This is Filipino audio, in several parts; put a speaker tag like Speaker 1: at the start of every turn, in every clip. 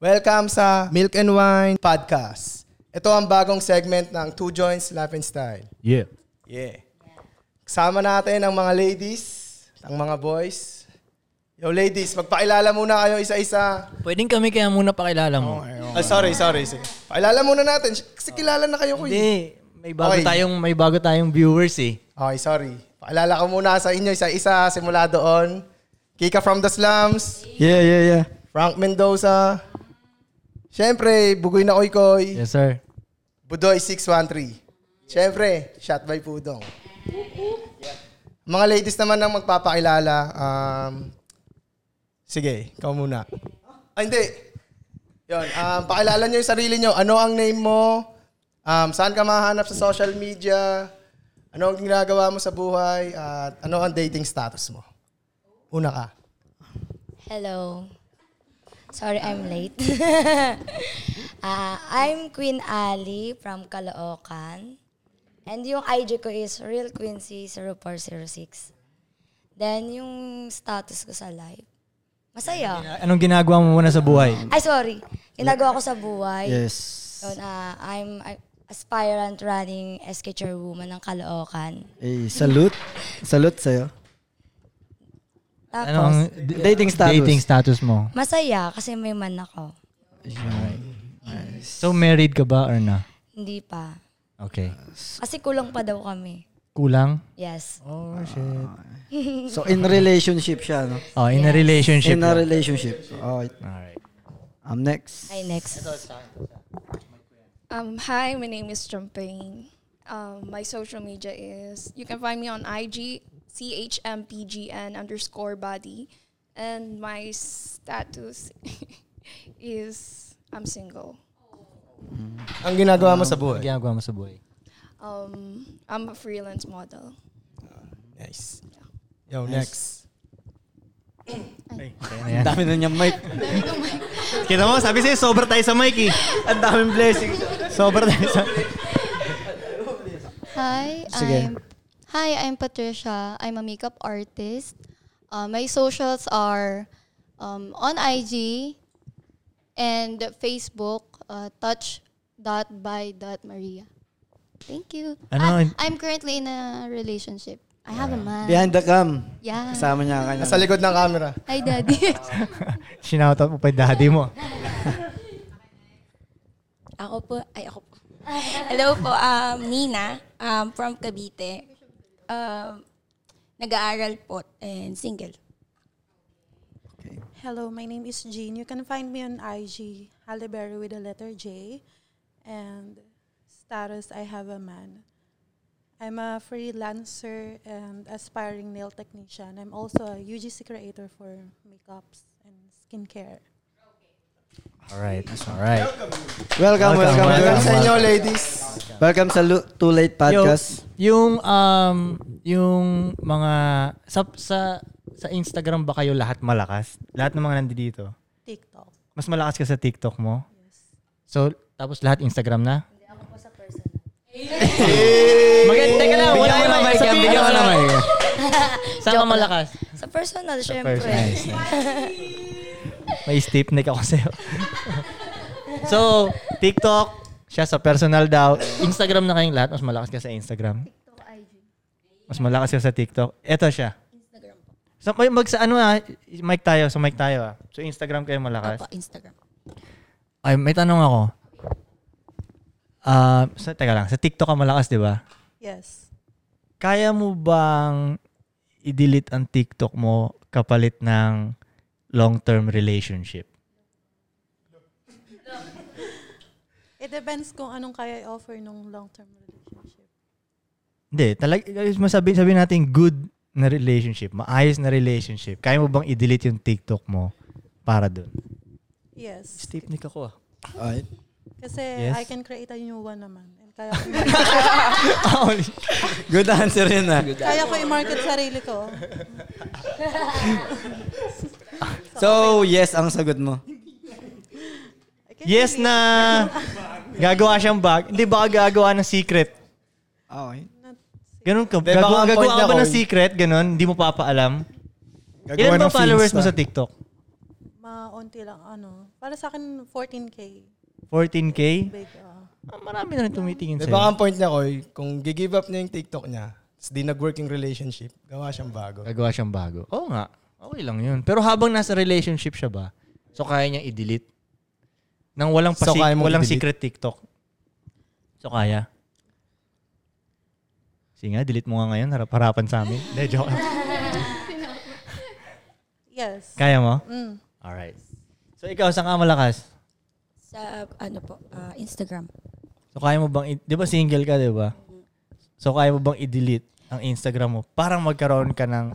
Speaker 1: Welcome sa Milk and Wine Podcast. Ito ang bagong segment ng Two Joints Life and Style.
Speaker 2: Yeah.
Speaker 1: Yeah. Kasama natin ang mga ladies, ang mga boys. Yo ladies, magpakilala muna kayo isa-isa.
Speaker 3: Pwedeng kami kaya muna pakilala mo.
Speaker 1: Ah, sorry, sorry. Sige. Pakilala muna natin. Kasi kilala na kayo ko eh.
Speaker 3: Hindi, may bago
Speaker 1: Okay.
Speaker 3: tayong may bago tayong viewers eh.
Speaker 1: Okay, sorry. Pakilala ko muna sa inyo isa-isa. Simula doon. Kika from the slums.
Speaker 2: Yeah, yeah, yeah.
Speaker 1: Frank Mendoza. Siyempre, Bugoy na Koy Koy.
Speaker 3: Yes, sir.
Speaker 1: Budoy 613. Siyempre, shot by Pudong. Mga ladies naman ang magpapakilala. Um, sige, ikaw muna. Ah, hindi. Yun, um, pakilala nyo yung sarili nyo. Ano ang name mo? Um, saan ka mahanap sa social media? Ano ang ginagawa mo sa buhay? At ano ang dating status mo? Una ka.
Speaker 4: Hello. Sorry, I'm late. Ah, I'm Queen Ali from Caloocan. And yung IG ko is Real Quincy0406. Then yung status ko sa live, masaya.
Speaker 3: Anong ginagawa mo muna sa buhay?
Speaker 4: Ay, sorry. Ginagawa ko sa buhay.
Speaker 2: Yes.
Speaker 4: Yun, ah, I'm a- aspirant running SK Chairwoman ng Caloocan.
Speaker 2: Eh, salute. salute sa'yo.
Speaker 4: Tapos,
Speaker 3: Anong
Speaker 2: Dating status.
Speaker 3: dating status mo?
Speaker 4: masaya kasi may man ako.
Speaker 3: So married ka ba or na?
Speaker 4: Hindi pa.
Speaker 3: Okay.
Speaker 4: Kasi kulang pa daw kami.
Speaker 3: Kulang?
Speaker 4: Yes.
Speaker 3: Oh
Speaker 4: Ah.
Speaker 3: shit.
Speaker 2: So, in relationship siya, no?
Speaker 3: Oh, in a relationship.
Speaker 2: In a relationship. Alright.
Speaker 3: Alright.
Speaker 2: I'm next.
Speaker 4: Ay, next.
Speaker 5: Um, hi, my name is Champagne. Um, my social media is you can find me on IG chmpgn underscore body, and my status is I'm single.
Speaker 1: Ang ginagawa mo sa buhay?
Speaker 3: Anong ginagawa mo sa buhay?
Speaker 5: Um, I'm a freelance model.
Speaker 1: Nice. Yo, next.
Speaker 2: Ang dami na niyang mic.
Speaker 6: Kita mo, sabi sa'yo, sober tayo sa mic eh. Ang daming blessing. Sober tayo sa...
Speaker 7: Hi, I'm Hi, I'm Patricia. I'm a makeup artist. Uh, my socials are um, on IG and Facebook, uh, touch.by.maria. Thank you.
Speaker 3: Ano?
Speaker 7: I, I'm currently in a relationship. I have a man.
Speaker 2: Behind the cam.
Speaker 7: Yeah.
Speaker 2: Kasama niya ang kanya.
Speaker 1: Nasa likod ng camera.
Speaker 7: Hi, daddy.
Speaker 3: Shoutout mo pa yung daddy mo.
Speaker 8: Ako po, ay ako po. Hello po, um, Nina, um, from Cavite. Um, nag-aaral po and single.
Speaker 9: Hello, my name is Jean. You can find me on IG, Halliberry with the letter J. And status, I have a man. I'm a freelancer and aspiring nail technician. I'm also a UGC creator for makeups and skincare.
Speaker 3: Alright. Alright.
Speaker 2: Welcome, welcome,
Speaker 3: Welcome,
Speaker 1: Welcome
Speaker 2: welcome.
Speaker 1: sa inyo, ladies.
Speaker 2: Welcome sa Lu- Too Late Podcast.
Speaker 3: Yung um yung mga sa sa sa Instagram ba kayo lahat malakas? Lahat ng mga nandito.
Speaker 9: TikTok.
Speaker 3: Mas malakas ka sa TikTok mo? So tapos lahat Instagram na? Maganda ka lang. Wala yung mic. ah. Bigyan mo ng mic. Saan ka malakas?
Speaker 4: Sa personal,
Speaker 3: First,
Speaker 4: syempre.
Speaker 3: nice, nice. May steep neck ako sa'yo. so, TikTok, siya sa personal daw. Instagram na kayong lahat. Mas malakas ka sa Instagram. Mas malakas ka sa TikTok. Eto siya. So, may mag sa ano ah, mic tayo, so mic tayo ah. So Instagram kayo malakas.
Speaker 8: Opo, Instagram.
Speaker 3: Ay, may tanong ako. Ah, sa teka lang, sa TikTok ka malakas, 'di ba?
Speaker 9: Yes.
Speaker 3: Kaya mo bang i-delete ang TikTok mo kapalit ng long-term relationship?
Speaker 9: It depends kung anong kaya i-offer nung long-term relationship.
Speaker 3: Hindi, talaga masabi sabi natin good na relationship, maayos na relationship. Kaya mo bang i-delete yung TikTok mo para doon?
Speaker 9: Yes.
Speaker 3: Steep nick ako ah.
Speaker 2: Alright.
Speaker 9: Kasi
Speaker 3: Yes.
Speaker 9: I can create a new one naman. And kaya ko,
Speaker 2: Oh, Good answer yun ah.
Speaker 9: kaya ko i-market sarili ko.
Speaker 2: So, yes ang sagot mo.
Speaker 9: I can
Speaker 3: Yes
Speaker 9: really-
Speaker 3: na gagawa siyang bag. Hindi ba gagawa ng secret?
Speaker 2: Okay.
Speaker 3: Ganun ka.
Speaker 1: Hindi, baka
Speaker 3: Gagawa,
Speaker 1: ang point eh.
Speaker 3: gagawa ka
Speaker 1: niya,
Speaker 3: ba ng
Speaker 1: Cole.
Speaker 3: secret? Ganun? Hindi mo papaalam? Ilan ba followers mo sa TikTok?
Speaker 9: Mga Maunti lang, ano. Para sa akin, 14K.
Speaker 3: 14K?
Speaker 9: Big, oo.
Speaker 3: Ah, Marami na rin tumitingin
Speaker 1: Di
Speaker 3: sa'yo.
Speaker 1: ba ang point niya, Koy, kung gi-give up niya yung TikTok niya, tapos di nag-working relationship, gawa siyang bago.
Speaker 3: Gagawa siyang bago. Oo nga. Okay lang yun. Pero habang nasa relationship siya ba, so kaya niyang i-delete? Nang walang,
Speaker 1: So,
Speaker 3: pasik,
Speaker 1: kaya mong
Speaker 3: walang
Speaker 1: i-delete?
Speaker 3: secret TikTok. So kaya? Sige nga, delete mo nga ngayon. Harap-harapan sa amin. Hindi, joke. lang.
Speaker 9: Yes.
Speaker 3: Kaya mo?
Speaker 9: Mm.
Speaker 3: Alright. So ikaw, saan ka malakas?
Speaker 8: Sa ano po, ah, Instagram.
Speaker 3: So kaya mo bang, i- di ba single ka, di ba? So kaya mo bang i-delete ang Instagram mo para magkaroon ka ng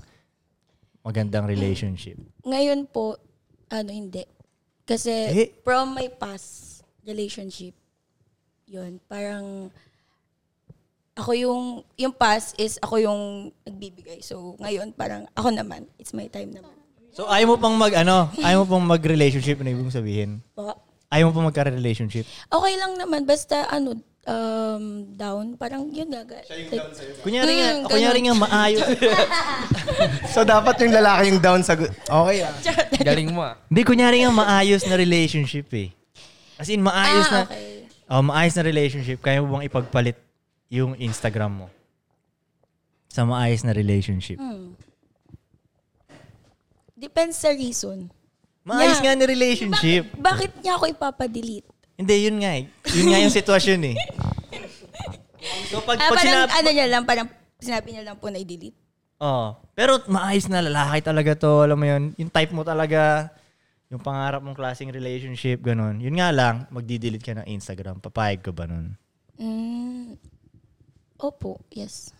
Speaker 3: magandang relationship?
Speaker 8: Ngayon po, ano hindi. Kasi
Speaker 3: Eh?
Speaker 8: from my past relationship, yun, parang ako yung, yung past is ako yung nagbibigay. So, ngayon parang ako naman, it's my time naman.
Speaker 3: So ayaw mo pang mag, ano, ayaw mo pang mag-relationship, ano ibig sabihin?
Speaker 8: Po.
Speaker 3: Ayaw mo pa magka-relationship.
Speaker 8: Okay lang naman, basta ano, um, down, parang yun nga. ga- like,
Speaker 3: Kunyari nga,
Speaker 8: Mm,
Speaker 3: kunyari nga maayos.
Speaker 1: So, dapat yung lalaki yung down sa... Okay ah.
Speaker 10: Galing mo ah.
Speaker 3: Hindi, kunyari nga maayos na relationship eh. As in, maayos na,
Speaker 8: ah, okay.
Speaker 3: oh, maayos na relationship, kaya mo bang ipagpalit yung Instagram mo? Sa maayos na relationship.
Speaker 8: Hmm. Depends sa reason.
Speaker 3: Maayos
Speaker 8: Yeah.
Speaker 3: nga na relationship.
Speaker 8: Bakit, bakit niya ako ipapadelete?
Speaker 3: Hindi, yun nga eh. Yun nga yung sitwasyon eh. So pag,
Speaker 8: Ah,
Speaker 3: pag
Speaker 8: parang
Speaker 3: sinabi,
Speaker 8: ano niya lang, parang sinabi niya lang po na i-delete.
Speaker 3: Oh, pero maayos na lalaki talaga to, alam mo yun. Yung type mo talaga, yung pangarap mong klaseng relationship, ganun. Yun nga lang, magdi-delete ka ng Instagram. Papayag ka ba nun?
Speaker 8: Mm. Opo, yes.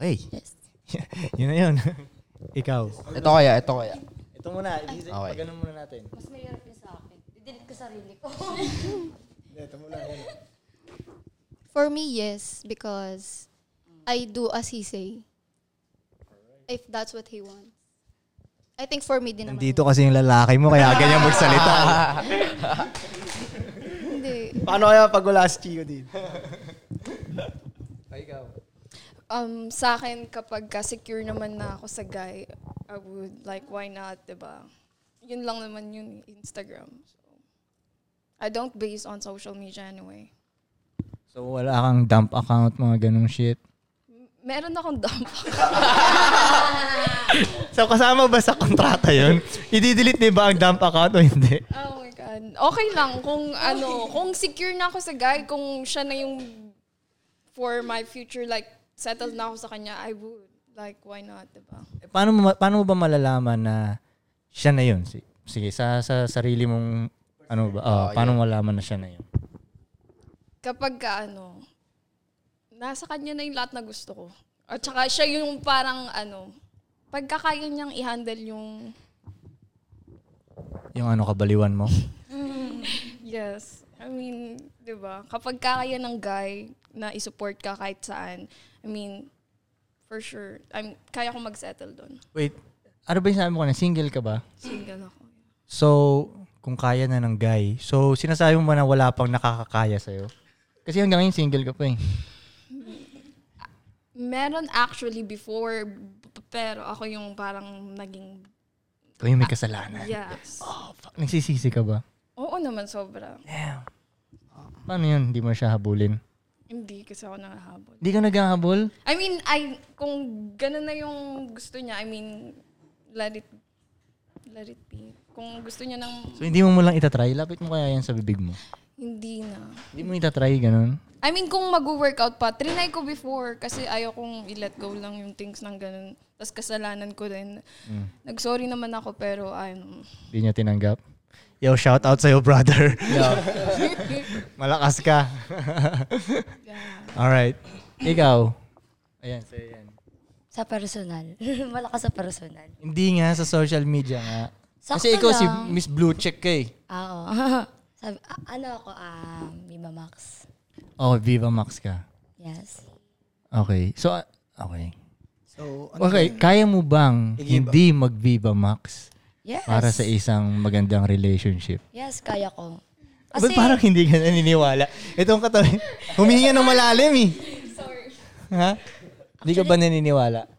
Speaker 3: Okay.
Speaker 8: Yes.
Speaker 3: yun na yun. Ikaw.
Speaker 10: Ito kaya, ito kaya.
Speaker 3: Ito muna.
Speaker 10: Okay.
Speaker 3: Okay. Pagano muna natin.
Speaker 4: Mas mahirap yun sa akin. Didelete ko sarili ko.
Speaker 7: For me, yes, because I do as he say. If that's what he wants. I think for me din naman.
Speaker 3: Nandito kasi yung lalaki mo, kaya ganyan magsalita.
Speaker 7: Hindi.
Speaker 1: Paano kaya pag wala si Chiyo din?
Speaker 11: Um, sa akin, kapag ka secure naman na ako sa guy, I would like, why not, di ba? Yun lang naman yun, Instagram. So, I don't base on social media anyway.
Speaker 3: so wala kang dump account, mga ganung shit.
Speaker 11: Meron akong dump
Speaker 3: So kasama ba sa kontrata yun? I-delete din ba ang dump account o hindi?
Speaker 11: Oh my God. Okay lang kung ano, kung secure na ako sa guy, kung siya na yung for my future, like, settled na ako sa kanya, I would. Like, why not, diba?
Speaker 3: Eh, paano mo ma- paano mo ba malalaman na siya na 'yun? Si- Sige, sa sa sarili mong ano ba?
Speaker 10: Oh,
Speaker 3: ah, paano mo malaman na siya na 'yun?
Speaker 11: Kapag ka, ano, nasa kanya na yung lahat na gusto ko. At saka siya yung parang, ano, pagkakaya niyang i-handle yung,
Speaker 3: Yung ano kabaliwan mo?
Speaker 11: yes. I mean, di ba? Kapag kakaya ng guy na isupport ka kahit saan, I mean, for sure, I'm, kaya ko mag-settle doon.
Speaker 3: Wait, ano ba yung sabi mo kanina? Single ka ba?
Speaker 11: Single ako.
Speaker 3: So, kung kaya na ng guy. So, sinasabi mo ba na wala pang nakakakaya sa'yo? Kasi hanggang ngayon single ka pa eh.
Speaker 11: Meron actually before, b- pero ako yung parang naging,
Speaker 3: Ikaw yung may
Speaker 4: Ah,
Speaker 3: kasalanan.
Speaker 11: yes.
Speaker 3: Oh, fuck. Nagsisisi ka ba?
Speaker 11: Oo naman, sobra.
Speaker 3: Paano yun? Hindi mo siya habulin?
Speaker 11: Hindi kasi ako nangahabol.
Speaker 3: Hindi ka naghahabol?
Speaker 11: I mean, I, kung ganun na yung gusto niya, I mean, let it, let it be. Kung gusto niya ng,
Speaker 3: So, hindi mo mo lang itatry? Lapit mo kaya yan sa bibig mo?
Speaker 11: hindi na.
Speaker 3: Hindi mo itatry, ganun?
Speaker 11: I mean, kung mag-workout pa, trinay ko before kasi ayaw kong i-let go lang yung things ng ganun. Tapos kasalanan ko rin.
Speaker 3: Mm.
Speaker 11: Nag-sorry naman ako pero I'm...
Speaker 3: Hindi niya tinanggap? Yo, shout out sa'yo, brother. Malakas ka. Alright. Ikaw. Ayan, sa'yo yan.
Speaker 4: sa personal. Malakas sa personal.
Speaker 3: Hindi nga sa social media nga.
Speaker 4: Sakto
Speaker 10: Kasi ikaw si
Speaker 4: lang.
Speaker 10: Miss Blue Check ka eh.
Speaker 4: Ah, Oo. Sabi, a- ano ako, ah, Mima Max.
Speaker 3: Oh, Viva Max ka.
Speaker 4: Yes.
Speaker 3: Okay. So, ah, okay.
Speaker 12: So, ano
Speaker 3: Okay, kaya mo bang
Speaker 12: I-give
Speaker 3: hindi mag-Viva Max
Speaker 4: Yes.
Speaker 3: para sa isang magandang relationship?
Speaker 4: Yes, kaya ko.
Speaker 3: Kasi, parang hindi ka naniniwala. Itong katabi, huminga ng malalim eh. Sorry. Ha? Hindi ka ba naniniwala?
Speaker 5: Ah,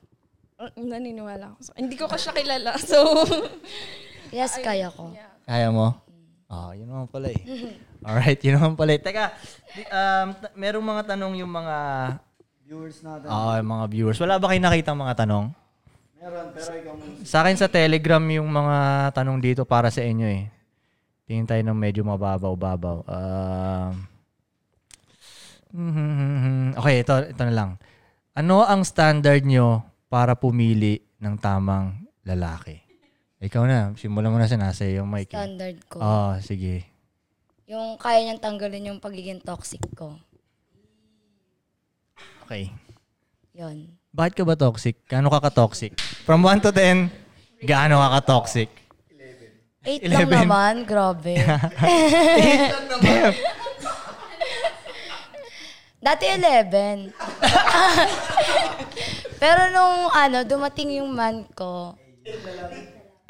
Speaker 11: Uh, naniniwala ako. sa- hindi ko kasi siya kilala. So,
Speaker 4: Yes, kaya ko.
Speaker 11: yeah.
Speaker 3: Kaya mo? Ah, yun naman pala eh. Alright, yun naman pala eh. Teka, di- um, t- merong mga tanong yung mga...
Speaker 2: Viewers natin.
Speaker 3: Ah, yung mga viewers. Wala ba kayo nakita mga tanong?
Speaker 2: Meron, pero ikaw muna.
Speaker 3: Sa akin sa Telegram yung mga tanong dito para sa inyo eh. Tingin tayo ng medyo mababaw-babaw. Um, mhm, okay, ito, ito na lang. Ano ang standard nyo para pumili ng tamang lalaki? Ikaw na, simulan mo na sa nasa yung mic. eh.
Speaker 4: Standard ko.
Speaker 3: Oo, sige.
Speaker 4: Yung kaya niyang tanggalin yung pagiging toxic ko.
Speaker 3: Okay.
Speaker 4: Yun.
Speaker 3: Bakit ka ba toxic? Gaano ka ka-toxic? From 1 to 10, gaano ka ka-toxic?
Speaker 4: Eight
Speaker 3: Eleven.
Speaker 4: lang naman, grabe.
Speaker 3: Eight lang naman.
Speaker 4: Dati 11. Pero nung ano, dumating yung man ko.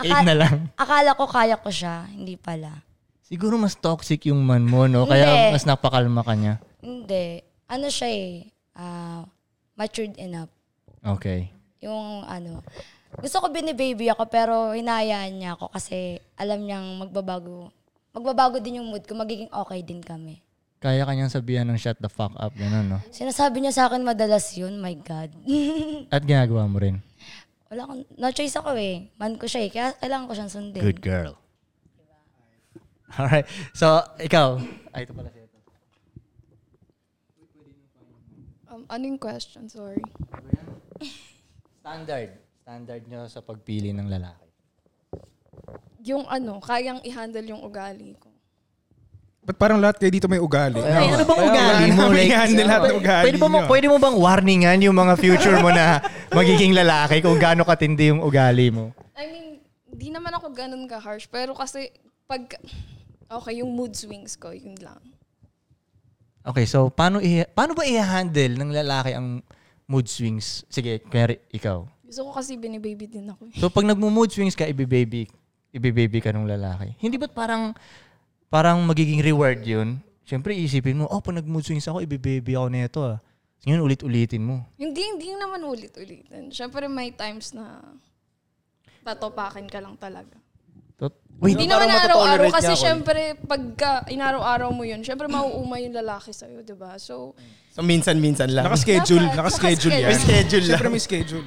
Speaker 3: Eight na lang.
Speaker 4: Akala ko kaya ko siya, hindi pala.
Speaker 3: Siguro mas toxic yung man mo, no? Kaya
Speaker 4: Hindi.
Speaker 3: mas napakalma ka niya.
Speaker 4: Hindi. Ano siya eh, ah, matured enough.
Speaker 3: Okay.
Speaker 4: Yung ano, gusto ko binibaby ako pero hinayaan niya ako kasi alam niyang magbabago. Magbabago din yung mood ko, magiging okay din kami.
Speaker 3: Kaya kanyang sabihan ng shut the fuck up, gano'n, no?
Speaker 4: Sinasabi niya sa akin madalas yun, my God.
Speaker 3: At ginagawa mo rin.
Speaker 4: Wala akong, no choice ako eh. Man ko siya eh, kaya kailangan ko siyang sundin.
Speaker 3: Good girl. Alright. So, ikaw. Ay, ito pala siya.
Speaker 5: Um, ano yung question? Sorry.
Speaker 3: Standard. Standard nyo sa pagpili ng lalaki.
Speaker 5: Yung ano, kayang i-handle yung ugali ko.
Speaker 13: Ba't parang lahat kayo dito may ugali?
Speaker 3: Ay, ano bang ugali mo?
Speaker 13: May
Speaker 3: Like,
Speaker 13: handle lahat ng ugali
Speaker 3: pwede, mo,
Speaker 13: nyo.
Speaker 3: pwede mo bang warningan yung mga future mo na magiging lalaki kung gaano katindi yung ugali mo?
Speaker 5: I mean, di naman ako ganun ka-harsh, pero kasi pag, okay, yung mood swings ko, yun lang.
Speaker 3: Okay, so paano, i- paano ba i-handle ng lalaki ang mood swings? Sige, kunyari, ikaw.
Speaker 5: Gusto ko kasi binibaby din ako. eh.
Speaker 3: So pag nagmo-mood swings ka, ibibaby, ibibaby ka ng lalaki. Hindi ba't parang parang magiging reward 'yun? Siyempre iisipin mo, oh, pag nag-mood swings ako, ibibaby ako nito ah. So, Yun, ulit-ulitin mo.
Speaker 5: Hindi, hindi naman ulit-ulitin. Siyempre, may times na tatopakin ka lang talaga.
Speaker 3: Tot-
Speaker 5: Hindi naman araw-araw kasi
Speaker 1: eh.
Speaker 5: syempre pagka inaraw-araw mo yun, syempre mauuma yung lalaki sa'yo, di ba? So,
Speaker 1: So, minsan-minsan lang.
Speaker 13: Nakaschedule, nakaschedule yan.
Speaker 1: May schedule lang.
Speaker 13: Siyempre may schedule.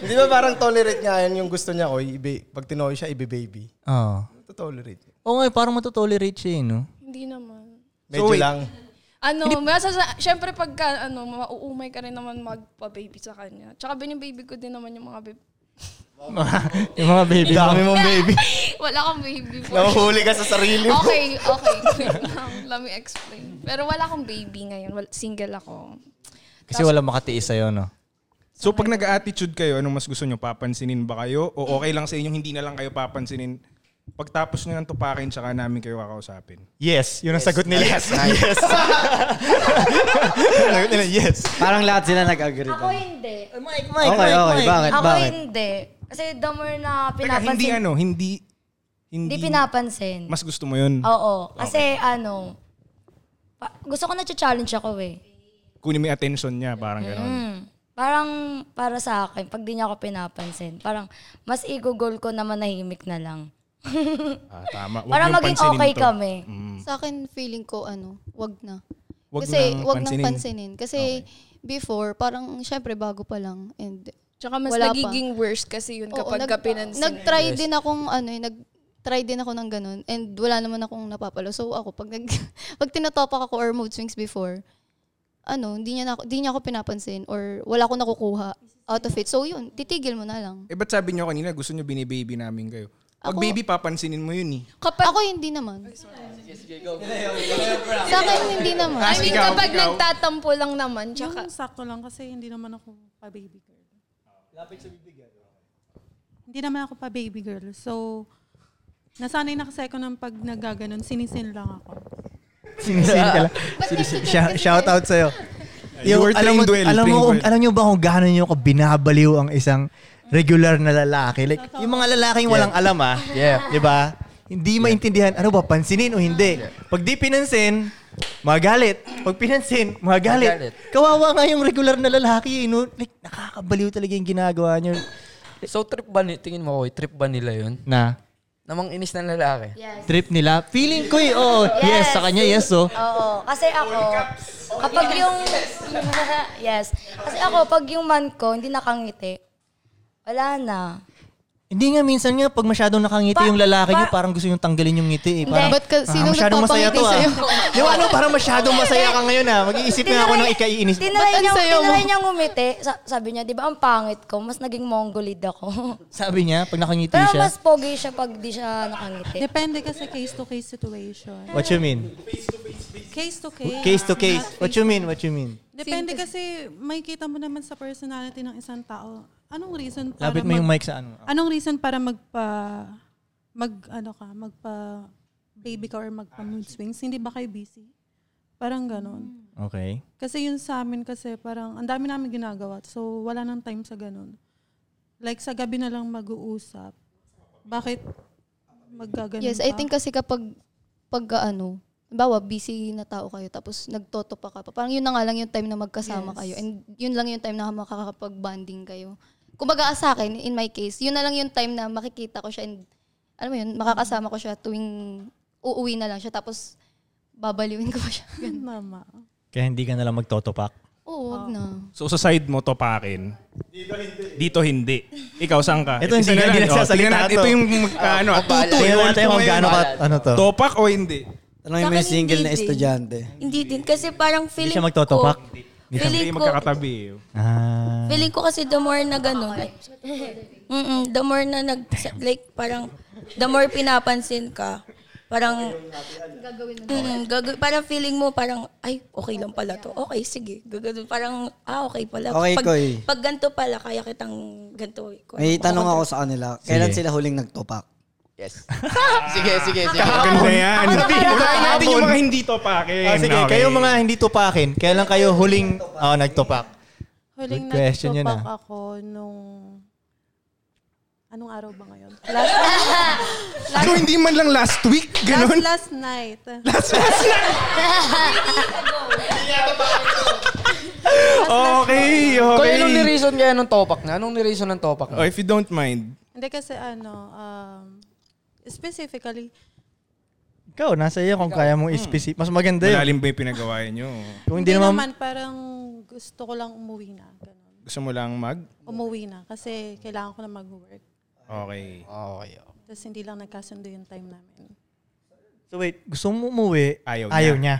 Speaker 1: Hindi ba parang tolerate nga yan yung gusto niya ko? Ibi, pag tinoy siya, ibe-baby.
Speaker 3: Oo.
Speaker 1: Tolerate.
Speaker 3: Oo nga, parang matotolerate siya eh, no?
Speaker 5: hindi naman.
Speaker 1: Medyo lang.
Speaker 5: Ano, masa, syempre pagka ano, mauumay ka rin naman magpa-baby sa kanya. Tsaka binibaby ko din naman yung mga baby.
Speaker 3: yung mga baby mo.
Speaker 1: Dami mong baby.
Speaker 5: Wala kang baby. for
Speaker 1: Nahuhuli
Speaker 5: sure.
Speaker 1: ka sa sarili mo.
Speaker 5: Okay, okay. Wait lang, Let me explain. Pero wala akong baby ngayon. Wal- Single ako.
Speaker 3: Kasi wala makatiis sa'yo, no?
Speaker 13: So pag nag-attitude kayo, anong mas gusto nyo? Papansinin ba kayo? O okay lang sa inyong hindi na lang kayo papansinin? Pagtapos nyo ng tupakin, tsaka namin kayo kakausapin.
Speaker 3: Yes, yun ang sagot nila.
Speaker 13: Yes, nice.
Speaker 3: Yes. sagot nila, yes.
Speaker 2: Parang lahat sila nag-agree.
Speaker 4: Ako hindi. Mike,
Speaker 2: Mike, Okay, Mike, okay, Mike. bakit,
Speaker 4: Ako
Speaker 2: bakit?
Speaker 4: hindi. Kasi the more na
Speaker 13: Teka,
Speaker 4: pinapansin.
Speaker 13: hindi ano, hindi... Hindi,
Speaker 4: Hindi Oh. pinapansin.
Speaker 13: Mas gusto mo yun?
Speaker 4: Oo. Kasi ano, pa- gusto ko na challenge ako eh.
Speaker 13: Kunin mo yung attention niya, parang gano'n.
Speaker 4: Mm. Parang para sa akin, pag di niya ako pinapansin, parang mas igugol ko na manahimik na lang.
Speaker 13: Ah, tama. Huwag
Speaker 4: Parang
Speaker 13: niyong
Speaker 4: maging
Speaker 13: pansinin
Speaker 4: okay
Speaker 13: to.
Speaker 4: kami.
Speaker 13: Mm.
Speaker 7: Sa akin, feeling ko, ano, wag na.
Speaker 13: Wag
Speaker 7: Kasi,
Speaker 13: nang
Speaker 7: wag nang
Speaker 13: pansinin.
Speaker 7: pansinin. Kasi, before, parang, syempre, bago pa lang. And,
Speaker 11: Ah,
Speaker 5: Tsaka mas
Speaker 7: wala pa.
Speaker 5: nagiging worse kasi yun
Speaker 7: Oo,
Speaker 5: kapag
Speaker 7: nag-
Speaker 5: ka pinansin.
Speaker 7: Nag-try
Speaker 5: Yes.
Speaker 7: din akong, ano, eh, nag-try din ako ng ganun. And wala naman akong napapalo. So, ako, pag, nag, pag tinatopak ako or mood swings before, ano, hindi niya, na, ako- hindi niya ako pinapansin or wala akong nakukuha out of it. So, yun, titigil mo na lang.
Speaker 13: Eh, ba't sabi niyo kanina, gusto niyo binibaby namin kayo? Pag
Speaker 7: Ako-
Speaker 13: baby, papansinin mo yun eh.
Speaker 7: ako hindi naman. Sa akin, hindi naman.
Speaker 5: I mean,
Speaker 13: Ikaw,
Speaker 5: kapag
Speaker 13: ikaw.
Speaker 5: nagtatampo lang naman, tsaka...
Speaker 9: Yung sakto lang kasi hindi naman ako pa-baby girl. Hindi naman ako pa-baby girl. So, nasanay na kasi ako ng pag nagaganon, sinisin lang ako.
Speaker 3: Sinisin ka lang. Sinisin. Shout, shout out sa'yo.
Speaker 13: You were
Speaker 3: alam mo,
Speaker 13: trained well,
Speaker 3: alam mo,
Speaker 13: trained well.
Speaker 3: alam nyo ba kung gaano nyo ka binabaliw ang isang regular na lalaki? Like, yung mga lalaking walang alam ah.
Speaker 10: Yeah.
Speaker 3: Di ba? Hindi maintindihan, ano ba, pansinin o hindi. Pag di pinansin, magalit. Pag pinansin, magalit.
Speaker 10: Magalit.
Speaker 3: Kawawa nga yung regular na lalaki. eh, no? Like, nakakabaliw talaga yung ginagawa nyo.
Speaker 10: So trip ba ni tingin mo Koy, trip ba Ano nila 'yun?
Speaker 3: Na?
Speaker 10: namang inis ng lalaki.
Speaker 4: Yes.
Speaker 3: Trip nila. Feeling ko eh, oo. Yes, sa kanya, yes, oh.
Speaker 4: Oo. Kasi ako, kapag yung... yes. Kasi ako, pag yung man ko, hindi nakangiti, wala na.
Speaker 3: Hindi nga, minsan nga, pag masyadong nakangiti
Speaker 4: Pa-
Speaker 3: yung lalaki
Speaker 4: pa-
Speaker 3: nyo, parang gusto yung tanggalin yung ngiti. Eh.
Speaker 4: Hindi.
Speaker 3: Parang,
Speaker 4: Ba't ka- sinong
Speaker 3: masyadong masaya to
Speaker 4: nagpapangiti
Speaker 3: ah.
Speaker 4: sa'yo?
Speaker 3: Yung ano, parang masyadong masaya ka ngayon ah. Mag-iisip na ako ng ikaiinis.
Speaker 4: Tinry
Speaker 3: Ba't ang
Speaker 4: niya,
Speaker 3: sayo mo?
Speaker 4: tinry niya ngumiti. Sa- sabi niya, di ba ang pangit ko? Mas naging mongolid ako.
Speaker 3: Sabi niya, pag nakangiti
Speaker 4: Pero
Speaker 3: siya.
Speaker 4: mas pogi siya pag di siya nakangiti.
Speaker 9: Depende kasi case-to-case situation.
Speaker 3: What you mean?
Speaker 9: Case-to-case.
Speaker 3: Case to case.
Speaker 9: Not
Speaker 3: What you mean? What you mean?
Speaker 9: Depende kasi, may kita mo naman sa personality ng isang tao. Anong reason para
Speaker 3: Lapit mo yung mic sa ano.
Speaker 9: Anong reason para magpa mag ano ka, magpa baby ka or magpa mood swings? Hindi ba kayo busy? Parang ganun.
Speaker 7: Hmm.
Speaker 3: Okay.
Speaker 9: Kasi yun sa amin kasi parang ang dami namin ginagawa. So wala nang time sa ganun. Like sa gabi na lang mag-uusap. Bakit magaganon
Speaker 7: Yes, I
Speaker 9: pa?
Speaker 7: think kasi kapag pag ah, ano, bawa busy na tao kayo tapos nagtoto pa ka pa. Parang yun na nga lang yung time na magkasama
Speaker 9: Yes.
Speaker 7: kayo and yun lang yung time na makakapag-bonding kayo. Kumbaga ah, sa akin, in my case, yun na lang yung time na makikita ko siya and alam mo yun, makakasama ko siya tuwing uuwi na lang siya tapos babaliwin ko pa siya.
Speaker 9: Yun Mama.
Speaker 3: Kaya hindi ka nalang magtotopak.
Speaker 7: Oo, wag na.
Speaker 13: So sa side mo topakin. Dito hindi. Dito hindi. Ikaw saan ka?
Speaker 3: Ito hindi
Speaker 13: Tingnan
Speaker 3: na- hindi
Speaker 13: natin. Oh,
Speaker 3: nagsasalita
Speaker 13: tingnan natin.
Speaker 3: to.
Speaker 13: Ito yung mag-
Speaker 3: Ah,
Speaker 13: ano,
Speaker 3: pabalan.
Speaker 13: tuto.
Speaker 3: Tingnan
Speaker 13: Yung
Speaker 3: natin
Speaker 13: ano
Speaker 3: kung
Speaker 13: ngayon.
Speaker 3: gaano ka- ano to.
Speaker 13: Topak o hindi?
Speaker 2: Tanongin mo
Speaker 8: Sa
Speaker 2: yung
Speaker 8: akin,
Speaker 2: single
Speaker 8: hindi
Speaker 2: na
Speaker 8: din.
Speaker 2: estudyante.
Speaker 8: Hindi din kasi parang feeling
Speaker 2: siya magtotopak.
Speaker 8: ko-
Speaker 13: Hindi
Speaker 8: Feeling ko,
Speaker 13: magkakatabi. eh.
Speaker 3: Ah.
Speaker 8: feeling ko kasi the more na ganun. Mm the more na nag, like parang, the more pinapansin ka, parang,
Speaker 7: Gagawin
Speaker 8: mm, gaga- parang feeling mo parang, ay, okay lang pala to. Okay, sige. Gagano, parang, ah, okay pala.
Speaker 2: Okay,
Speaker 8: pag,
Speaker 2: Koy.
Speaker 8: pag ganito pala, kaya kitang ganito. eh, ko-
Speaker 2: May tanong ako
Speaker 8: makontrol.
Speaker 2: sa kanila. Kailan
Speaker 3: Sige.
Speaker 2: sila huling nagtupak?
Speaker 10: Yes. sige, sige, sige.
Speaker 13: Ganda yan.
Speaker 3: Ako naman.
Speaker 13: Unahin natin yung
Speaker 3: Kahapon.
Speaker 13: mga hindi topakin.
Speaker 3: Ah, sige,
Speaker 13: Okay.
Speaker 3: kayo mga hindi tupakin, kailan kayo huling oh, nagtupak?
Speaker 9: Huling
Speaker 3: Good question yun,
Speaker 9: nagtupak
Speaker 3: ah.
Speaker 9: ako nung... Anong araw ba ngayon? Last night.
Speaker 13: Ano, hindi man lang last week? Ganun?
Speaker 9: Last, last night.
Speaker 13: Okay,
Speaker 10: Kaya
Speaker 13: okay.
Speaker 10: anong ni-reason kaya ng topak na? Anong ni-reason ng topak
Speaker 13: Oh,
Speaker 10: na?
Speaker 13: if you don't mind.
Speaker 9: Hindi kasi ano, um, specifically,
Speaker 3: Ikaw, nasa iyo kung kaya mong specific. Mas maganda yun.
Speaker 13: Hmm. Malalim ba yung pinagawain nyo?
Speaker 3: Kung
Speaker 9: hindi,
Speaker 3: hindi naman,
Speaker 9: naman, parang gusto ko lang umuwi na. Ganun.
Speaker 13: Gusto mo lang mag?
Speaker 9: Umuwi na kasi kailangan ko na mag-work.
Speaker 13: Okay.
Speaker 10: Okay.
Speaker 9: Tapos hindi lang nagkasundo yung time namin.
Speaker 3: so wait, gusto mo umuwi,
Speaker 13: Ayaw niya.
Speaker 3: niya.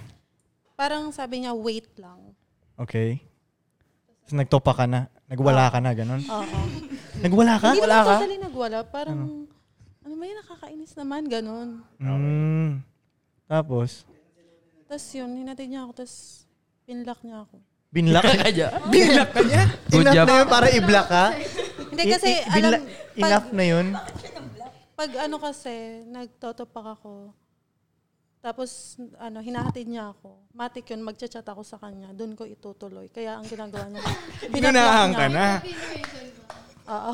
Speaker 9: Parang sabi niya, wait lang.
Speaker 3: Okay. Tapos nagtopa ka na, nagwala ka na, ganun.
Speaker 9: Oo.
Speaker 3: Nagwala ka?
Speaker 9: Hindi naman totally nagwala. Parang, ano ba yun, nakakainis naman, ganun.
Speaker 3: Mm. Tapos,
Speaker 9: Tapos yun, hinatid niya ako, tapos pinlock niya ako.
Speaker 3: binlock.
Speaker 13: Binlock ka niya?
Speaker 10: Good
Speaker 3: Enough
Speaker 10: job.
Speaker 3: na yun para i-block ka?
Speaker 9: Hindi kasi,
Speaker 3: I- i-
Speaker 9: alam,
Speaker 3: binla-
Speaker 9: pag,
Speaker 3: Enough na yun?
Speaker 9: pag ano kasi, nagtotopak ako, tapos ano, hinahatid niya ako. Matik yun, magchat-chat ako sa kanya. Doon ko itutuloy. Kaya ang ginagawa niya,
Speaker 13: Pinunahan
Speaker 9: niya
Speaker 13: ka
Speaker 9: ako.
Speaker 13: na.
Speaker 9: Oo.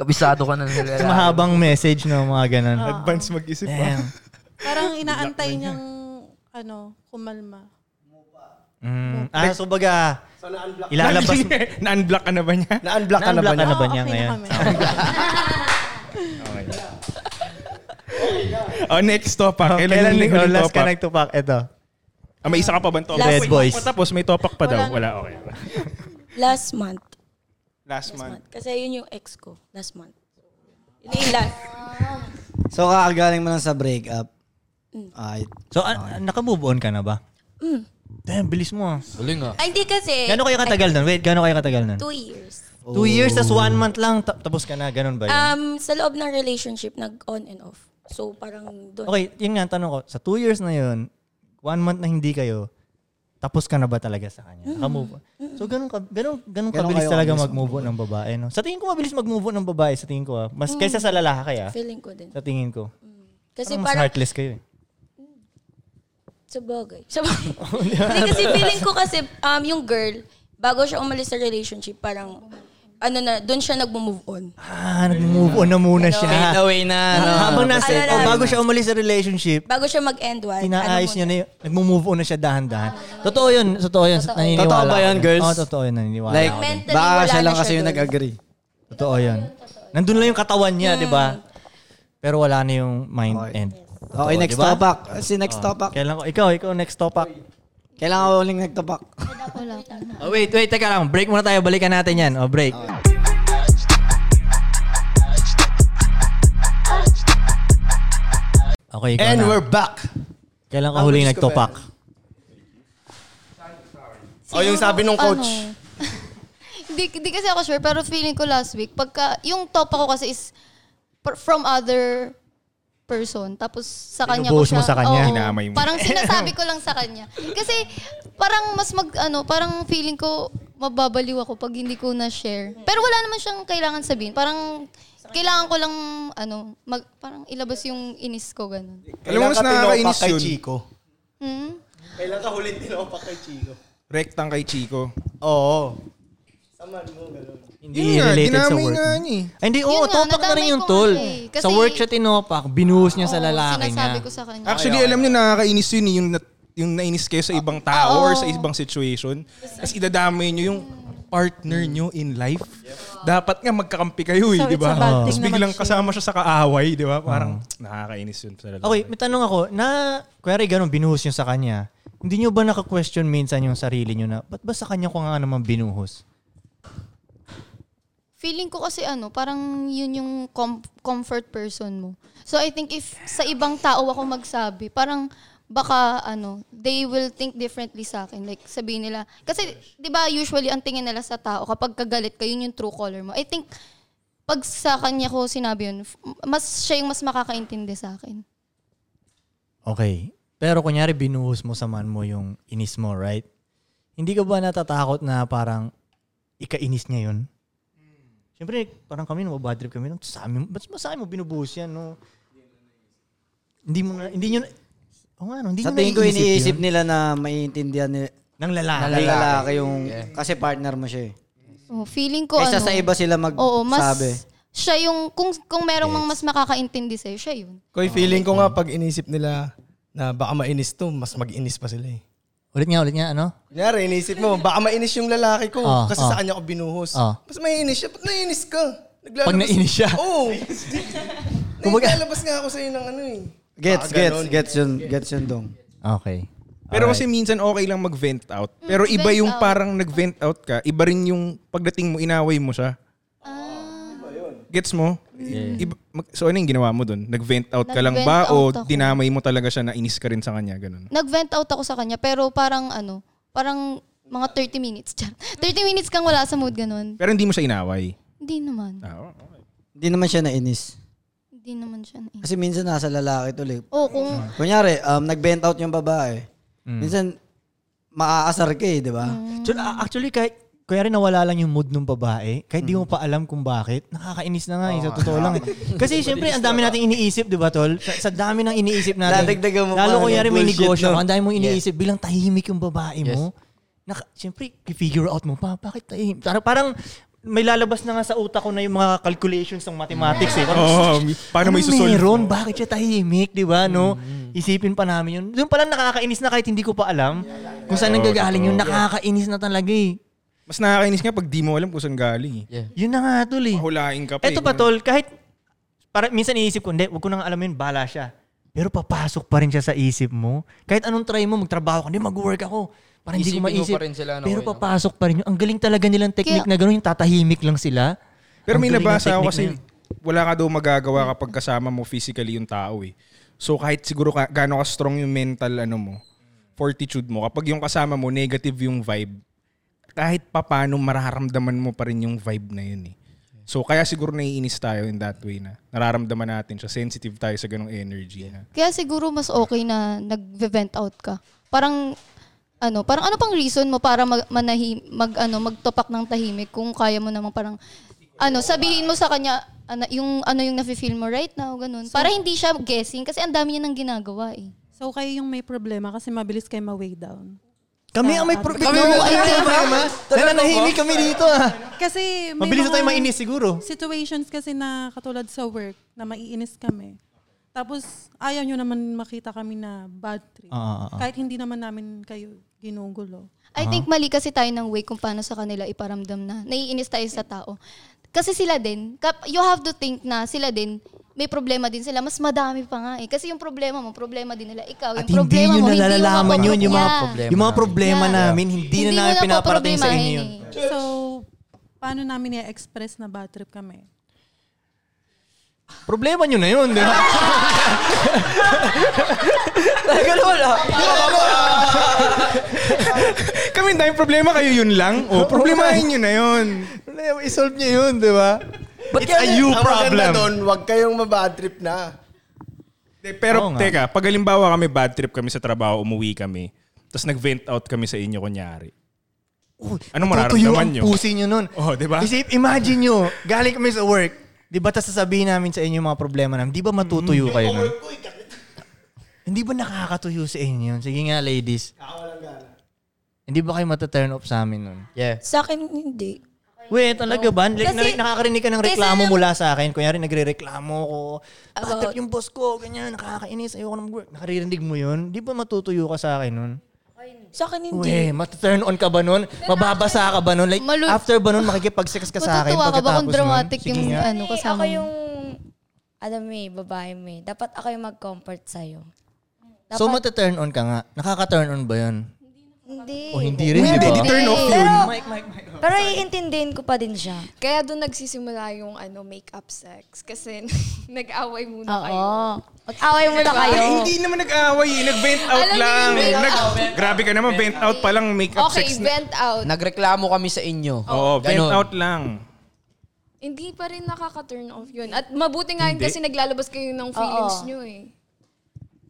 Speaker 10: Kabisado ka na ng lalaki.
Speaker 3: Mahabang message no, mga ganun.
Speaker 13: Advance mag-isip ah.
Speaker 3: Damn.
Speaker 13: pa.
Speaker 9: Parang inaantay niyang ano, kumalma.
Speaker 3: Mm. Ah, so baga, ilalabas
Speaker 13: Lalabas. Hmm. Na-unblock ka na ba niya?
Speaker 1: Na-unblock ka na ba niya?
Speaker 3: Na-unblock ka na ba
Speaker 9: Oo,
Speaker 3: niya
Speaker 9: okay na
Speaker 3: ngayon?
Speaker 9: kami.
Speaker 13: Okay. oh, next topak.
Speaker 3: Okay,
Speaker 13: Kailan
Speaker 3: kailan
Speaker 13: yung
Speaker 3: oh,
Speaker 13: huling
Speaker 3: last ka
Speaker 13: topak?
Speaker 3: nagtupak? Ito.
Speaker 13: Ah, may isa ka pa ba topak?
Speaker 3: Last Bad boys.
Speaker 13: Tapos may topak pa daw. Wala, okay.
Speaker 8: Last month.
Speaker 13: Last
Speaker 8: Last
Speaker 13: month.
Speaker 8: month. Kasi yun yung ex ko. Last month. Yun yung last.
Speaker 2: So kakagaling mo lang sa breakup.
Speaker 8: Mm.
Speaker 2: Ay,
Speaker 3: So, uh, nakamove on ka na ba?
Speaker 8: Mm.
Speaker 3: Damn, bilis mo ah.
Speaker 10: Huli nga.
Speaker 8: Ay, hindi kasi.
Speaker 3: Gano'n kayo katagal nun? Wait, gano'n kayo katagal nun?
Speaker 8: Eh, Two years.
Speaker 3: Two years, tas one month lang, ta- tapos ka na, ganun ba yun?
Speaker 8: Um, sa loob ng relationship, nag-on and off. So, parang doon.
Speaker 3: okay, yun nga, ang tanong ko, sa two years na yun, one month na hindi kayo, tapos ka na ba talaga sa kanya?
Speaker 8: Hmm.
Speaker 3: Nakamove on. So, ganun, ka, ganun, ganun,
Speaker 2: Ganun
Speaker 3: kabilis
Speaker 2: kayo
Speaker 3: talaga
Speaker 2: kabilis
Speaker 3: mag-move on ng babae. No? Sa tingin ko, mabilis mag-move on ng babae, sa tingin ko. Ah. Mas kaysa sa lalaki, ah.
Speaker 8: Hmm. Feeling ko din. Hmm.
Speaker 3: Sa tingin ko.
Speaker 8: Kasi
Speaker 3: Parang mas
Speaker 8: parang,
Speaker 3: heartless kayo eh.
Speaker 8: sa bagay. Sa bagay.
Speaker 2: Oh,
Speaker 8: Hindi kasi feeling ko kasi, um, yung girl, bago siya umalis sa relationship, parang, ano na, doon siya nag-move on.
Speaker 3: Ah, nag-move on na muna
Speaker 2: Ano?
Speaker 10: Fade
Speaker 3: siya. Ah,
Speaker 10: away na. No?
Speaker 3: Habang nasa,
Speaker 8: Ano na
Speaker 3: oh,
Speaker 8: lang.
Speaker 3: bago siya umalis sa relationship,
Speaker 8: Bago siya mag-end one. ano
Speaker 3: inaayos niya na yun. Nagmo-move on na siya dahan-dahan. Totoo yun. Totoo yun. Naniniwala
Speaker 2: Totoo ba
Speaker 3: ako
Speaker 2: yun,
Speaker 3: dun.
Speaker 2: girls?
Speaker 3: Oo, totoo yun. Naniniwala
Speaker 2: like,
Speaker 3: ako. dun.
Speaker 8: Mentally,
Speaker 2: baka
Speaker 8: wala
Speaker 2: siya lang
Speaker 8: na siya
Speaker 2: kasi yung
Speaker 8: doon.
Speaker 2: nag-agree.
Speaker 8: Hmm.
Speaker 3: Totoo yun. Nandun lang yung katawan niya, di ba? Pero wala na yung mind end.
Speaker 2: Okay, next
Speaker 3: diba?
Speaker 2: topic. Si next
Speaker 3: Oh.
Speaker 2: topic.
Speaker 3: Kailan ko, ikaw, ikaw next topic.
Speaker 2: Kailangan ko uling nagtapak.
Speaker 7: Wala ko.
Speaker 3: Oh, wait, wait, teka lang. Break muna tayo. Balikan natin yan. Oh, break. Okay, ikaw
Speaker 1: And
Speaker 3: na.
Speaker 1: we're back.
Speaker 3: Kailan ka
Speaker 1: Ang
Speaker 3: huling
Speaker 1: bilis ko,
Speaker 3: nagtopak?
Speaker 1: O yung sabi nung coach.
Speaker 7: ano? Hindi hindi kasi ako sure, pero feeling ko last week, pagka, yung top ako kasi is per- from other person. Tapos sa kanya
Speaker 3: Binubuhos
Speaker 7: ko siya.
Speaker 3: mo sa kanya.
Speaker 7: Oo.
Speaker 3: Hinamay mo.
Speaker 7: Parang sinasabi ko lang sa kanya. Kasi parang mas mag, ano, parang feeling ko mababaliw ako pag hindi ko na-share. Pero wala naman siyang kailangan sabihin. Parang kailangan ko lang, ano, mag, parang ilabas yung inis ko, ganun.
Speaker 13: Alam mo, mas nakakainis
Speaker 1: kay
Speaker 13: yun.
Speaker 1: Chico.
Speaker 7: Hmm?
Speaker 1: Kailan ka huling tinopak kay Chico?
Speaker 13: Rektang kay Chico.
Speaker 1: Oo.
Speaker 3: Hindi related sa work.
Speaker 13: eh.
Speaker 3: Ay, hindi, oo,
Speaker 7: Yun nga,
Speaker 3: topak Ano na rin
Speaker 7: nadamay
Speaker 3: yung
Speaker 7: ko nga
Speaker 3: tol.
Speaker 7: siya eh. Kasi-
Speaker 3: sa work siya tinopak, binuhos niya sa
Speaker 7: Oo,
Speaker 3: lalaki niya.
Speaker 7: sinasabi ko sa kanya.
Speaker 13: Actually, alam nyo, nakakainis yun eh, yung, nat- yung nainis kayo sa ibang tao
Speaker 7: Oo.
Speaker 13: or sa ibang situation. Tapos idadamay nyo yung partner nyo in life. Dapat nga magkakampi kayo eh,
Speaker 3: So,
Speaker 13: di
Speaker 3: it's
Speaker 13: ba?
Speaker 3: a bad thing
Speaker 13: Tapos
Speaker 3: naman
Speaker 13: biglang
Speaker 3: siya.
Speaker 13: kasama siya sa kaaway, di ba? Parang nakakainis yun sa lalaki.
Speaker 3: Ah. Okay, may tanong ako. Na, kuwari ganun, binuhos niyo sa kanya. Hindi niyo ba naka-question minsan yung sarili niyo na, ba't ba sa kanya ko nga naman binuhos?
Speaker 7: Feeling ko kasi ano, parang yun yung com- comfort person mo. So I think if sa ibang tao ako magsabi, parang baka ano, they will think differently sa akin. Like sabihin nila, kasi 'di ba usually ang tingin nila sa tao kapag kagalit ka, yun yung true color mo. I think pag sa kanya ko sinabi yun, f- mas siya yung mas makakaintindi sa akin.
Speaker 3: Okay. Pero kunyari binuhos mo sa man mo yung inis mo, right? Hindi ka ba natatakot na parang ikainis niya yun? Siyempre, parang kami, nababad trip kami. "Nung Sa amin, ba't ba sa amin mo binubuhos yan, no? Hindi mo na, hindi nyo na, oh, nga, no, hindi
Speaker 2: Sa
Speaker 3: nyo
Speaker 2: tingin ko
Speaker 3: naiisip
Speaker 2: iniisip
Speaker 3: yun?
Speaker 2: nila na maiintindihan ni
Speaker 3: ng lalaki.
Speaker 2: Ng lalaki yung kasi partner mo siya eh.
Speaker 7: Oh, feeling ko
Speaker 2: Kaysa
Speaker 7: ano.
Speaker 2: sa iba sila
Speaker 7: Oo, mas
Speaker 2: magsabi.
Speaker 7: siya yung kung kung merong mang mas makakaintindi sa siya yun.
Speaker 1: Koy, feeling ko nga pag inisip nila na baka mainis to, mas mag-inis pa sila eh.
Speaker 3: Ulit nga, ulit nga, ano?
Speaker 1: Kunyari, inisip mo, baka mainis yung lalaki ko
Speaker 3: Oh,
Speaker 1: kasi
Speaker 3: oh.
Speaker 1: sa kanya ko binuhos.
Speaker 3: Oh.
Speaker 1: Mas maiinis siya. Ba't naiinis ka?
Speaker 3: Pag nainis siya.
Speaker 1: Oo. Naglalabas nga ako sa'yo ng ano eh. Ah,
Speaker 2: Gets, gets,
Speaker 1: ganun.
Speaker 2: gets yun, gets yun dong.
Speaker 3: Okay.
Speaker 13: Pero kasi minsan okay lang mag-vent out. Pero
Speaker 7: Mm,
Speaker 13: iba
Speaker 7: vent
Speaker 13: yung
Speaker 7: out.
Speaker 13: parang nag-vent out ka, iba rin yung pagdating mo, inaway mo siya.
Speaker 7: Ah.
Speaker 13: Gets mo? Iba- mag- so ano yung ginawa mo dun? Nag-vent out ka lang
Speaker 7: Nag-vent
Speaker 13: ba o
Speaker 7: out ako.
Speaker 13: dinamay mo talaga siya na inis ka rin sa kanya? Ganun.
Speaker 7: Nag-vent out ako sa kanya, pero parang ano, parang mga 30 minutes. Char. 30 minutes kang wala sa mood, ganun.
Speaker 13: Pero hindi mo siya inaway.
Speaker 7: Hindi naman.
Speaker 2: Hindi naman siya nainis.
Speaker 7: Hindi naman siya. na-
Speaker 2: Kasi minsan nasa lalaki tuloy.
Speaker 7: Oo, kung...
Speaker 2: Kunyari, um, nag-vent out yung babae.
Speaker 3: Hmm.
Speaker 2: Minsan, maaasar ka eh, di ba?
Speaker 3: So, a- actually, kahit, kuya rin nawala lang yung mood ng babae, kahit di mo pa alam kung bakit, nakakainis na nga eh,
Speaker 2: Oh.
Speaker 3: sa totoo lang. eh. Kasi syempre, ang dami nating iniisip, di ba, Tol? Sa, sa dami ng iniisip natin.
Speaker 2: Dadagdagan mo pa
Speaker 3: Lalo
Speaker 2: ng
Speaker 3: kuya rin may
Speaker 2: bullshit,
Speaker 3: negosyo,
Speaker 2: no?
Speaker 3: ka, ang dami mong
Speaker 2: Yes.
Speaker 3: iniisip, bilang tahimik yung babae mo, naka, syempre, i-figure out mo pa, bakit tahimik? Parang, parang may lalabas na nga sa utak ko na yung mga calculations ng mathematics eh. Parang,
Speaker 2: Oh,
Speaker 13: Oo, paano may
Speaker 3: ano
Speaker 13: susolve?
Speaker 3: meron? Bakit siya tahimik, di ba? No?
Speaker 13: Mm-hmm.
Speaker 3: Isipin pa namin yun. Doon pala nakakainis na kahit hindi ko pa alam kung saan
Speaker 13: Oo,
Speaker 3: nanggagaling yun.
Speaker 13: totoo.
Speaker 3: Nakakainis na talaga eh.
Speaker 13: Mas nakakainis nga pag di mo alam kung saan galing.
Speaker 10: Yeah.
Speaker 3: Yun na nga, tol eh.
Speaker 13: Mahulain ka pa.
Speaker 3: Eto
Speaker 13: eh.
Speaker 3: pa, tol, kahit para, minsan iisip ko, hindi, huwag ko nang alam yun, bala siya. Pero papasok pa rin siya sa isip mo. Kahit anong try mo, magtrabaho ka, hindi, mag-work ako. Para hindi ko
Speaker 10: Isipin mo
Speaker 3: maisip.
Speaker 10: pa rin sila, no,
Speaker 3: pero
Speaker 10: yun, no?
Speaker 3: papasok pa rin yun. Ang galing talaga nilang technique na gano'n, yung tatahimik lang sila.
Speaker 13: Pero
Speaker 3: Ang
Speaker 13: may
Speaker 3: galing ng
Speaker 13: nabasa
Speaker 3: technique
Speaker 13: ako kasi
Speaker 3: na yun.
Speaker 13: wala ka daw magagawa kapag kasama mo physically yung tao eh. So kahit siguro ka, gaano ka strong yung mental ano mo, fortitude mo, kapag yung kasama mo negative yung vibe, kahit papano mararamdaman mo pa rin yung vibe na yun eh. So kaya siguro naiinis tayo in that way na nararamdaman natin siya, sensitive tayo sa ganong energy na.
Speaker 7: Kaya siguro mas okay na nag-vent out ka. Parang, ano, parang ano pang reason mo para mag, manahi, mag, ano, magtopak ng tahimik kung kaya mo namang parang, ano, sabihin mo sa kanya ano, yung ano yung nafe-feel mo right now, ganun. para hindi siya guessing kasi ang dami niya nang ginagawa eh.
Speaker 9: So kayo yung may problema kasi mabilis kayo ma-way down.
Speaker 3: Kami ang may problema. Kami ang may problema. Nananahimik kami dito ah.
Speaker 9: Kasi may
Speaker 3: Mabilis na
Speaker 9: mga
Speaker 3: tayo mainis siguro.
Speaker 9: Situations kasi na katulad sa work na maiinis kami. Tapos ayaw nyo naman makita kami na bad trip.
Speaker 3: Ah, ah, ah.
Speaker 9: Kahit hindi naman namin kayo ginugulo.
Speaker 7: I think
Speaker 3: Uh-huh.
Speaker 7: mali kasi tayo ng way kung paano sa kanila iparamdam na naiinis tayo sa tao. Kasi sila din, kap- you have to think na sila din, may problema din sila. Mas madami pa nga eh. Kasi yung problema mo, problema din nila. Ikaw, yung
Speaker 3: At hindi
Speaker 7: problema
Speaker 3: nyo
Speaker 7: mo,
Speaker 3: na
Speaker 7: hindi mo
Speaker 3: nalalaman
Speaker 7: mapo-
Speaker 3: yun, yung mga,
Speaker 7: Yeah.
Speaker 3: problema, yung mga problema namin, hindi, na
Speaker 7: Hindi mo
Speaker 3: namin
Speaker 7: na
Speaker 3: pinaparating sa inyo
Speaker 7: poproblemahin
Speaker 3: yun.
Speaker 9: So, paano namin i-express na bad trip kami?
Speaker 3: Problema nyo na yun, di ba?
Speaker 10: Talaga naman ah.
Speaker 13: Kami tayong problema, kayo yun lang. O, problemahin nyo na yun.
Speaker 1: I-solve niya yun, di ba?
Speaker 13: It's a you
Speaker 1: eh? Ang maganda
Speaker 13: problem.
Speaker 1: doon, huwag kayong mabad trip na.
Speaker 13: De, Pero
Speaker 1: Oo nga.
Speaker 13: teka, pag halimbawa kami bad trip kami sa trabaho, umuwi kami, tapos nag-vent out kami sa inyo kunyari.
Speaker 3: Tutuyo
Speaker 13: Ano mararamdaman
Speaker 3: ang
Speaker 13: nyo?
Speaker 3: pusi nyo nun.
Speaker 13: Oh, di ba?
Speaker 3: Isip, imagine nyo, galing kami sa work, di ba tas sasabihin namin sa inyo yung mga problema namin, di ba
Speaker 13: Mm.
Speaker 3: matutuyo kayo nun? Hindi ba nakakatuyo sa inyo yun? Sige nga, ladies. Hindi ba kayo mata-turn off sa amin nun?
Speaker 10: Yeah.
Speaker 8: Sa akin, hindi.
Speaker 3: Wait, talaga ba? Like,
Speaker 8: Kasi-
Speaker 3: nari- nakakarinig ka ng
Speaker 8: kasi
Speaker 3: reklamo
Speaker 8: nang-
Speaker 3: mula sa akin. Kunyari, nagre-reklamo ko.
Speaker 8: About-
Speaker 3: Bakit yung boss ko, ganyan, nakakainis, ayoko na mag-work. Nakaririnig mo yun? Di ba matutuyo ka sa akin nun?
Speaker 8: Sa akin, hindi.
Speaker 3: Uy, mata-turn on ka ba nun? Mababasa ka ba nun? Like,
Speaker 7: Malu-
Speaker 3: after ba nun makikipagsikas ka sa akin
Speaker 7: Matutuwa ka ba
Speaker 3: pagkatapos
Speaker 7: kung
Speaker 3: nun?
Speaker 7: dramatic
Speaker 3: Sige
Speaker 7: yung
Speaker 3: nga.
Speaker 7: ano
Speaker 4: Kasi
Speaker 7: kasama
Speaker 4: ako
Speaker 7: mo?
Speaker 4: yung, alam mo eh, babae mo eh. Dapat ako yung mag-comfort sa'yo.
Speaker 3: So, mata-turn on ka nga. Nakaka-turn on ba yun?
Speaker 4: Hindi.
Speaker 3: O hindi rin, diba? di ba?
Speaker 4: Pero,
Speaker 11: Mike, Mike, Mike.
Speaker 4: pero iintindihin ko pa din siya.
Speaker 11: Kaya doon nagsisimula yung ano, make-up sex. Kasi nag-away muna
Speaker 4: Oo.
Speaker 11: kayo.
Speaker 4: Mag-away muna
Speaker 11: Diba?
Speaker 4: kayo.
Speaker 13: Ay, hindi naman nag-away. eh. Nag-vent out
Speaker 11: Alam niyo
Speaker 13: lang.
Speaker 11: yung vent
Speaker 13: Nag-
Speaker 11: out.
Speaker 13: grabe ka naman. Vent out pa lang. Makeup
Speaker 11: Okay,
Speaker 13: sex. na-
Speaker 11: vent out.
Speaker 10: Nagreklamo kami sa inyo.
Speaker 13: Oo, vent
Speaker 10: Ganon.
Speaker 13: out lang.
Speaker 11: Hindi pa rin nakaka-turn off yun. At mabuti nga yun
Speaker 1: Hindi.
Speaker 11: kasi naglalabas kayo ng feelings nyo eh.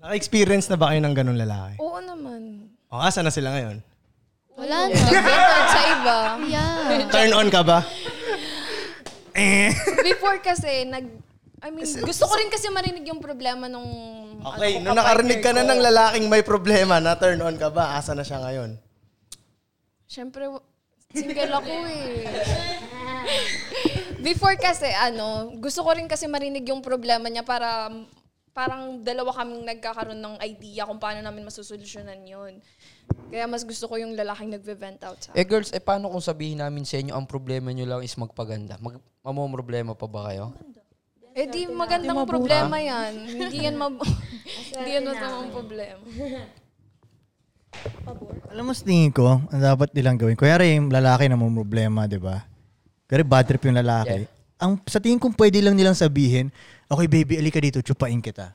Speaker 1: Naka-experience na ba kayo ng ganun lalaki?
Speaker 11: Oo naman.
Speaker 1: O, asa na sila ngayon?
Speaker 7: Wala
Speaker 11: na. Nag-vent out sa iba.
Speaker 7: Yeah.
Speaker 1: Turn on ka ba?
Speaker 13: Eh.
Speaker 11: Before kasi, nag... I mean, gusto ko rin kasi marinig yung problema nung...
Speaker 1: Okay,
Speaker 11: ano,
Speaker 1: nung nakarinig ka na
Speaker 11: kapartner
Speaker 1: ng
Speaker 11: ko.
Speaker 1: lalaking may problema na turn on ka ba, asa na siya ngayon?
Speaker 11: Siyempre, w- single ako eh. Before kasi, ano, gusto ko rin kasi marinig yung problema niya para parang dalawa kaming nagkakaroon ng idea kung paano namin masusolusyonan yun. Kaya mas gusto ko yung lalaking nagbe-vent out sa
Speaker 10: Eh girls, eh paano kung sabihin namin sa inyo ang problema nyo lang is magpaganda? Mag mamomroblema pa ba kayo?
Speaker 11: Eh di magandang
Speaker 9: mabuti.
Speaker 11: problema yan. Hindi yan mab... Hindi yan masamang problema.
Speaker 3: Alam mo, sa tingin ko, ang dapat nilang gawin. Kunyari, yung lalaki na may problema, di ba? Kunyari, bad trip yung lalaki. Ang, sa tingin kong pwede lang nilang sabihin, okay baby, alika dito, chupain kita.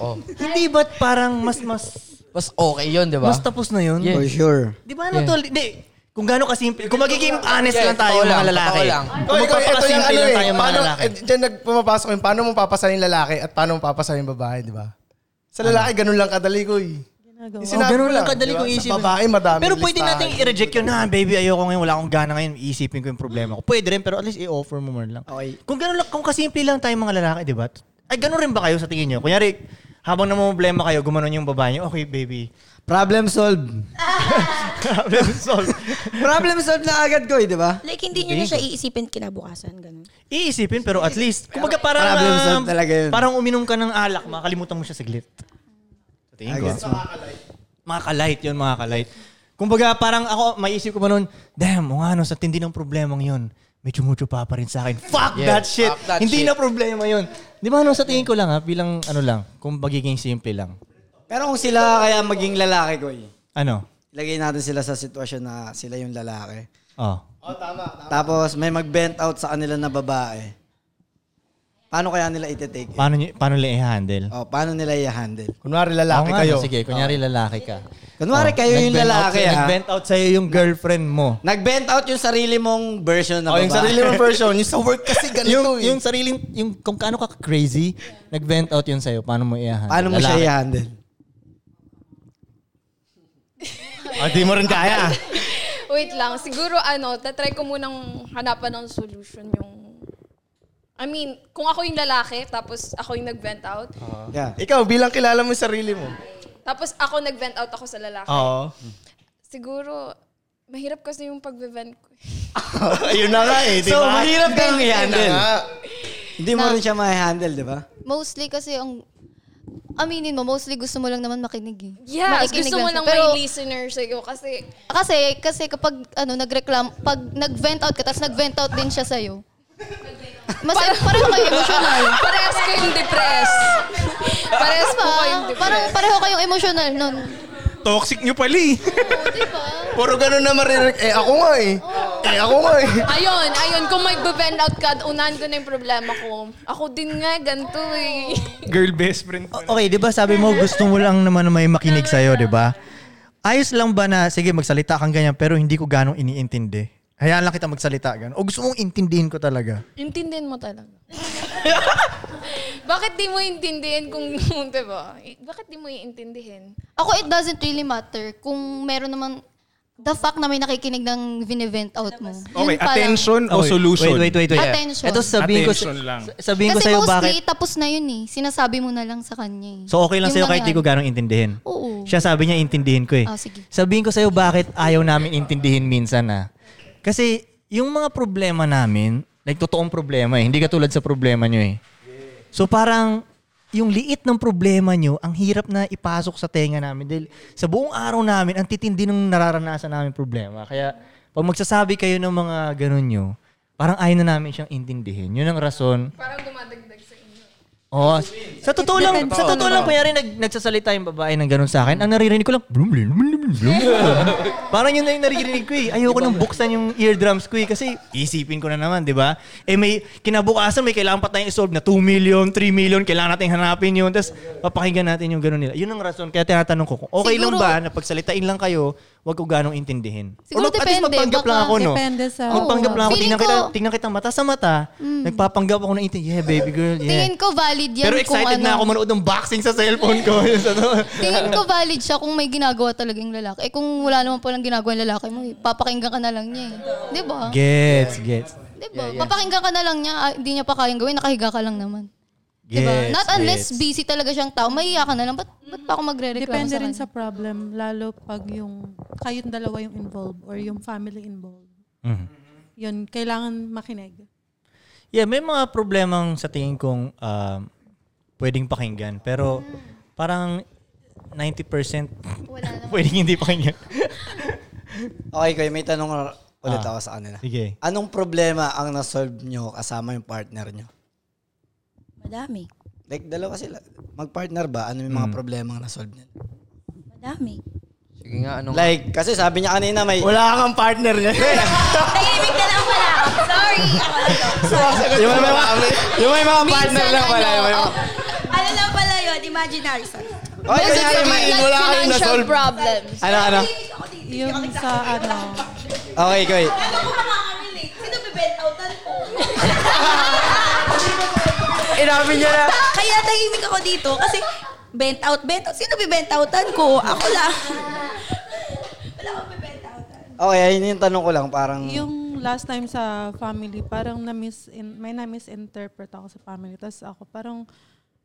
Speaker 10: Oh.
Speaker 3: Hindi ba't parang mas mas
Speaker 10: mas okay yun, di ba?
Speaker 3: Mas tapos na yun?
Speaker 10: Yeah.
Speaker 2: For sure.
Speaker 3: Di ba ano tol? Hindi. Kung gaano kasimple. Kung magiging honest lang tayo mga lalaki. Kung
Speaker 1: Oy, oy, ito yung
Speaker 3: magpapakasimple
Speaker 1: ano
Speaker 3: lang
Speaker 1: eh.
Speaker 3: tayo mga
Speaker 1: Paano,
Speaker 3: lalaki.
Speaker 1: eh, Diyan nagpumapasok yung paano mo papasahin yung lalaki at paano mo papasahin yung babae, di ba? Sa lalaki, ganun lang kadali ko eh. Ginagawa.
Speaker 3: Ano? Oh, ganun lang kadali kong isipin.
Speaker 1: Sa babae, madami
Speaker 3: Pero pwede nating i-reject yun. Ha, baby, ayoko ngayon. Wala akong gana ngayon. Iisipin ko yung problema ko. Pwede rin, pero at least i-offer mo man lang. Okay. Kung ganun lang, kung kasimple lang tayo mga lalaki, di ba? Ay, ganun rin ba kayo sa tingin nyo? Kunyari, habang namumblema kayo, gumanon yung babae nyo. Okay, baby.
Speaker 2: Problem solved.
Speaker 3: Problem solved.
Speaker 2: Problem solved na agad ko eh, di ba?
Speaker 8: Like, hindi nyo na siya iisipin kinabukasan. Ganun.
Speaker 3: Iisipin, pero at least. Kumbaga parang,
Speaker 2: Problem solved
Speaker 3: ah,
Speaker 2: talaga yun.
Speaker 3: parang uminom ka ng alak, makalimutan mo siya saglit. Sa tingin
Speaker 2: I
Speaker 3: ko.
Speaker 2: guess so.
Speaker 3: Mga kalight yun, mga kalight. Kumbaga parang ako, maisip ko pa noon, damn, o nga no, sa tindi ng problemang yun, may chumuchupa pa rin sa akin. Fuck
Speaker 10: Yeah,
Speaker 3: that shit!
Speaker 10: fuck that
Speaker 3: Hindi
Speaker 10: shit.
Speaker 3: na problema yun. Di ba no, sa tingin ko lang ha, bilang ano lang, kung magiging simple lang.
Speaker 2: Pero kung sila kaya maging lalaki ko eh.
Speaker 3: Ano?
Speaker 2: Ilagay natin sila sa sitwasyon na sila yung lalaki.
Speaker 3: Oh.
Speaker 2: Tapos may mag-vent out sa kanila na babae. Paano kaya nila iti-take it?
Speaker 3: Paano, nyo- paano nila i-handle?
Speaker 2: O, paano nila i-handle?
Speaker 1: Kunwari
Speaker 3: Oo nga, no, Sige, kunyari lalaki ka.
Speaker 2: Oh. Kunwari kayo yung
Speaker 3: nag-vent out
Speaker 2: lalaki,
Speaker 3: sa'yo-
Speaker 2: ah.
Speaker 3: Nag-vent out sa'yo yung girlfriend mo.
Speaker 2: Nag-vent out yung sarili mong version
Speaker 1: Oh,
Speaker 2: na babae.
Speaker 1: yung sarili mong version, yung sa work kasi ganito
Speaker 3: yung,
Speaker 1: eh.
Speaker 3: yung sariling, yung kung kaano ka crazy, nag-vent out yun sa'yo. Paano mo i-handle?
Speaker 2: Paano mo siya
Speaker 3: Lalaki.
Speaker 2: i-handle?
Speaker 1: Ah, di mo rin kaya.
Speaker 11: Wait lang. Siguro ano, tatry ko munang hanapan ng solution yung... I mean, kung ako yung lalaki, tapos ako yung nag-vent out,
Speaker 2: Yeah.
Speaker 1: Ikaw, bilang kilala mo yung sarili mo.
Speaker 11: tapos ako nag-vent out ako sa lalaki.
Speaker 1: Oo.
Speaker 11: Siguro, mahirap kasi yung pag-vent ko.
Speaker 1: Ayun na nga eh, di
Speaker 2: So,
Speaker 1: ba?
Speaker 2: mahirap
Speaker 1: Yun
Speaker 2: kang
Speaker 1: na
Speaker 2: i-handle.
Speaker 1: nga.
Speaker 2: Hindi mo rin siya ma-handle, di ba?
Speaker 7: Mostly kasi ang aminin mo, mostly gusto mo lang naman makinig. eh.
Speaker 11: Yes,
Speaker 7: Makikinig
Speaker 11: gusto mo
Speaker 7: siya.
Speaker 11: lang
Speaker 7: Pero-
Speaker 11: may listener sa'yo kasi
Speaker 7: Kasi kasi kapag ano nagreklam, pag nag-vent out ka tapos nag-vent out din siya sa'yo. Mas parang kayo emotional.
Speaker 11: Parehas kayong depressed. Parehas po kayong depressed.
Speaker 7: Parang pareho kayong emotional nun.
Speaker 13: Toxic nyo
Speaker 1: eh.
Speaker 13: pali.
Speaker 1: Puro ganun na marinig. Eh, ako nga eh. Eh, ako nga eh.
Speaker 11: Ayun, ayun. Kung mag-bend out ka, unahan ko na yung problema ko. Ako din nga, ganito eh.
Speaker 13: Girl best friend.
Speaker 3: Okay, di ba sabi mo gusto mo lang naman na may makinig sa'yo, di ba? Ayos lang ba na, sige magsalita kang ganyan pero hindi ko ganong iniintindi? Hayaan lang kita magsalita ganun. O gusto mong intindihin ko talaga?
Speaker 11: Intindihin mo talaga. Bakit di mo intindihin kung, di ba? Bakit di mo iintindihin?
Speaker 7: Ako, it doesn't really matter kung meron naman the fact na may nakikinig ng vinevent out mo.
Speaker 3: Oh,
Speaker 13: Okay,
Speaker 7: Yun pa lang.
Speaker 13: attention o
Speaker 3: Okay,
Speaker 13: solution?
Speaker 3: Wait, wait, wait. wait.
Speaker 7: Attention.
Speaker 3: Ito sabihin ko,
Speaker 13: Attention lang.
Speaker 3: sabihin ko
Speaker 7: Kasi
Speaker 3: sa'yo
Speaker 7: mostly,
Speaker 3: bakit.
Speaker 7: tapos na yun eh. Sinasabi mo na lang sa kanya eh.
Speaker 3: So okay lang
Speaker 7: Yung
Speaker 3: sa'yo kahit di ko
Speaker 7: nangyari.
Speaker 3: ganong intindihin?
Speaker 7: Oo.
Speaker 3: Siya sabi niya intindihin ko eh.
Speaker 7: Ah, sige.
Speaker 3: Sabihin ko sa'yo bakit ayaw namin intindihin minsan na. Kasi yung mga problema namin, like totoong problema eh, hindi katulad sa problema nyo eh. So parang yung liit ng problema nyo, ang hirap na ipasok sa tenga namin. Dahil sa buong araw namin, ang titindi ng nararanasan namin problema. Kaya pag magsasabi kayo ng mga ganun nyo, parang ayaw na namin siyang intindihin. Yun ang rason.
Speaker 11: Parang dumadagdag sa inyo.
Speaker 3: Oh, sa totoo lang, sa totoo lang kaya rin nag, nagsasalita yung babae ng ganun sa akin. Ang naririnig ko lang, blum, blum, blum, blum, blum. Parang yun na yung naririnig ko eh. Ayoko nang buksan yung eardrums ko eh. Kasi isipin ko na naman, di ba? Eh may, kinabukasan may kailangan pa tayong isolve na 2 million, 3 million, kailangan natin hanapin yun. Tapos papakinggan natin yung ganun nila. Yun ang rason. Kaya tinatanong ko kung okay lang
Speaker 7: Siguro-
Speaker 3: ba na pagsalitain lang kayo, wag ko ganong intindihin. Or
Speaker 7: Siguro
Speaker 3: mag- at least
Speaker 7: depende,
Speaker 3: magpanggap lang
Speaker 7: baka-
Speaker 3: ako, no?
Speaker 7: depende sa-
Speaker 3: Magpanggap lang ako.
Speaker 7: Feeling
Speaker 3: Tingnan kita,
Speaker 7: ko-
Speaker 3: tingnan kita mata sa mata.
Speaker 7: Mm.
Speaker 3: Nagpapanggap ako na intindihin. Yeah, baby girl, yeah.
Speaker 7: Tingin ko valid yan
Speaker 3: Pero
Speaker 7: kung
Speaker 3: excited
Speaker 7: ano.
Speaker 3: na ako manood ng boxing sa cellphone ko. Yun sa to.
Speaker 7: Tingin ko valid siya kung may ginagawa talaga yung lalaki. Eh kung wala naman palang ginagawa yung lalaki mo, eh, papakinggan ka na lang niya eh. Di ba?
Speaker 3: Gets, gets.
Speaker 7: Di ba? Diba? Papakinggan ka na lang niya, ah, hindi niya pa kayang gawin, nakahiga ka lang naman. Di ba?
Speaker 3: Gets,
Speaker 7: diba? Not unless
Speaker 3: gets.
Speaker 7: busy talaga siyang tao, mahiya ka na lang. Ba't, ba't pa ako magre-reklamo
Speaker 9: Depende
Speaker 7: sa
Speaker 9: rin
Speaker 7: kanya?
Speaker 9: sa problem, lalo pag yung kayong dalawa yung involved or yung family involved.
Speaker 3: Mhm.
Speaker 9: Yun, kailangan makinig.
Speaker 3: Yeah, may mga problemang sa tingin kong um, pwedeng pakinggan. Pero parang 90% pwedeng hindi pakinggan.
Speaker 2: Okay, kayo may tanong ra- ulit
Speaker 3: Ah,
Speaker 2: ako sa kanila.
Speaker 3: sige.
Speaker 2: Anong problema ang nasolve nyo kasama yung partner nyo?
Speaker 8: Madami.
Speaker 2: Like, dalawa sila. Mag-partner ba? Ano yung mga problema ang nasolve nyo?
Speaker 8: Madami.
Speaker 10: Sige nga, ano
Speaker 2: Like, kasi sabi niya kanina may... Wala kang partner niya.
Speaker 8: Tahimik na lang pala ako. Sorry. Ako lang to. Sorry.
Speaker 2: yung, may mga, yung may mga partner
Speaker 8: Minsan,
Speaker 2: lang pala.
Speaker 8: ano,
Speaker 2: Yung may mga-
Speaker 8: oh, ano lang pala yun? Imaginary. Sorry.
Speaker 2: Oy,
Speaker 11: Basta
Speaker 2: kanyari,
Speaker 11: sabihin,
Speaker 2: may-
Speaker 11: like,
Speaker 2: wala kayong
Speaker 11: financial
Speaker 2: na-solve.
Speaker 11: problems.
Speaker 2: Ano, ano?
Speaker 9: Yung sa ano,
Speaker 2: Okay, okay.
Speaker 8: Alam ko makaka-relate. Sino bibend outan ko?
Speaker 2: Inamin niya na.
Speaker 8: Kaya tahimik ako dito kasi bent out, bent out. Sino bibend outan ko? Ako lang.
Speaker 2: Okay, ayun yung tanong ko lang. Parang...
Speaker 9: yung last time sa family, parang na-miss, in, may na-misinterpret ako sa family. Tapos ako parang,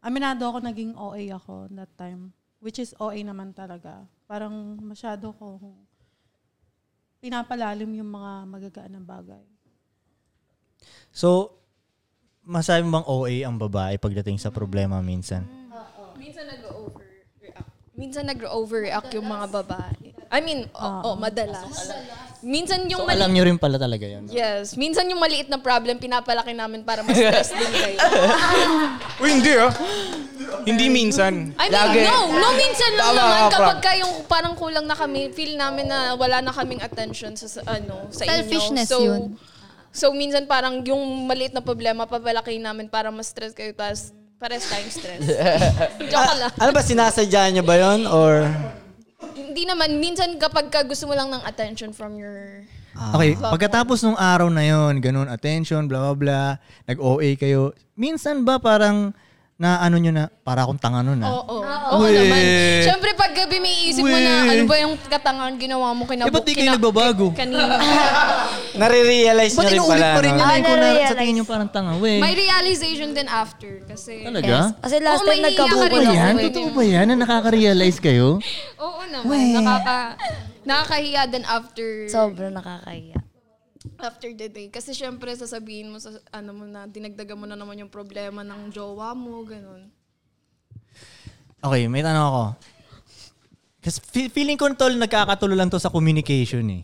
Speaker 9: aminado ako naging OA ako that time. Which is OA naman talaga. Parang masyado ko pinapalalim yung mga magagaan na bagay.
Speaker 3: So, masabi mo bang OA ang babae pagdating sa problema minsan?
Speaker 11: Minsan nag-overreact. Minsan nag-overreact yung mga babae. I mean, oo, madalas. Minsan yung
Speaker 3: So,
Speaker 11: mali-
Speaker 3: alam nyo rin pala talaga yun.
Speaker 11: Yes. Minsan yung maliit na problem, pinapalaki namin para ma-stress din kayo.
Speaker 13: Uy, hindi ah. Hindi minsan.
Speaker 11: I mean, no. No, minsan lang
Speaker 13: Tama
Speaker 11: naman
Speaker 13: ka,
Speaker 11: kapag
Speaker 13: Frank.
Speaker 11: kayong parang kulang na kami, feel namin na wala na kaming attention sa, sa ano, sa inyo.
Speaker 7: Selfishness
Speaker 11: so,
Speaker 7: yun.
Speaker 11: So, minsan parang yung maliit na problema, papalaki namin para ma-stress kayo, tapos pares tayong stress.
Speaker 3: Ah.
Speaker 11: Joke lang.
Speaker 2: ano ba, sinasadya niya ba yun? Or...
Speaker 11: Hindi naman. Minsan kapag ka gusto mo lang ng attention from your...
Speaker 3: Okay, pagkatapos nung araw na yon, ganun, attention, bla bla bla, nag-OA kayo, minsan ba parang na ano nyo na, para akong tanga nun ah?
Speaker 11: Oo. Oo
Speaker 3: Weh.
Speaker 11: naman. Siyempre pag gabi may isip mo na
Speaker 3: Weh.
Speaker 11: ano ba yung katangahan ginawa mo kinabuk.
Speaker 3: Eh, ba't di kayo nagbabago?
Speaker 11: Kanina. Ah,
Speaker 2: Nare-realize
Speaker 3: Ba't
Speaker 2: niya rin
Speaker 3: inuulit
Speaker 2: pala.
Speaker 3: pa rin
Speaker 2: no?
Speaker 3: nila yung na sa tingin nyo parang tanga, weh?
Speaker 11: May realization din after kasi...
Speaker 3: Talaga? Yes.
Speaker 4: Kasi last
Speaker 11: Oo, may
Speaker 4: time
Speaker 11: iiyak
Speaker 4: nagkabukol
Speaker 11: ka rin
Speaker 4: ako.
Speaker 3: Yan,
Speaker 11: eh.
Speaker 3: totoo ba yan na nakaka-realize kayo?
Speaker 11: Oo naman. Nakaka, nakakahiya din after...
Speaker 4: Sobrang nakakahiya.
Speaker 11: After the day. Kasi syempre sasabihin mo sa ano mo na dinagdagan mo na naman yung problema ng jowa mo, ganun.
Speaker 3: Okay, may tanong ako. Kasi fe- feeling ko tol, nagkakatulo lang to sa communication eh.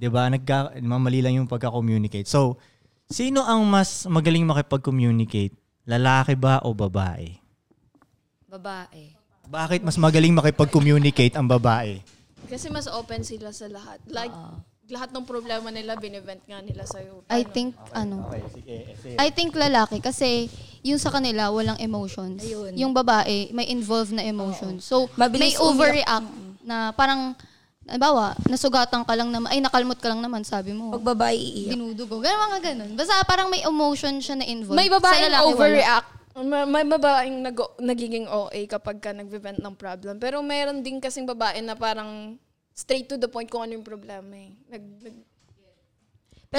Speaker 3: 'Di ba? Nagka mali lang yung pagka-communicate. So, Sino ang mas magaling makipag-communicate? Lalaki ba o babae?
Speaker 4: Babae.
Speaker 3: Bakit mas magaling makipag-communicate ang babae?
Speaker 11: Kasi mas open sila sa lahat. Like, lahat ng problema nila, binivent nga nila sa'yo.
Speaker 7: I think, ano,
Speaker 3: sige.
Speaker 7: I think lalaki kasi yung sa kanila walang emotions.
Speaker 8: Ayun.
Speaker 7: Yung babae may involved na emotion. So
Speaker 8: Mabilis
Speaker 7: may overreact na parang Halimbawa, nasugatan ka lang naman, ay nakalmot ka lang naman, sabi mo.
Speaker 8: Pag babae, iiyak.
Speaker 7: Dinudugo. Ganun mga ganun. Basta parang may emotion siya na involved.
Speaker 11: May
Speaker 7: Sa
Speaker 11: babaeng
Speaker 7: lalaki, wala.
Speaker 11: overreact. Ma- May babaeng nag- nagiging OA kapag ka nag-vent ng problem. Pero meron din kasing babae na parang straight to the point kung ano yung problema eh. Nag- nag-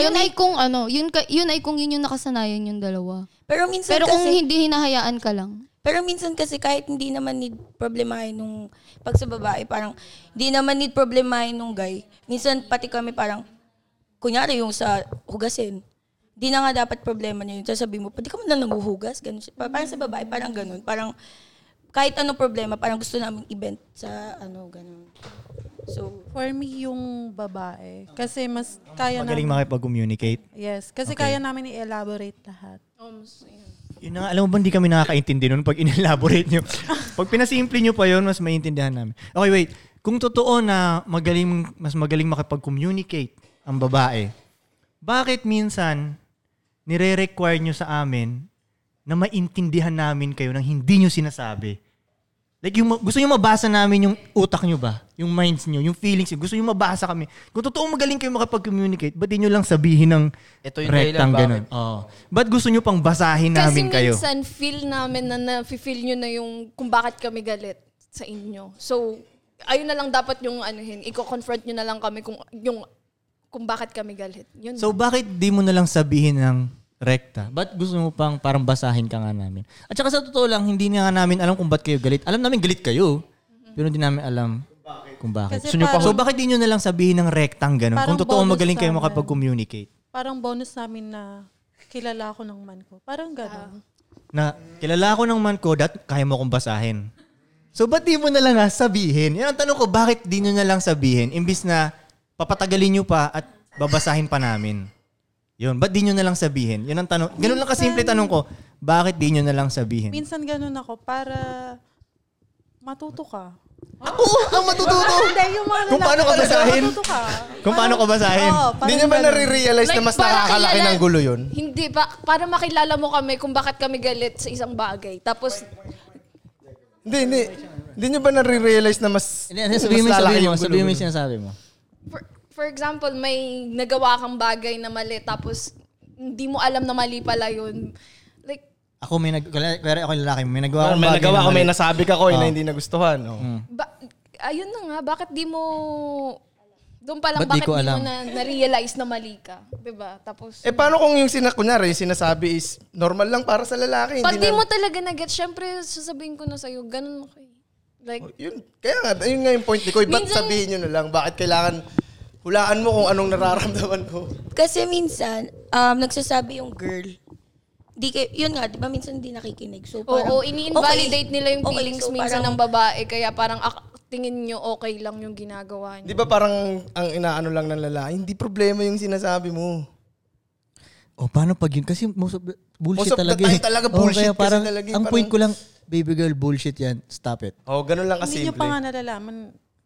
Speaker 7: yun ay kung ano, yun, ka, yun ay kung yun yung nakasanayan yung dalawa.
Speaker 8: Pero minsan
Speaker 7: Pero kung
Speaker 8: kasi-
Speaker 7: hindi hinahayaan ka lang.
Speaker 8: Pero minsan kasi kahit hindi naman need problemahin nung pag sa babae, parang hindi naman need problemahin nung guy. Minsan pati kami parang, kunyari yung sa hugasin, hindi na nga dapat problema niya yun. Sasabihin mo, pwede ka mo na nanguhugas. Ganun. siya. Pa- Parang sa babae, parang ganun. Parang kahit anong problema, parang gusto namin event sa ano, ganun. So,
Speaker 9: For me, yung babae. Kasi mas kaya
Speaker 3: Magaling
Speaker 9: namin-
Speaker 3: makipag-communicate?
Speaker 9: Yes, kasi kaya namin i-elaborate lahat.
Speaker 3: Yun na nga, alam mo ba hindi kami nakakaintindi nun pag inelaborate nyo. pag pinasimple nyo pa yun, mas maintindihan namin. Okay, wait. Kung totoo na magaling, mas magaling makipag-communicate ang babae, bakit minsan nire-require nyo sa amin na maintindihan namin kayo nang hindi nyo sinasabi? Like, yung, ma- gusto nyo mabasa namin yung utak nyo ba? Yung minds nyo, yung feelings nyo. Gusto nyo mabasa kami. Kung totoo magaling kayo makipag-communicate, ba't di nyo lang sabihin ng
Speaker 10: Ito yung dahilan
Speaker 3: rectang
Speaker 10: bakit.
Speaker 3: ganun? Oo. Ba't gusto nyo pang basahin
Speaker 11: Kasi
Speaker 3: namin kayo?
Speaker 11: minsan feel namin na na-feel nyo na yung kung bakit kami galit sa inyo. So, ayun na lang dapat yung anuhin. Iko-confront nyo na lang kami kung yung kung bakit kami galit. Yun.
Speaker 3: So bakit di mo na lang sabihin ng rekta? Ba't gusto mo pang parang basahin ka nga namin? At saka sa totoo lang, hindi nga namin alam kung ba't kayo galit. Alam namin galit kayo. Pero hindi namin alam kung bakit.
Speaker 9: Kasi Gusto niyo pa-
Speaker 3: so bakit di nyo na lang sabihin ng rektang ganun?
Speaker 9: Parang
Speaker 3: Kung totoo
Speaker 9: bonus
Speaker 3: magaling kayo
Speaker 9: namin.
Speaker 3: makapag-communicate.
Speaker 9: Parang bonus namin na kilala ako ng man ko. Parang
Speaker 3: Ah.
Speaker 9: gano'n.
Speaker 3: Na kilala ko ng man ko, dat kaya mo kong basahin. So ba't di mo na lang nga sabihin? Yan ang tanong ko, bakit di nyo na lang sabihin? Imbis na papatagalin nyo pa at babasahin pa namin. Yun, ba't di nyo na lang sabihin? Yun ang tanong. Ganun lang kasimple
Speaker 9: Minsan-
Speaker 3: tanong ko, bakit di nyo na lang sabihin?
Speaker 9: Minsan gano'n ako para matuto ka.
Speaker 3: Ako ang matututo!
Speaker 9: Hindi, yung mga
Speaker 1: Kung paano ka
Speaker 9: lalaki talaga,
Speaker 1: basahin?
Speaker 9: Matuto ka.
Speaker 3: Kung paano ko basahin?
Speaker 1: Oo, parang Hindi nyo ba ganun. nare-realize na mas
Speaker 11: para
Speaker 1: nakakalaki
Speaker 11: kilala-
Speaker 1: ng gulo yun?
Speaker 11: Hindi, pa, para makilala mo kami kung bakit kami galit sa isang bagay. Tapos,
Speaker 1: Hindi, hindi. Hindi nyo ba nare-realize na mas...
Speaker 3: Hindi, sabihin mo,
Speaker 1: mas lalaki
Speaker 3: sabihin mo,
Speaker 1: yung gulo
Speaker 3: sabihin mo
Speaker 1: nun?
Speaker 3: yung sinasabi mo.
Speaker 11: for example, may nagawa kang bagay na mali tapos hindi mo alam na mali pala yun. Like,
Speaker 3: Ako may nag... Kaya ako yung lalaki, may nagawa akong
Speaker 1: May
Speaker 3: bagay
Speaker 1: nagawa
Speaker 3: na
Speaker 1: ako, may
Speaker 3: mali. Mm.
Speaker 1: nasabi ka ko, yun na
Speaker 3: Ah.
Speaker 1: hindi nagustuhan. oo.
Speaker 11: ba- ayun na nga, bakit di mo... Doon pa lang,
Speaker 1: Ba't di
Speaker 11: bakit
Speaker 1: ko
Speaker 11: di, mo
Speaker 1: alam?
Speaker 11: na, na-realize na mali ka? 'Di ba? Tapos,
Speaker 1: Eh paano kung yung sina, kunyari, yung sinasabi is normal lang para sa lalaki.
Speaker 11: pag
Speaker 1: hindi
Speaker 11: di
Speaker 1: na-
Speaker 11: mo talaga na-get, syempre, sasabihin ko na sa'yo, ganun ako eh. Like,
Speaker 1: Oh, yun, Kaya nga, yun nga yung point ni Koy. Ba't sabihin nyo na lang? Bakit kailangan hulaan mo kung anong nararamdaman ko?
Speaker 8: Kasi minsan, um, nagsasabi yung girl, di kay, yun nga, di ba minsan hindi nakikinig. So,
Speaker 11: Oo,
Speaker 8: parang,
Speaker 11: ini-invalidate nila yung
Speaker 8: okay,
Speaker 11: feelings
Speaker 8: so
Speaker 11: minsan ng
Speaker 8: parang-
Speaker 11: babae. Kaya parang ak- tingin nyo okay lang yung ginagawa
Speaker 1: Di
Speaker 11: nyo.
Speaker 1: ba parang ang inaano lang ng lalaki, hindi problema yung sinasabi mo.
Speaker 3: O Oh, paano pag yun? Kasi most of the- bullshit
Speaker 1: Most of the
Speaker 3: talaga.
Speaker 1: time
Speaker 3: eh.
Speaker 1: talaga
Speaker 3: Oo,
Speaker 1: bullshit
Speaker 3: kaya
Speaker 1: kasi
Speaker 3: parang,
Speaker 1: talaga eh,
Speaker 3: Ang
Speaker 1: parang-
Speaker 3: point ko lang, baby girl, bullshit yan. Stop it.
Speaker 1: Oh, ganun lang
Speaker 9: Hindi nyo pa nga nalalaman.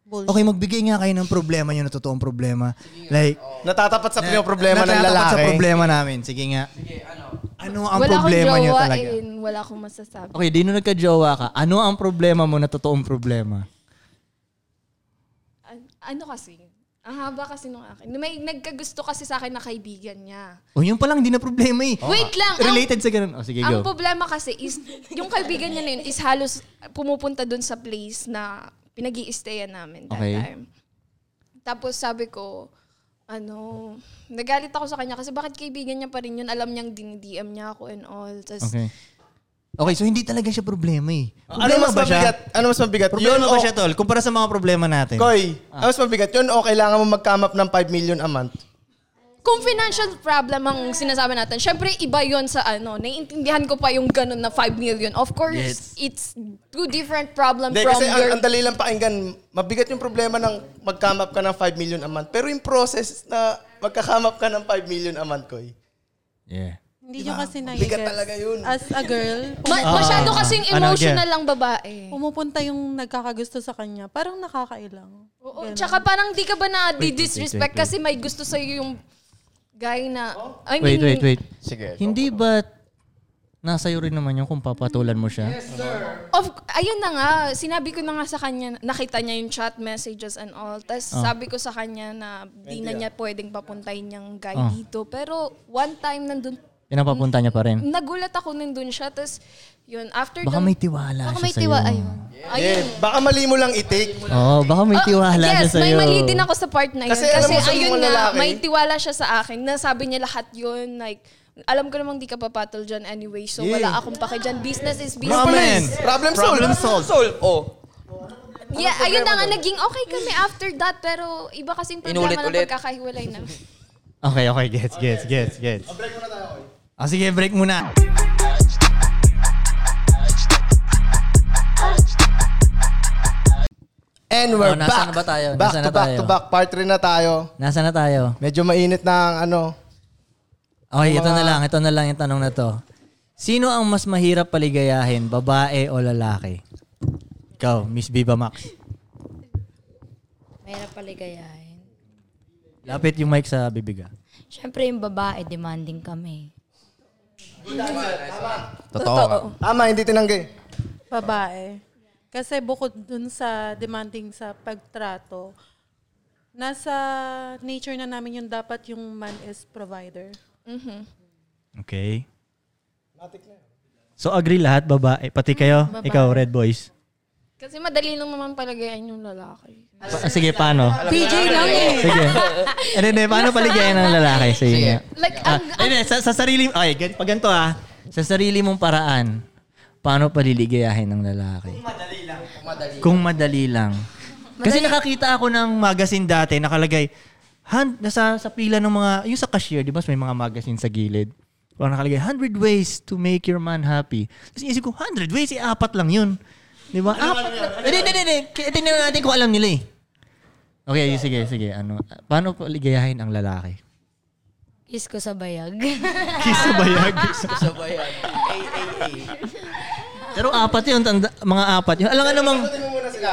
Speaker 9: Bullshit.
Speaker 3: Okay, magbigay nga kayo ng problema nyo na totoong problema. Like,
Speaker 1: Natatapat sa
Speaker 3: na-
Speaker 1: problema ng
Speaker 3: natatapat
Speaker 1: lalaki.
Speaker 3: sa problema namin. Sige nga. ano? ang
Speaker 11: wala
Speaker 3: problema
Speaker 11: akong
Speaker 3: nyo
Speaker 11: jowa eh.
Speaker 3: talaga?
Speaker 11: and wala akong masasabi.
Speaker 3: Okay, di nung nagka-jowa ka, ano ang problema mo na totoong problema?
Speaker 11: An- ano kasi? Ang haba kasi nung akin. May nagkagusto kasi sa akin na kaibigan niya.
Speaker 3: O Oh, yun pa lang, hindi na problema eh.
Speaker 11: Oh. Wait lang, ang-
Speaker 3: Related sa ganun. O sige,
Speaker 11: Ang
Speaker 3: go.
Speaker 11: problema kasi is, yung kaibigan niya na yun is halos pumupunta dun sa place na pinag i namin that
Speaker 3: Okay.
Speaker 11: time. Tapos sabi ko, ano, nagalit ako sa kanya kasi bakit kaibigan niya pa rin yun, alam niyang dinidm niya ako and all. Tapos,
Speaker 3: Okay. Okay, so hindi talaga siya problema eh.
Speaker 1: Ano
Speaker 3: Problema
Speaker 1: mas
Speaker 3: ba siya?
Speaker 1: mabigat? Ano mas mabigat?
Speaker 3: Problema
Speaker 1: Yun
Speaker 3: ba
Speaker 1: o-
Speaker 3: siya, tol? Kumpara sa mga problema natin. Ah.
Speaker 1: Koy, ano mas mabigat yun o kailangan mo mag-come up ng 5 million a month?
Speaker 11: kung financial problem ang sinasabi natin, syempre iba yon sa ano, naiintindihan ko pa yung ganun na 5 million. Of course, it's two different problem
Speaker 1: Hindi,
Speaker 11: from
Speaker 1: kasi
Speaker 11: your...
Speaker 1: ang, ang dali lang pakinggan, mabigat yung problema ng mag-come up ka ng 5 million a month. Pero yung process na magka-come up ka ng 5 million a month, Koy,
Speaker 3: Yeah.
Speaker 9: Hindi nyo
Speaker 11: Diba?
Speaker 9: kasi
Speaker 11: Bigat
Speaker 9: nai
Speaker 11: talaga yun.
Speaker 9: As a girl.
Speaker 11: Ma-
Speaker 9: pumupunta-
Speaker 11: masyado kasing
Speaker 3: Ano,
Speaker 11: emotional
Speaker 9: Jer?
Speaker 11: lang babae.
Speaker 9: Pumupunta yung nagkakagusto sa kanya. Parang nakakailang.
Speaker 11: Oo,
Speaker 9: Ganun.
Speaker 11: tsaka parang di ka ba
Speaker 3: Wait, wait, wait,
Speaker 11: na-disrespect
Speaker 3: wait, wait.
Speaker 11: kasi may gusto sa'yo yung guy na... I mean,
Speaker 3: Wait, wait, wait.
Speaker 10: Sige.
Speaker 3: Hindi ba nasa iyo rin naman yung kung papatulan mo siya?
Speaker 11: Of, ayun na nga, sinabi ko na nga sa kanya, nakita niya yung chat messages and all. Tapos
Speaker 3: Ah.
Speaker 11: sabi ko sa kanya na di na
Speaker 3: Pwede
Speaker 11: niya pwedeng papuntahin yung guy
Speaker 3: Ah.
Speaker 11: dito. Pero one time nandun,
Speaker 3: Pinapapunta niya pa rin.
Speaker 11: nagulat ako nandun siya. Tapos yun, after
Speaker 3: Baka
Speaker 11: dun-
Speaker 3: may tiwala siya sa'yo.
Speaker 1: Eh, baka mali mo lang i-take.
Speaker 3: Oo, baka may tiwala siya
Speaker 11: Ah, Yes,
Speaker 3: sa'yo.
Speaker 11: may mali din ako sa part na yun.
Speaker 1: Kasi
Speaker 11: Kasi,
Speaker 1: alam mo sa
Speaker 11: ayun
Speaker 1: mga
Speaker 11: na,
Speaker 1: lalaki-
Speaker 11: may tiwala siya sa akin. Nasabi niya lahat yun. Like, alam ko namang di ka papatol dyan anyway. So,
Speaker 1: Yeah.
Speaker 11: wala akong pake dyan. Business is business.
Speaker 1: Problem. Problem solved.
Speaker 6: Problem solved.
Speaker 10: Solve. Oh.
Speaker 11: Yeah,
Speaker 1: Ano
Speaker 10: Anong
Speaker 11: ayun na
Speaker 10: problema
Speaker 11: nga,
Speaker 10: doon?
Speaker 11: naging okay kami after that. Pero iba kasing problema ng
Speaker 10: Inulit-ulit.
Speaker 11: pagkakahiwalay na.
Speaker 3: Okay, okay. Gets, gets, gets, gets. Break muna tayo. Ah, sige, break muna.
Speaker 1: And we're
Speaker 3: Oh,
Speaker 1: back.
Speaker 3: nasaan na ba tayo?
Speaker 1: Back
Speaker 3: Nasaan
Speaker 1: to
Speaker 3: na
Speaker 1: back
Speaker 3: tayo?
Speaker 1: to back. Part 3 na tayo.
Speaker 3: Nasaan na tayo?
Speaker 1: Medyo mainit na ang ano. Yung
Speaker 3: Okay, ito na
Speaker 1: mga-
Speaker 3: lang. Ito na lang yung tanong na to. Sino ang mas mahirap paligayahin, babae o lalaki? Ikaw, Miss Viva Max.
Speaker 4: Mahirap paligayahin.
Speaker 3: Lapit yung mic sa bibiga.
Speaker 4: Siyempre yung babae, demanding kami.
Speaker 3: Totoo ka.
Speaker 1: Tama, hindi tinanggi.
Speaker 9: Babae. Kasi bukod dun sa demanding sa pagtrato, nasa nature na namin yung dapat yung man is provider.
Speaker 11: Mhm.
Speaker 3: Okay. So agree lahat, babae. Pati kayo,
Speaker 11: babae.
Speaker 3: ikaw, Red Boys.
Speaker 11: Kasi madali lang naman palagayan yung lalaki.
Speaker 3: Pa- Ah, sige, paano?
Speaker 11: PJ lang eh.
Speaker 3: Sige. Ano na, paano paligayan ng lalaki? Sige. nga.
Speaker 11: Like,
Speaker 3: Ah, ayun eh, sa, sa sarili, ay, gan- pag ganito ah, sa sarili mong paraan, paano paliligayahin ng lalaki? Kung madali lang. Kasi nakakita ako ng magazine dati, nakalagay, hand, nasa sa pila ng mga, yung sa cashier, di ba, may mga magazine sa gilid. Parang nakalagay, 100 ways to make your man happy. Kasi isip ko, 100 ways, eh, apat lang yun. Di ba? Apat lang. Hindi, hindi, hindi. hindi. Tingnan natin kung alam nila eh. Okay, sige, sige. Ano, paano paligayahin ang lalaki?
Speaker 4: Kiss ko sa bayag.
Speaker 3: Kiss sa bayag.
Speaker 4: sa bayag.
Speaker 3: Pero apat yun, tanda, mga apat yun. Alam nga
Speaker 1: Ano
Speaker 3: namang...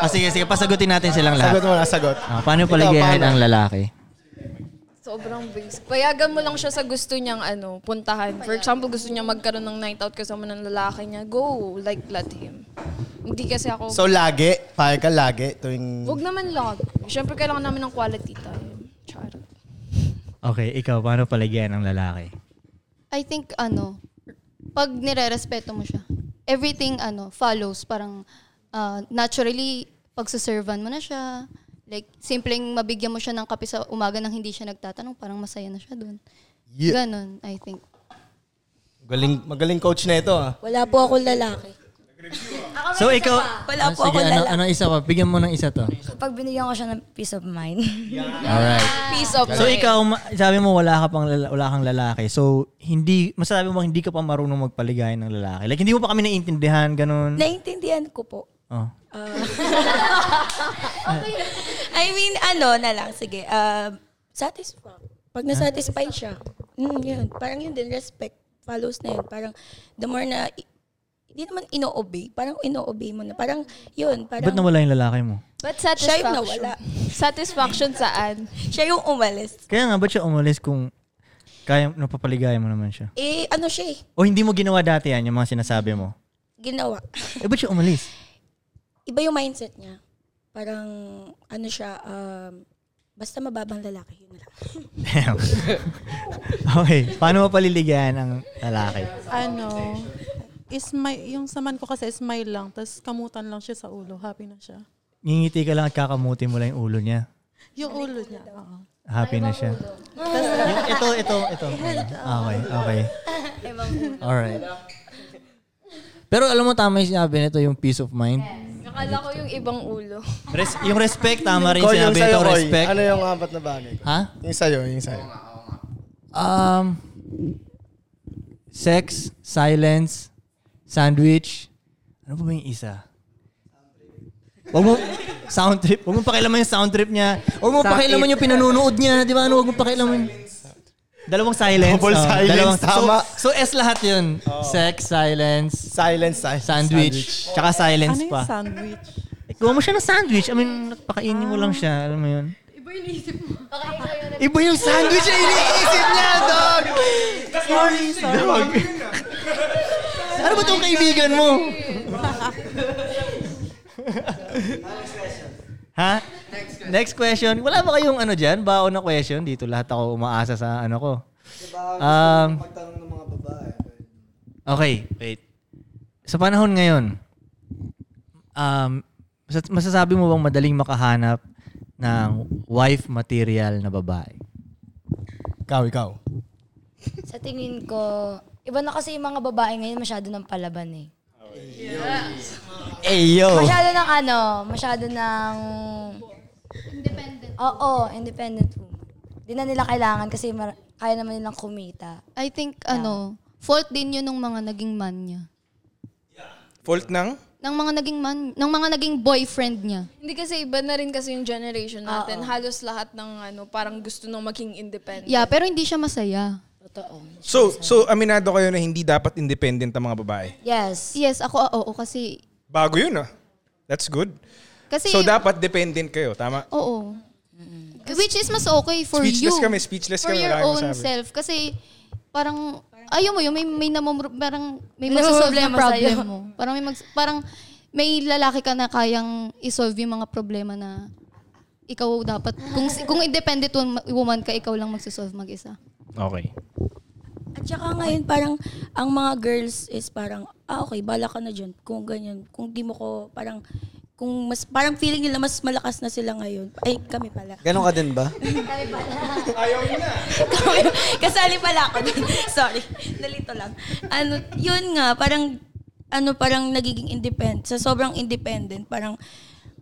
Speaker 3: Ah, sige, sige, pasagutin natin silang lahat.
Speaker 1: Sagot mo na, sagot.
Speaker 3: Ah, paano
Speaker 1: Ikaw,
Speaker 3: paligayahin
Speaker 1: paano?
Speaker 3: ang lalaki?
Speaker 11: Sobrang basic. Payagan mo lang siya sa gusto niyang ano, puntahan. For example, gusto niya magkaroon ng night out kasama ng lalaki niya. Go, like let him. Hindi kasi ako...
Speaker 1: So, lagi. Pahal ka lagi. Tuwing...
Speaker 11: Huwag naman log. Siyempre, kailangan namin ng quality time. Char.
Speaker 3: Okay, ikaw, paano paligayahin ang lalaki?
Speaker 7: I think ano, pag nire-respeto mo siya, everything ano, follows. Parang ah, naturally, pagsuservan mo na siya. Like, simpleng mabigyan mo siya ng kape sa umaga nang hindi siya nagtatanong, parang masaya na siya doon.
Speaker 1: Yeah.
Speaker 7: Ganon, I think.
Speaker 1: Galing, magaling coach na ito, ah.
Speaker 8: Wala po akong lalaki.
Speaker 3: So, ikaw... Ah,
Speaker 8: Wala po
Speaker 3: sige,
Speaker 8: akong
Speaker 3: ano,
Speaker 8: lalaki.
Speaker 3: ano isa pa? Bigyan mo ng isa to.
Speaker 4: Kapag binigyan ko siya ng peace of mind.
Speaker 3: Alright.
Speaker 11: Peace of
Speaker 3: So,
Speaker 11: mind.
Speaker 3: ikaw, ma- sabi mo wala ka pang lala- wala kang lalaki. So, hindi, masasabi mo hindi ka pa marunong magpaligayan ng lalaki. Like, hindi mo pa kami naiintindihan, ganun.
Speaker 8: Naintindihan ko po.
Speaker 3: Oh.
Speaker 8: Ah. I mean, ano na lang, sige. Um, satisfy. Pag nasatisfy siya, mm, yun. Parang yun din, respect follows na yun. Parang the more na, i- hindi naman ino-obey. Parang ino-obey mo na. Parang yun. Parang,
Speaker 3: Ba't nawala yung lalaki mo?
Speaker 11: But
Speaker 8: Siya yung
Speaker 11: satisfaction.
Speaker 8: nawala.
Speaker 11: Satisfaction saan?
Speaker 8: Siya yung umalis.
Speaker 3: Kaya nga, ba't siya umalis kung kaya napapaligaya mo naman siya?
Speaker 8: Eh, ano siya eh,
Speaker 3: O hindi mo ginawa dati yan, yung mga sinasabi mo?
Speaker 8: ginawa.
Speaker 3: Eh, ba't siya umalis?
Speaker 8: Iba yung mindset niya. Parang, ano siya, um, basta mababang lalaki, yun na lang.
Speaker 3: Damn. okay, paano mo paliligayan ang lalaki?
Speaker 9: Ano, is my, yung saman ko kasi smile lang, tapos kamutan lang siya sa ulo. Happy na siya.
Speaker 3: Ngingiti ka lang at kakamuti mo lang yung ulo niya.
Speaker 9: Yung ulo niya. oo.
Speaker 3: Happy na siya. Yung- ito, ito, ito. Okay, okay. Alright. Pero alam mo, tama yung sinabi nito, yung peace of mind.
Speaker 11: Akala ko yung ibang ulo.
Speaker 3: Res- yung respect, tama rin
Speaker 1: Koy, yung
Speaker 3: sinabi
Speaker 1: sa'yo,
Speaker 3: nito,
Speaker 1: Koy.
Speaker 3: respect.
Speaker 1: Ano yung apat na bagay?
Speaker 3: Ha?
Speaker 1: Yung sa'yo, yung sa'yo.
Speaker 3: Um, sex, silence, sandwich. Ano ba, ba yung isa? Huwag mo, sound trip. Huwag mo pakialaman yung sound trip niya. Huwag mo
Speaker 6: Sakit.
Speaker 3: pakialaman yung pinanunood niya. Di ba? Ano, huwag mo pakialaman. Dalawang silence.
Speaker 6: Double
Speaker 3: oh,
Speaker 6: silence, tama.
Speaker 3: So, so S lahat yun. Sex, silence.
Speaker 1: Silence,
Speaker 3: Sandwich. Tsaka silence
Speaker 9: ano
Speaker 3: pa.
Speaker 9: yung sandwich?
Speaker 3: Gawa mo siya ng sandwich. I mean, pakainin mo lang siya. Alam mo yun?
Speaker 9: Iba yung isip mo.
Speaker 3: Iba yung sandwich na iniisip niya, dog!
Speaker 9: Sorry, sorry.
Speaker 3: Dog. Ano ba tong kaibigan mo? Ha? Next question. Wala ba kayong ano dyan? Baon na question? Dito lahat ako umaasa sa ano ko. Um, Okay, wait. Sa panahon ngayon, um, mas- masasabi mo bang madaling makahanap ng wife material na babae?
Speaker 1: Ikaw, ikaw.
Speaker 4: Sa tingin ko, iba na kasi yung mga babae ngayon masyado ng palaban eh.
Speaker 3: Eh, yo!
Speaker 4: Masyado ng ano, masyado ng... Independent. Oo, independent woman. Di na nila kailangan kasi mar- kaya naman nilang kumita.
Speaker 7: I think, ano, fault din yun ng mga naging man niya.
Speaker 13: Fault ng?
Speaker 7: Ng mga naging man, ng mga naging boyfriend niya.
Speaker 11: Hindi kasi iba na rin kasi yung generation natin. Halos lahat ng ano, parang gusto nung maging independent.
Speaker 7: Yeah, pero hindi siya masaya.
Speaker 4: Totoo.
Speaker 13: So, so aminado kayo na hindi dapat independent ang mga babae.
Speaker 4: Yes.
Speaker 7: Yes, ako ah, oo kasi
Speaker 13: Bago yun ah. That's good.
Speaker 7: Kasi
Speaker 13: so,
Speaker 7: yung-
Speaker 13: dapat dependent kayo. Tama?
Speaker 11: Oh.
Speaker 7: oo. Which is mas okay for you.
Speaker 13: Speechless kami, speechless
Speaker 7: for
Speaker 13: kami,
Speaker 7: your
Speaker 13: wala akong
Speaker 7: own
Speaker 13: masabi.
Speaker 7: self kasi parang ayaw mo yun, may may namomro, parang may
Speaker 4: May
Speaker 7: masasolve
Speaker 4: namomroblema
Speaker 7: na problem
Speaker 4: sa'yo.
Speaker 7: mo. Parang may mags- parang may lalaki ka na kayang isolve yung mga problema na ikaw dapat kung kung independent wom- woman ka ikaw lang magsosolve mag-isa.
Speaker 13: Okay.
Speaker 8: At saka ngayon parang ang mga girls is parang ah okay, bala ka na dyan. Kung ganyan, kung di mo ko parang kung mas parang feeling nila mas malakas na sila ngayon. Ay, kami pala.
Speaker 2: Ganon ka din ba?
Speaker 8: Ayaw na. Kasali pala ako. dun. Sorry. Nalito lang. Ano, yun nga, parang, ano, parang nagiging independent. Sa sobrang independent, parang,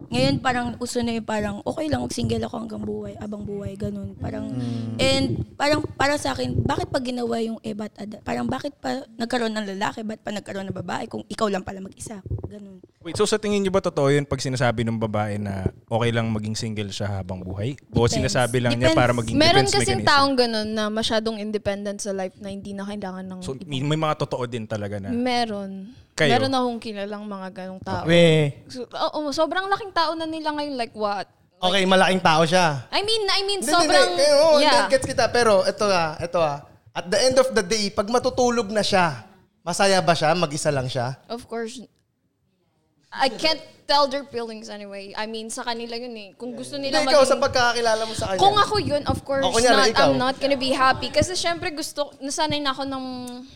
Speaker 8: ngayon parang uso na yung parang, okay lang, mag-single ako hanggang buhay, abang buhay, ganun. Parang,
Speaker 9: Eh,
Speaker 8: and parang para sa akin, bakit pa ginawa yung eh, ba't, ada- parang bakit pa nagkaroon ng lalaki, ba't pa nagkaroon ng babae kung ikaw lang pala mag-isa, ganun.
Speaker 13: Wait, so sa tingin niyo ba totoo yun pag sinasabi ng babae na okay lang maging single siya habang buhay? O
Speaker 8: Depends.
Speaker 13: sinasabi lang niya para maging
Speaker 11: Meron
Speaker 13: defense
Speaker 11: kasing
Speaker 13: mechanism?
Speaker 11: taong ganun na masyadong independent sa life na hindi na kailangan ng...
Speaker 13: So, may, may mga totoo din talaga na.
Speaker 11: Meron.
Speaker 13: Kayo?
Speaker 11: Meron akong kilalang mga ganong tao.
Speaker 1: Okay.
Speaker 11: So, oo, sobrang laking tao na nila ngayon. Like what?
Speaker 1: Okay, malaking tao siya.
Speaker 11: I mean, I mean,
Speaker 1: Hindi,
Speaker 11: sobrang...
Speaker 1: hindi, hindi. Oo, hindi,
Speaker 11: yeah.
Speaker 1: gets kita. Pero ito ah, ito ah. At the end of the day, pag matutulog na siya, masaya ba siya? Mag-isa lang siya?
Speaker 11: Of course. I can't tell their feelings anyway. I mean, sa kanila yun eh. Kung gusto
Speaker 1: Hindi,
Speaker 11: nila
Speaker 1: ikaw sa
Speaker 11: maging-
Speaker 1: pagkakakilala mo sa kanya.
Speaker 11: Kung ako yun, of course,
Speaker 1: O, kunyari,
Speaker 11: not,
Speaker 1: ikaw.
Speaker 11: I'm not gonna be happy. Kasi syempre gusto, nasanay na ako ng...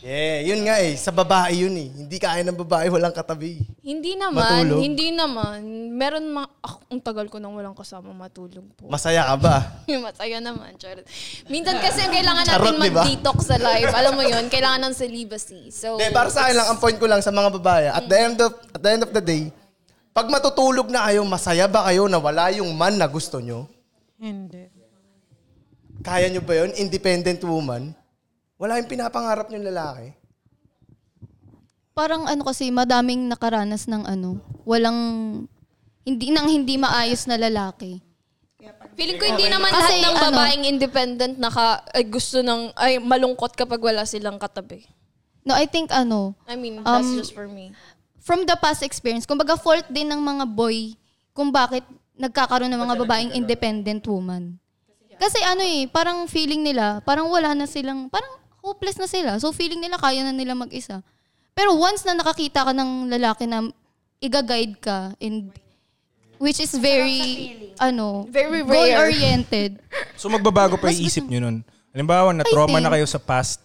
Speaker 1: Yeah, yun nga eh. Sa babae yun eh. Hindi kaya ng babae, walang katabi.
Speaker 11: Hindi naman,
Speaker 1: Matulog?
Speaker 11: hindi naman. Meron mga... Ako, ang tagal ko nang walang kasama matulog po.
Speaker 1: Masaya ka ba?
Speaker 11: Masaya naman, charot. Minsan kasi ang kailangan natin
Speaker 1: Charot, di ba?
Speaker 11: mag-detox sa life. Alam mo yun, kailangan ng celibacy. So,
Speaker 1: Hindi, para sa akin lang, ang point ko lang sa mga babae, at the end of, at the, end of the day, pag matutulog na kayo, masaya ba kayo na wala yung man na gusto nyo?
Speaker 9: Hindi.
Speaker 1: Kaya nyo ba yun? Independent woman? Wala yung pinapangarap yung lalaki.
Speaker 7: Parang ano kasi madaming nakaranas ng ano, walang hindi nang hindi maayos na lalaki.
Speaker 11: Feeling ko hindi naman
Speaker 7: Kasi,
Speaker 11: lahat ng
Speaker 7: ano-
Speaker 11: babaeng independent na ka, ay, gusto ng ay malungkot kapag wala silang katabi.
Speaker 7: No, I think ano,
Speaker 11: I mean, that's
Speaker 7: Um,
Speaker 11: just for me.
Speaker 7: from the past experience, kumbaga fault din ng mga boy kung bakit nagkakaroon ng mga babaeng independent woman. Kasi ano eh, parang feeling nila, parang wala na silang, parang hopeless na sila. So feeling nila kaya na nila mag-isa. Pero once na nakakita ka ng lalaki na iga-guide ka and which is very ano,
Speaker 11: Very rare.
Speaker 7: goal-oriented.
Speaker 13: So magbabago pa yung isip nyo nun. Halimbawa, na-trauma
Speaker 7: I
Speaker 13: na
Speaker 7: think-
Speaker 13: kayo sa past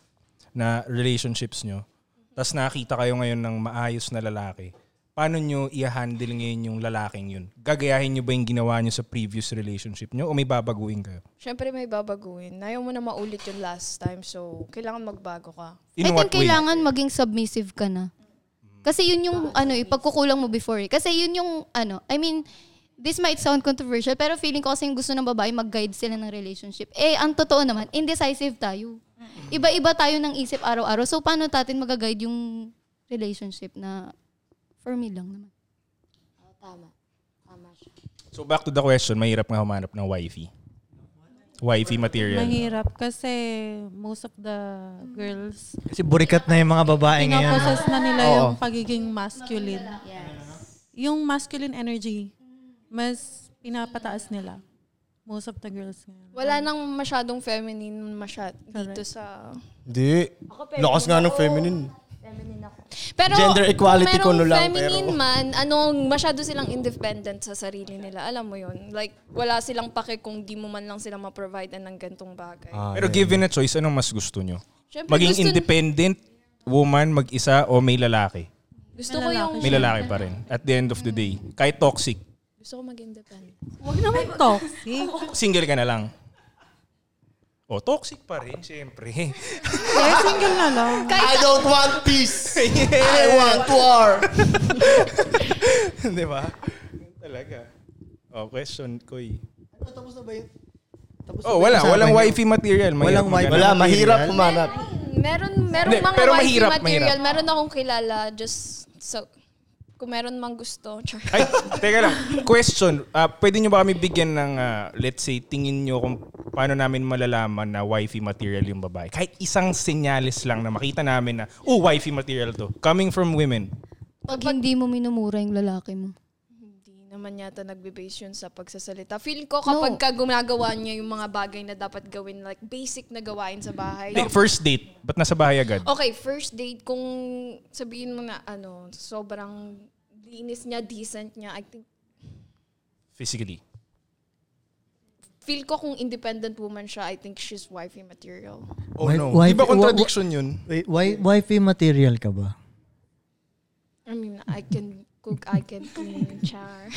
Speaker 13: na relationships nyo. Tapos nakita kayo ngayon ng maayos na lalaki. Paano nyo i-handle ngayon yung lalaking yun? Gagayahin nyo ba yung ginawa nyo sa previous relationship nyo? O may babaguhin kayo?
Speaker 11: Siyempre may babaguhin. Ayaw mo na maulit yung last time, so kailangan magbago ka.
Speaker 13: In
Speaker 7: I
Speaker 13: what
Speaker 7: think
Speaker 13: way?
Speaker 7: kailangan maging submissive ka na. Kasi yun yung ano, eh, pagkukulang mo before. eh. Kasi yun yung ano, I mean, this might sound controversial, pero feeling ko kasi yung gusto ng babae, mag-guide sila ng relationship. Eh, ang totoo naman, indecisive tayo. Iba-iba tayo ng isip araw-araw. So, paano natin mag-guide yung relationship na for me lang naman?
Speaker 13: So back to the question, mahirap nga humanap ng wifey. Wifey material.
Speaker 9: Mahirap kasi most of the girls
Speaker 3: Kasi burikat na yung mga babae ngayon. ah.
Speaker 9: pinoprocess na nila yung
Speaker 3: Oo.
Speaker 9: pagiging masculine. Yung masculine energy, mas pinapataas nila. Most of the girls ngayon.
Speaker 11: Wala nang masyadong feminine masyad dito sa...
Speaker 1: Hindi.
Speaker 11: eh.
Speaker 1: Lakas nga ng feminine.
Speaker 11: Pero
Speaker 1: Gender equality
Speaker 11: kung
Speaker 1: ko no lang,
Speaker 11: feminine
Speaker 1: pero-
Speaker 11: man, anong masyado silang independent sa sarili nila. Alam mo yun. Like, wala silang pake kung di mo man lang sila ma-provide ng gantong bagay.
Speaker 1: Ah,
Speaker 13: Pero given a choice, anong mas gusto nyo?
Speaker 11: Siyempre,
Speaker 13: Maging
Speaker 11: gusto-
Speaker 13: independent woman, mag-isa, o may lalaki?
Speaker 11: Gusto ko yung...
Speaker 13: May lalaki pa rin. At the end of the day. Kahit toxic.
Speaker 11: Gusto ko mag-independent.
Speaker 9: Huwag naman toxic.
Speaker 13: Single ka na lang. O, toxic pa rin, siyempre.
Speaker 9: Eh, single na lang.
Speaker 1: I don't want peace. I want war.
Speaker 13: Di ba? Talaga. O, question ko eh.
Speaker 1: Ano,
Speaker 2: Tapos na ba yun?
Speaker 13: Oh, wala.
Speaker 1: Usapan
Speaker 13: Walang
Speaker 1: niyo.
Speaker 13: wifey material. Mahirap
Speaker 1: Walang wifey
Speaker 13: maghanap.
Speaker 1: Wala, mahirap material.
Speaker 13: humanap.
Speaker 11: Meron, meron
Speaker 13: Hindi,
Speaker 11: mga
Speaker 13: pero
Speaker 11: wifey
Speaker 13: mahirap,
Speaker 11: material.
Speaker 13: mahirap.
Speaker 11: Meron akong kilala. Just so... Kung meron mang gusto. Char.
Speaker 13: Ay, teka lang. Question. Ah, pwede nyo ba kami bigyan ng, ah, let's say, tingin nyo kung paano namin malalaman na wifey material yung babae? Kahit isang senyalis lang na makita namin na, oh, wifey material to. Coming from women.
Speaker 7: Pag hindi mo minumura yung lalaki mo.
Speaker 11: Hindi naman yata nagbe-base yun sa pagsasalita. Feel ko kapag ka gumagawa niya yung mga bagay na dapat gawin, like basic na gawain sa bahay.
Speaker 13: Hindi, First date. Ba't nasa bahay agad?
Speaker 11: Okay, first date, kung sabihin mo na ano, sobrang linis niya, decent niya, I think,
Speaker 13: Physically.
Speaker 11: feel ko kung independent woman siya, I think she's wifey material.
Speaker 13: Oh,
Speaker 3: Wi-
Speaker 13: no.
Speaker 3: wife-
Speaker 13: Di ba contradiction yun?
Speaker 3: Wait, wi- wifey material ka ba?
Speaker 11: I mean, I can cook, I can clean, char.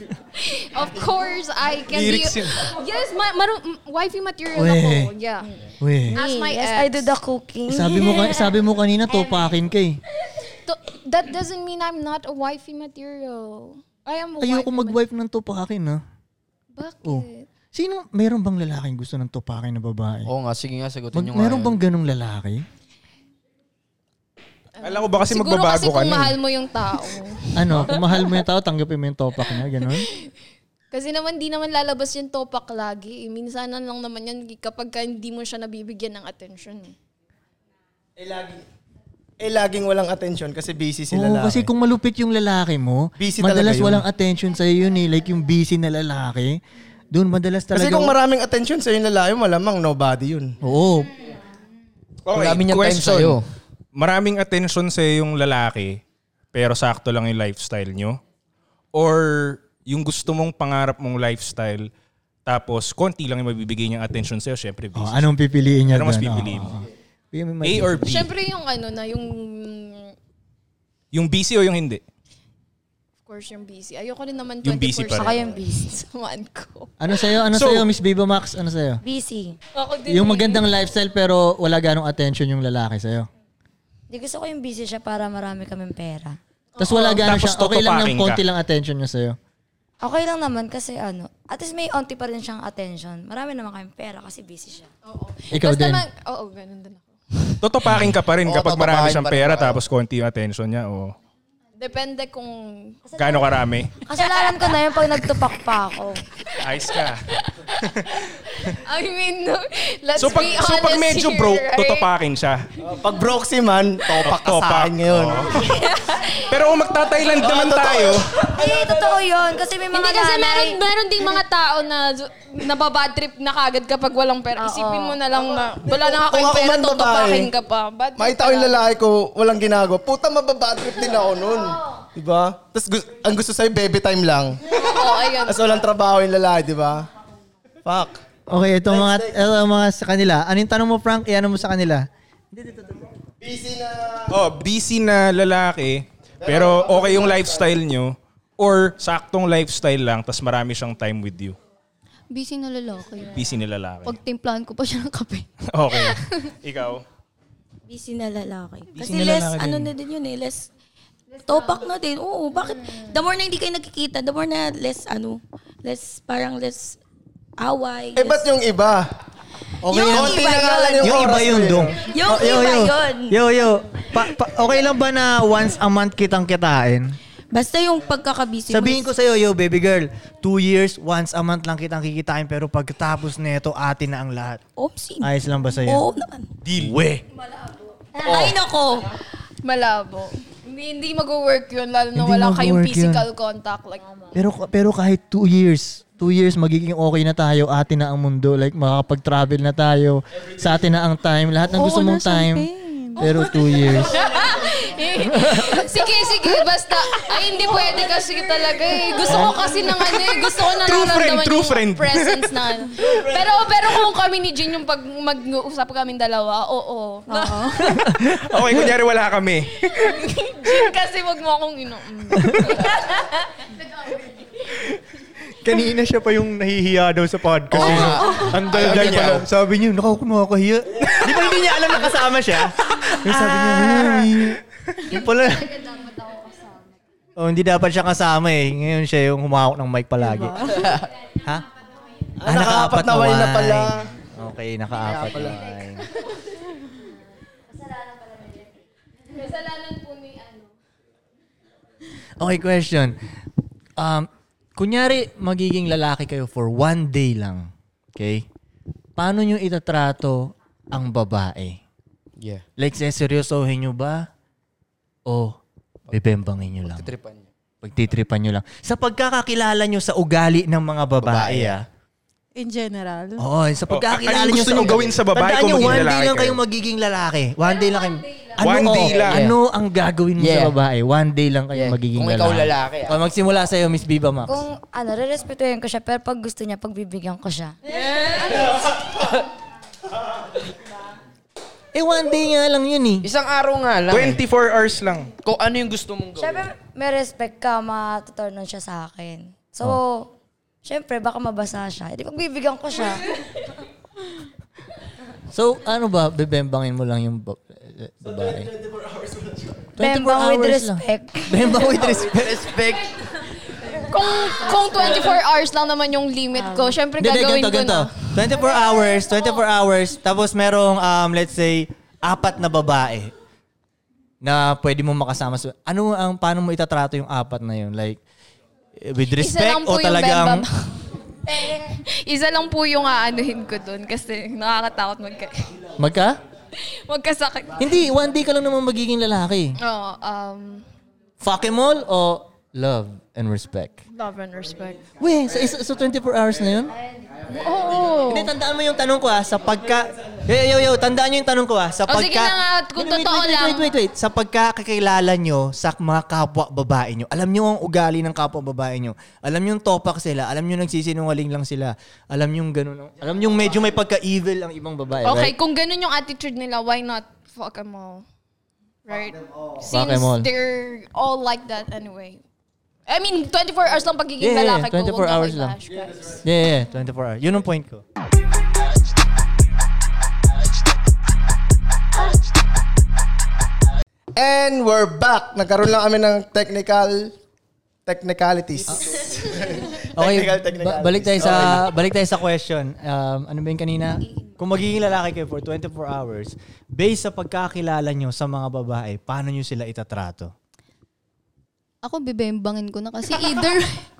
Speaker 11: of course, I can
Speaker 3: Lyrics
Speaker 11: be...
Speaker 3: yun.
Speaker 11: Yes, ma maru- m- wifey material
Speaker 3: Weh.
Speaker 11: ako. Yeah.
Speaker 3: Weh.
Speaker 11: As my
Speaker 4: Yes,
Speaker 11: ex.
Speaker 4: I do the cooking.
Speaker 3: Sabi mo ka- sabi mo kanina topakin ka eh.
Speaker 11: To- that doesn't mean I'm not a wifey material. I am a
Speaker 3: Ayoko
Speaker 11: wifey
Speaker 3: mag-wife ng topakin ha.
Speaker 11: Bakit?
Speaker 3: Oh. Sino, meron bang lalaking gusto ng topakin na babae?
Speaker 10: Oo nga, sige nga, sagutin
Speaker 3: Mag-
Speaker 10: nyo nga.
Speaker 3: meron
Speaker 10: yun.
Speaker 3: bang ganong lalaki?
Speaker 13: Alam ko ba kasi
Speaker 11: Siguro
Speaker 13: magbabago
Speaker 11: kasi
Speaker 13: ka eh.
Speaker 11: kung
Speaker 13: nun.
Speaker 11: mahal mo yung tao.
Speaker 3: Ano, kung mahal mo yung tao, tanggapin mo yung topak niya, ganun?
Speaker 11: kasi naman, di naman lalabas yung topak lagi. Eh. Minsanan lang naman yan kapag ka hindi mo siya nabibigyan ng attention. eh.
Speaker 1: Eh, lagi. Eh, laging walang attention kasi busy sila
Speaker 3: Oo,
Speaker 1: lang.
Speaker 3: kasi kung malupit yung lalaki mo,
Speaker 1: Busy
Speaker 3: madalas
Speaker 1: talaga yun.
Speaker 3: walang attention sa'yo yun eh. Like yung busy na lalaki, doon madalas talaga...
Speaker 1: Kasi
Speaker 3: oh.
Speaker 1: kung maraming attention sa yung lalaki, malamang nobody yun.
Speaker 3: Oo.
Speaker 13: Okay,
Speaker 1: Marami niyang time
Speaker 13: question.
Speaker 1: sa'yo.
Speaker 13: Maraming attention sa yung lalaki, pero sakto lang yung lifestyle nyo? Or yung gusto mong pangarap mong lifestyle, tapos konti lang yung mabibigay niyang attention sa'yo, syempre busy.
Speaker 3: Oh, anong pipiliin niya Oh,
Speaker 13: Ano mas
Speaker 3: doon?
Speaker 13: pipiliin
Speaker 3: Oo,
Speaker 13: mo?
Speaker 3: oo.
Speaker 13: A or B?
Speaker 11: Siyempre yung ano na, yung
Speaker 13: Yung busy o yung hindi?
Speaker 11: of course yung busy. Ayoko rin naman 24
Speaker 13: Yung busy pa rin. Saka yung
Speaker 11: busy. Samaan ko.
Speaker 3: Ano sa'yo? Ano
Speaker 11: So-
Speaker 3: sa'yo, Miss Biba Max? Ano sa'yo?
Speaker 4: Busy.
Speaker 11: Ako
Speaker 3: Yung magandang lifestyle pero wala ganong attention yung lalaki sa'yo.
Speaker 4: Hindi gusto ko yung busy siya para marami kaming pera.
Speaker 3: Tapos wala gano'n
Speaker 13: Tapos
Speaker 3: siya. Okay lang ng
Speaker 13: totopaking ka.
Speaker 3: konti lang attention niya sa'yo.
Speaker 4: Okay lang naman kasi ano, at least may onti pa rin siyang attention. Marami naman kaming pera kasi busy siya.
Speaker 11: Oo.
Speaker 13: Ikaw din.
Speaker 11: mag- Oo, ganun din ako.
Speaker 13: Totopaking ka pa rin
Speaker 11: Oo,
Speaker 13: kapag marami
Speaker 11: totopakin
Speaker 13: siyang
Speaker 11: pa rin
Speaker 13: pera
Speaker 11: ako.
Speaker 13: tapos konti yung attention niya o
Speaker 11: Depende kung...
Speaker 13: gaano karami.
Speaker 4: Kasalanan ko na yun pag nagtupak pa ako.
Speaker 13: Ayos ka.
Speaker 11: I mean, no, let's
Speaker 13: so pag,
Speaker 11: be honest
Speaker 13: so pag medyo
Speaker 11: here,
Speaker 13: broke,
Speaker 11: right?
Speaker 13: totopakin siya.
Speaker 1: Uh,
Speaker 13: oh.
Speaker 1: Pag broke si man, topak ka sa akin ngayon. Ah,
Speaker 13: Pero kung magta-Thailand naman tayo,
Speaker 4: Hindi, totoo yun. Kasi may mga
Speaker 11: Hindi kasi
Speaker 4: nanay-
Speaker 11: meron, meron ding mga tao na nababad trip na kagad kapag walang pera. Isipin mo na lang na wala na ako
Speaker 1: Kung
Speaker 11: yung
Speaker 1: ako
Speaker 11: pera,
Speaker 1: man
Speaker 11: tutupakin
Speaker 1: babae,
Speaker 11: ka pa. Bad trip
Speaker 1: Makita ko yung
Speaker 11: ka lang.
Speaker 1: lalaki ko, walang ginagawa. Puta, mababatrip din ako nun. Diba? Tapos gus- ang gusto sa'yo, baby time lang.
Speaker 11: Oo, ayun.
Speaker 1: Tapos walang trabaho yung lalaki, diba? Fuck.
Speaker 3: Okay, itong mga, itong mga sa kanila. Ano yung tanong mo, Frank? Iano mo sa kanila?
Speaker 13: oh, busy na lalaki, pero okay yung lifestyle nyo, or saktong lifestyle lang, tas marami siyang time with you.
Speaker 7: Busy na lalaki.
Speaker 13: Busy na lalaki.
Speaker 7: Pagtimplahan ko pa siya ng kape.
Speaker 13: Okay. Ikaw?
Speaker 8: Busy na lalaki. Kasi
Speaker 13: na
Speaker 8: less,
Speaker 13: lalaki
Speaker 8: ano
Speaker 13: din.
Speaker 8: na din yun eh, less, topak na din. Oo, bakit? The more na hindi kayo nakikita, the more na less, ano, less, parang less away.
Speaker 1: Eh, ba't yung iba?
Speaker 8: Okay Yung lang.
Speaker 1: Konti
Speaker 8: iba
Speaker 1: na nga
Speaker 8: yun.
Speaker 1: lang yung,
Speaker 3: Yung iba
Speaker 1: oras
Speaker 3: yun,
Speaker 1: mo eh.
Speaker 3: Dong. Oh,
Speaker 8: Yung
Speaker 3: yo,
Speaker 8: iba
Speaker 3: yo.
Speaker 8: yun.
Speaker 3: Yo, yo. Pa- pa- okay lang ba na once a month kitang kitain?
Speaker 8: Basta yung pagkakabisi. mo
Speaker 3: Sabihin
Speaker 8: is-
Speaker 3: ko sa'yo, yo, baby girl, two years, once a month lang kitang kikitain, pero pagkatapos nito, atin na ang lahat.
Speaker 8: Opsi.
Speaker 3: Ayos lang ba sa'yo?
Speaker 8: Oo naman.
Speaker 3: Deal. We.
Speaker 8: Ay, nako.
Speaker 11: Malabo. Hindi, hindi mag-work yun, lalo na
Speaker 3: Hindi
Speaker 11: wala kayong
Speaker 3: mag-work yun.
Speaker 11: physical contact. Like,
Speaker 3: Pero, pero kahit two years, two years, magiging okay na tayo, atin na ang mundo, like makakapag-travel na tayo, sa atin na ang time, lahat ng
Speaker 11: Oo,
Speaker 3: gusto mong
Speaker 11: nasa
Speaker 3: time. Pero two years.
Speaker 11: sige, sige, basta. Ay, hindi pwede kasi talaga eh. Gusto ko kasi ng ano eh. Gusto ko na
Speaker 13: True friend,
Speaker 11: nararamdaman
Speaker 13: true
Speaker 11: yung
Speaker 13: friend.
Speaker 11: presence na ano. Pero, pero kung kami ni Jin yung pag mag-usap kami dalawa, oo. Oo.
Speaker 13: Okay, kunyari wala kami.
Speaker 11: Jin kasi wag mo akong ino.
Speaker 6: Kanina siya pa yung nahihiya daw sa podcast.
Speaker 3: Oo.
Speaker 6: eh. Ang daldal niya.
Speaker 3: Sabi niyo, nakaw, kumakahiya.
Speaker 6: Di ba hindi niya alam na kasama siya?
Speaker 3: sabi niya, "Hey." Yung pala. Oh, hindi dapat siya kasama eh. Ngayon siya yung humawak ng mic palagi.
Speaker 6: Diba?
Speaker 3: ha?
Speaker 1: Ah, nakaapat na wine na pala.
Speaker 3: Okay, nakaapat na wine.
Speaker 11: Kasalanan po ni ano.
Speaker 3: Okay, question. Um, kunyari, magiging lalaki kayo for one day lang. Okay? Paano nyo itatrato ang babae?
Speaker 10: Yeah.
Speaker 3: Like, seseryosohin nyo ba? O bibembangin nyo lang?
Speaker 10: Tripan niya.
Speaker 3: Pagtitripan nyo lang. Sa pagkakakilala nyo sa ugali ng mga babae,
Speaker 10: Babae.
Speaker 3: ah.
Speaker 9: In general.
Speaker 3: Oo, sa pagkakakilala
Speaker 13: Oh, anong
Speaker 3: nyo
Speaker 13: gusto nyo gawin sa babae
Speaker 3: Tandaan
Speaker 13: kung
Speaker 3: nyo,
Speaker 13: maging
Speaker 3: one day
Speaker 13: lalaki
Speaker 3: lang
Speaker 13: kayo?
Speaker 3: kayong magiging lalaki. One day lang kayong... Ano,
Speaker 13: One day
Speaker 3: oo,
Speaker 13: lang.
Speaker 3: Ano ang gagawin mo sa
Speaker 10: Yeah.
Speaker 3: babae? One day lang kayong
Speaker 10: Yeah.
Speaker 3: magiging
Speaker 10: Kung
Speaker 3: lalaki.
Speaker 10: ikaw lalaki, ah.
Speaker 3: O, magsimula sa'yo, Miss Viva Max.
Speaker 4: Kung ano, rerespetuhin ko siya, pero pag gusto niya, pagbibigyan ko siya.
Speaker 3: Eh, one day nga lang yun eh.
Speaker 10: Isang araw nga lang.
Speaker 13: 24 hours lang.
Speaker 10: Kung ano yung gusto mong gawin.
Speaker 4: Siyempre, may respect ka, matuturnan siya sa akin. So,
Speaker 2: Oh.
Speaker 4: siyempre, baka mabasa siya. Hindi, pagbibigyan ko siya.
Speaker 3: So, ano ba, bebembangin mo lang yung ba- eh, babae?
Speaker 4: Bembang with respect.
Speaker 3: Bembang with respect.
Speaker 10: respect.
Speaker 11: Kung, kung 24 hours lang naman yung limit ko, syempre
Speaker 3: Hindi, hindi,
Speaker 11: gagawin
Speaker 3: ganito,
Speaker 11: ko
Speaker 3: ganito. 24
Speaker 11: na.
Speaker 3: hours, 24 hours, tapos merong, um, let's say, apat na babae na pwede mo makasama. sa- Ano ang, paano mo itatrato yung apat na yun? Like, eh, with
Speaker 11: Isa lang
Speaker 3: respect
Speaker 11: po
Speaker 3: o
Speaker 11: yung
Speaker 3: talagang...
Speaker 11: bembang. Isa lang po yung aanuhin ko doon kasi nakakatakot magka
Speaker 3: Magka?
Speaker 11: magkasakit.
Speaker 3: Hindi, one day ka lang naman magiging lalaki.
Speaker 11: Oo, um,
Speaker 3: Fuck em all o love and respect?
Speaker 11: love and respect.
Speaker 3: Weh, so, so, 24 hours na yun?
Speaker 11: Oo.
Speaker 3: Hindi, tandaan mo yung tanong ko ah, sa pagka... Yo, yo, yo, tandaan nyo yung tanong ko ah, sa
Speaker 11: O
Speaker 3: pagka...
Speaker 11: sige na nga, kung
Speaker 3: Wait, wait,
Speaker 11: totoo
Speaker 3: wait,
Speaker 11: lang.
Speaker 3: Wait, wait, wait. Sa pagkakakilala nyo sa mga kapwa babae nyo, alam nyo ang ugali ng kapwa babae nyo. Alam nyo yung topak sila. Alam nyo nagsisinungaling lang sila. Alam nyo yung ganun. Alam nyo yung medyo may pagka-evil ang ibang babae.
Speaker 11: Okay,
Speaker 3: right?
Speaker 11: kung ganun yung attitude nila, why not fuck them all? Right?
Speaker 3: Fuck them all.
Speaker 11: Since they're all like that anyway. I mean, 24 hours lang pagiging
Speaker 3: Yeah, yeah,
Speaker 11: lalaki
Speaker 3: 24
Speaker 11: ko. Huwag na
Speaker 3: hours
Speaker 11: kayo
Speaker 3: lang.
Speaker 11: bash, guys.
Speaker 3: Yeah, yeah, yeah, 24 hours. Yun ang point ko.
Speaker 1: And we're back. Nagkaroon lang kami ng technical technicalities.
Speaker 3: Okay,
Speaker 1: technical
Speaker 3: ba- balik tayo sa balik tayo sa question. Um, ano ba yung kanina? Kung magiging lalaki kayo for 24 hours, based sa pagkakilala nyo sa mga babae, paano nyo sila itatrato?
Speaker 7: Ako bibembangin ko na kasi either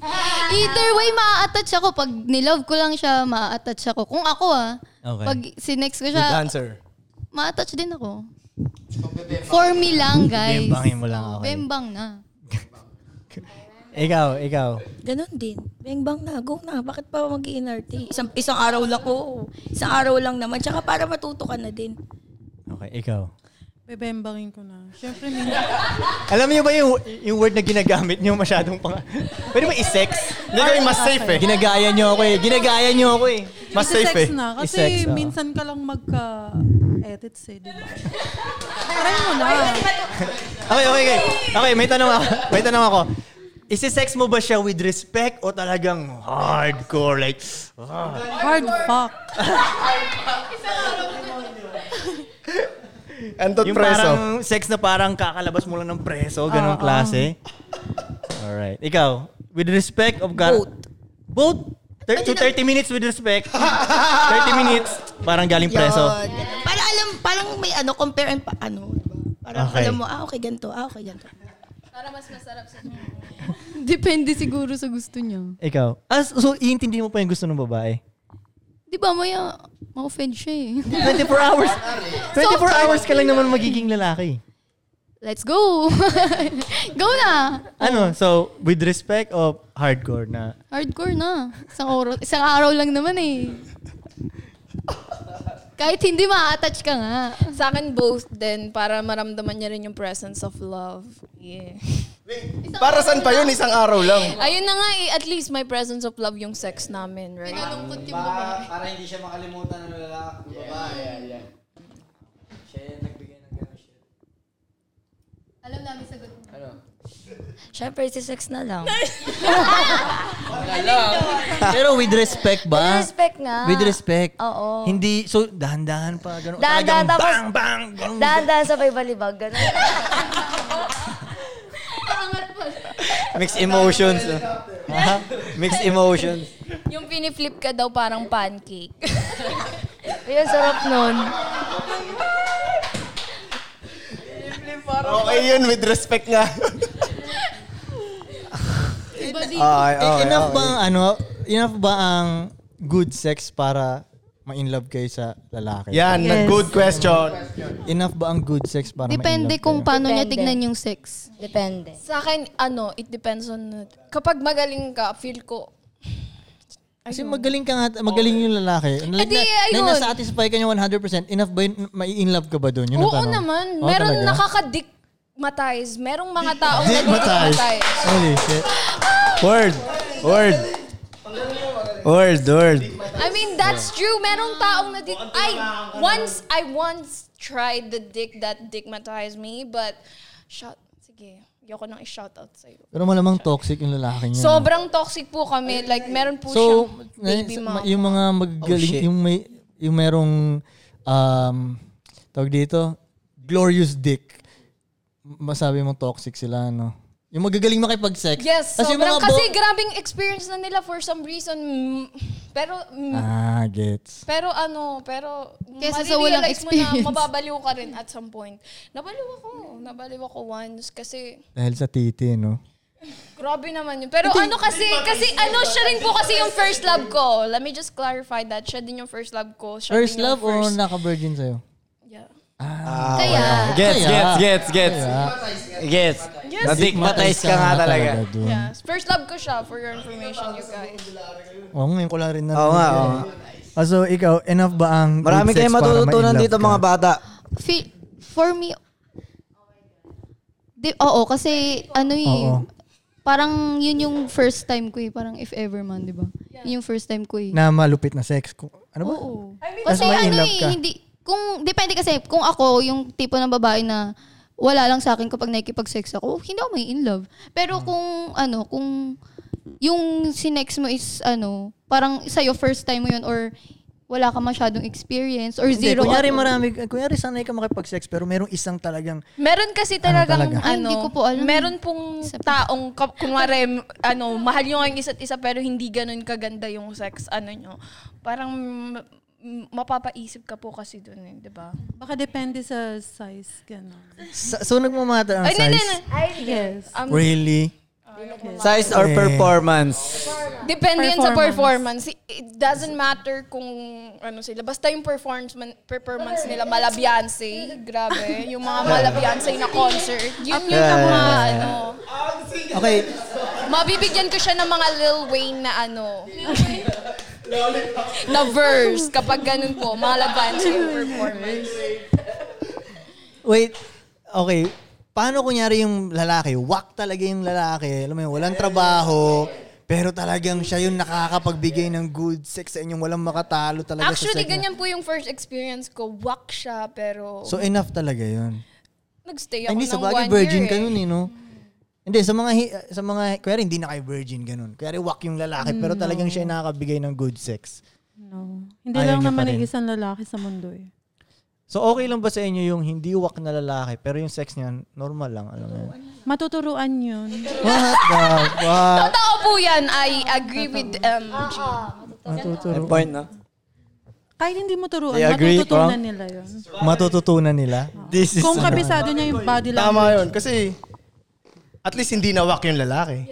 Speaker 7: either way maa-attach ako pag nilove ko lang siya, maa-attach ako. Kung ako ah,
Speaker 1: Okay.
Speaker 7: pag sinex ko
Speaker 1: Good
Speaker 7: siya,
Speaker 1: answer.
Speaker 7: ma-attach din ako. For me lang, guys.
Speaker 3: Bembangin mo lang, okay.
Speaker 7: Bembang na.
Speaker 3: Ikaw, ikaw.
Speaker 8: Ganon din. Bang bang na, go na. Bakit pa mag inarte Isang, isang araw lang ko. Isang araw lang naman. Tsaka para matuto ka na din.
Speaker 3: Okay, ikaw.
Speaker 9: Bebembangin ko na. Siyempre, minsan.
Speaker 3: Alam niyo ba yung, yung word na ginagamit niyo masyadong pang... Pwede ba i-sex?
Speaker 9: Hindi, gawin mas safe eh.
Speaker 3: Ginagaya niyo ako eh. Ginagaya niyo ako eh.
Speaker 9: Isa-sex na. Kasi
Speaker 3: I-sex, oo.
Speaker 9: minsan ka lang magka-edits eh, di ba? Try mo na.
Speaker 3: Okay, okay, okay. Okay, may tanong ako. May tanong ako. Isi-sex mo ba siya with respect o talagang hardcore like... ah?
Speaker 9: Hard fuck.
Speaker 1: Antot
Speaker 3: Yung
Speaker 1: preso.
Speaker 3: parang sex na parang kakalabas mo lang ng preso, ganong
Speaker 1: Oo.
Speaker 3: klase. Alright. Ikaw, with respect of God... Both. Thir- to 30 minutes with respect. 30 minutes, parang galing preso.
Speaker 8: Yun. Ganun. Para alam, parang may ano, compare and pa, ano. diba? Parang
Speaker 3: Okay.
Speaker 8: alam mo, ah, okay, ganito. Ah, okay, ganito.
Speaker 11: Para mas masarap sa
Speaker 14: Depende siguro sa gusto niya.
Speaker 3: Ikaw. Ah, so, iintindihin mo pa yung gusto ng babae?
Speaker 14: Di ba, maya, ma-offend siya eh.
Speaker 3: 24 hours. 24 hours ka lang naman magiging lalaki.
Speaker 14: Let's go! go na!
Speaker 3: Ano? So, with respect o hardcore na?
Speaker 14: Hardcore na. Isang, oras, isang araw lang naman eh. Kahit hindi ma-attach ka nga.
Speaker 11: Sa akin, both din. Para maramdaman niya rin yung presence of love. Yeah.
Speaker 1: Para saan pa yun? Isang araw lang.
Speaker 11: Ayun na nga eh. At least may presence of love yung sex namin, right?
Speaker 2: Pinalungkot yung babae. Para hindi siya makalimutan ng lalaki, ng babae. Yeah, yeah, Siya yung nagbigay ng gano'n shit.
Speaker 14: Alam namin sagot mo.
Speaker 2: Ano?
Speaker 8: Siyempre, si sex na lang.
Speaker 3: Pero with respect ba?
Speaker 4: With respect nga.
Speaker 3: With respect.
Speaker 4: Oo.
Speaker 3: Hindi, so dahan-dahan pa. Ganun,
Speaker 4: Dahan-dahan
Speaker 3: talagang
Speaker 4: tapos...
Speaker 3: bang, bang, ganun.
Speaker 4: Dahan-dahan sabay balibag. Ganun.
Speaker 2: Mixed emotions. no? Ha? Mixed emotions.
Speaker 11: Yung piniflip ka daw parang pancake.
Speaker 4: Ayun, sarap nun.
Speaker 1: Okay yun, with respect nga.
Speaker 3: Ay,
Speaker 1: okay,
Speaker 3: Eh, enough
Speaker 1: okay.
Speaker 3: ba ang ano? Enough ba ang good sex para ma-inlove kayo sa lalaki?
Speaker 1: Yan, na- Yes. good question.
Speaker 3: Enough ba ang good sex para
Speaker 14: Depende
Speaker 3: ma-inlove
Speaker 14: kung
Speaker 3: kayo?
Speaker 14: paano niya
Speaker 11: Depende.
Speaker 14: tignan yung sex.
Speaker 4: Depende.
Speaker 11: Sa akin, ano, it depends on... Kapag magaling ka, feel ko...
Speaker 3: Kasi magaling ka nga, magaling yung lalaki. Na,
Speaker 11: di,
Speaker 3: na,
Speaker 11: ayun.
Speaker 3: na, satisfy ka niya 100%, enough ba yun, mai-inlove ka ba doon? Yun ang
Speaker 11: Oo
Speaker 3: Ano tanong.
Speaker 11: naman.
Speaker 3: Oo,
Speaker 11: Meron
Speaker 3: talaga?
Speaker 11: nakaka-dick-matize. Merong mga taong
Speaker 3: Dick matize.
Speaker 11: nagdi-dick-matize.
Speaker 3: Holy shit.
Speaker 2: Word. Word. Word, word.
Speaker 11: I mean, that's true. Merong taong na dick. I once, I once tried the dick that dickmatized me, but shout, sige, ayoko nang i-shoutout sa'yo.
Speaker 3: Pero malamang toxic yung lalaki niya.
Speaker 11: Sobrang toxic po kami. Like, meron po
Speaker 3: So,
Speaker 11: siyang
Speaker 3: ngayon,
Speaker 11: baby
Speaker 3: sa-
Speaker 11: mama.
Speaker 3: yung mga magagaling,
Speaker 2: Oh, shit.
Speaker 3: yung may, yung merong, um, tawag dito, glorious dick. Masabi mong toxic sila, no? Yung magagaling makipag-sex.
Speaker 11: Yes,
Speaker 3: Tas yung
Speaker 11: sobrang,
Speaker 3: mga bo-
Speaker 11: kasi grabing experience na nila for some reason. Mm, Pero, mm,
Speaker 3: Ah, gets.
Speaker 11: pero ano, pero
Speaker 14: Kesa sa walang
Speaker 11: marirealize
Speaker 14: experience.
Speaker 11: mo na mababaliw ka rin at some point. Nabaliw ako. Nabaliw ako once kasi
Speaker 3: Dahil sa titi, no?
Speaker 11: Grabe naman yun. Pero ano kasi, kasi ano siya eh. rin po kasi yung first love ko. Let me just clarify that. Siya din yung first love ko. Siya
Speaker 3: First
Speaker 11: din yung
Speaker 3: love or
Speaker 11: first-
Speaker 3: naka-virgin sa'yo?
Speaker 11: Yeah.
Speaker 3: Ah,
Speaker 11: Kaya.
Speaker 3: wala.
Speaker 6: Gets,
Speaker 3: Kaya.
Speaker 6: gets, gets, gets.
Speaker 3: Kaya.
Speaker 6: Gets.
Speaker 11: Yes.
Speaker 6: Nadigmatize ka nga talaga.
Speaker 3: dun.
Speaker 11: Yes. First love ko siya, for your information, you guys.
Speaker 3: Oo, ngayon ko lang rin na.
Speaker 2: Oo nga, oo nga.
Speaker 3: Ah, so, ikaw, enough ba ang
Speaker 2: Marami
Speaker 3: good sex
Speaker 2: kayong
Speaker 3: para
Speaker 2: matututunan
Speaker 3: ma-inlove
Speaker 2: dito
Speaker 3: ka?
Speaker 2: mga bata.
Speaker 14: Feel, for me, di, oo, kasi ano eh,
Speaker 3: Oo.
Speaker 14: parang yun yung first time ko eh, parang if ever man, di ba? Yun yung first time ko eh.
Speaker 3: Na malupit na sex. Kung- Ano ba?
Speaker 14: Oo.
Speaker 3: Tas
Speaker 14: Kasi
Speaker 3: may in
Speaker 14: ano
Speaker 3: love
Speaker 14: eh,
Speaker 3: ka.
Speaker 14: hindi, kung, depende kasi, kung ako, yung tipo ng babae na wala lang sa akin kapag nakikipag-sex ako, hindi ako may in love. Pero
Speaker 3: Mm.
Speaker 14: kung, ano, kung yung sinex mo is, ano, parang sa'yo first time mo yun or wala ka masyadong experience or
Speaker 3: Hindi,
Speaker 14: zero.
Speaker 3: kunyari marami, kunyari sanay ka makipag-sex pero merong isang talagang
Speaker 11: Meron kasi
Speaker 3: Ano
Speaker 11: talagang, ano,
Speaker 3: talaga? Ay,
Speaker 14: hindi ko po alam.
Speaker 11: meron pong taong, ka- kunwari, m- ano, mahal nyo ang isa't isa pero hindi ganun kaganda yung sex, ano nyo. Parang m- m- mapapaisip ka po kasi dun eh, di ba?
Speaker 9: Baka depende sa size, gano'n.
Speaker 3: Sa- so nagmamatter ang
Speaker 11: Ay, hindi,
Speaker 3: size?
Speaker 11: hindi, hindi.
Speaker 9: Yes.
Speaker 11: Um,
Speaker 3: Really?
Speaker 2: Size or
Speaker 3: Eh.
Speaker 2: performance?
Speaker 11: Depende yan sa
Speaker 9: Performance.
Speaker 11: performance. It doesn't matter kung ano sila. Basta yung performance, man- performance nila, malabianse. Grabe. Yung mga malabianse na concert. Yun yung
Speaker 3: Yeah,
Speaker 11: mga,
Speaker 3: yeah, yeah.
Speaker 11: ano.
Speaker 3: Okay.
Speaker 11: Mabibigyan ko siya ng mga Lil Wayne na ano. na verse. Kapag ganun po, malabianse yung performance.
Speaker 3: Wait. Okay. Paano kunyari yung lalaki? Wak talaga yung lalaki. Alam mo yun, walang trabaho. Pero talagang siya yung nakakapagbigay ng good sex sa inyong walang makatalo talaga sa
Speaker 11: Actually,
Speaker 3: sex niya.
Speaker 11: ganyan po yung first experience ko. Wak siya, pero
Speaker 3: So enough talaga yun. Ay,
Speaker 11: nagstay ako
Speaker 3: Hindi, sa
Speaker 11: ng
Speaker 3: bagay,
Speaker 11: one
Speaker 3: virgin
Speaker 11: year.
Speaker 3: ka
Speaker 11: eh.
Speaker 3: nun eh, no? Hindi, sa mga, hi- sa mga, kaya hindi na kayo virgin ganun. Kaya wak yung lalaki,
Speaker 11: Mm.
Speaker 3: pero
Speaker 9: No.
Speaker 3: talagang siya yung nakakabigay ng good sex.
Speaker 9: No. Hindi
Speaker 3: Ayaw
Speaker 9: lang
Speaker 3: niya pa
Speaker 9: naman
Speaker 3: rin.
Speaker 9: yung isang lalaki sa mundo eh.
Speaker 3: So okay lang ba sa inyo yung hindi wak na lalaki, pero yung sex niya normal lang, alam mo yun?
Speaker 9: Matuturuan yun.
Speaker 3: What the fuck?
Speaker 11: Totoo po yan. I agree with MG.
Speaker 3: Matuturuan.
Speaker 2: Point, no?
Speaker 9: Kahit hindi mo turuan,
Speaker 3: I agree,
Speaker 9: matututunan
Speaker 3: Kong.
Speaker 9: nila yun.
Speaker 3: Matututunan nila? ano.
Speaker 9: Kung kabisado niya yung body
Speaker 1: Tama
Speaker 9: language.
Speaker 1: yun. Kasi At least hindi nawak yung lalaki.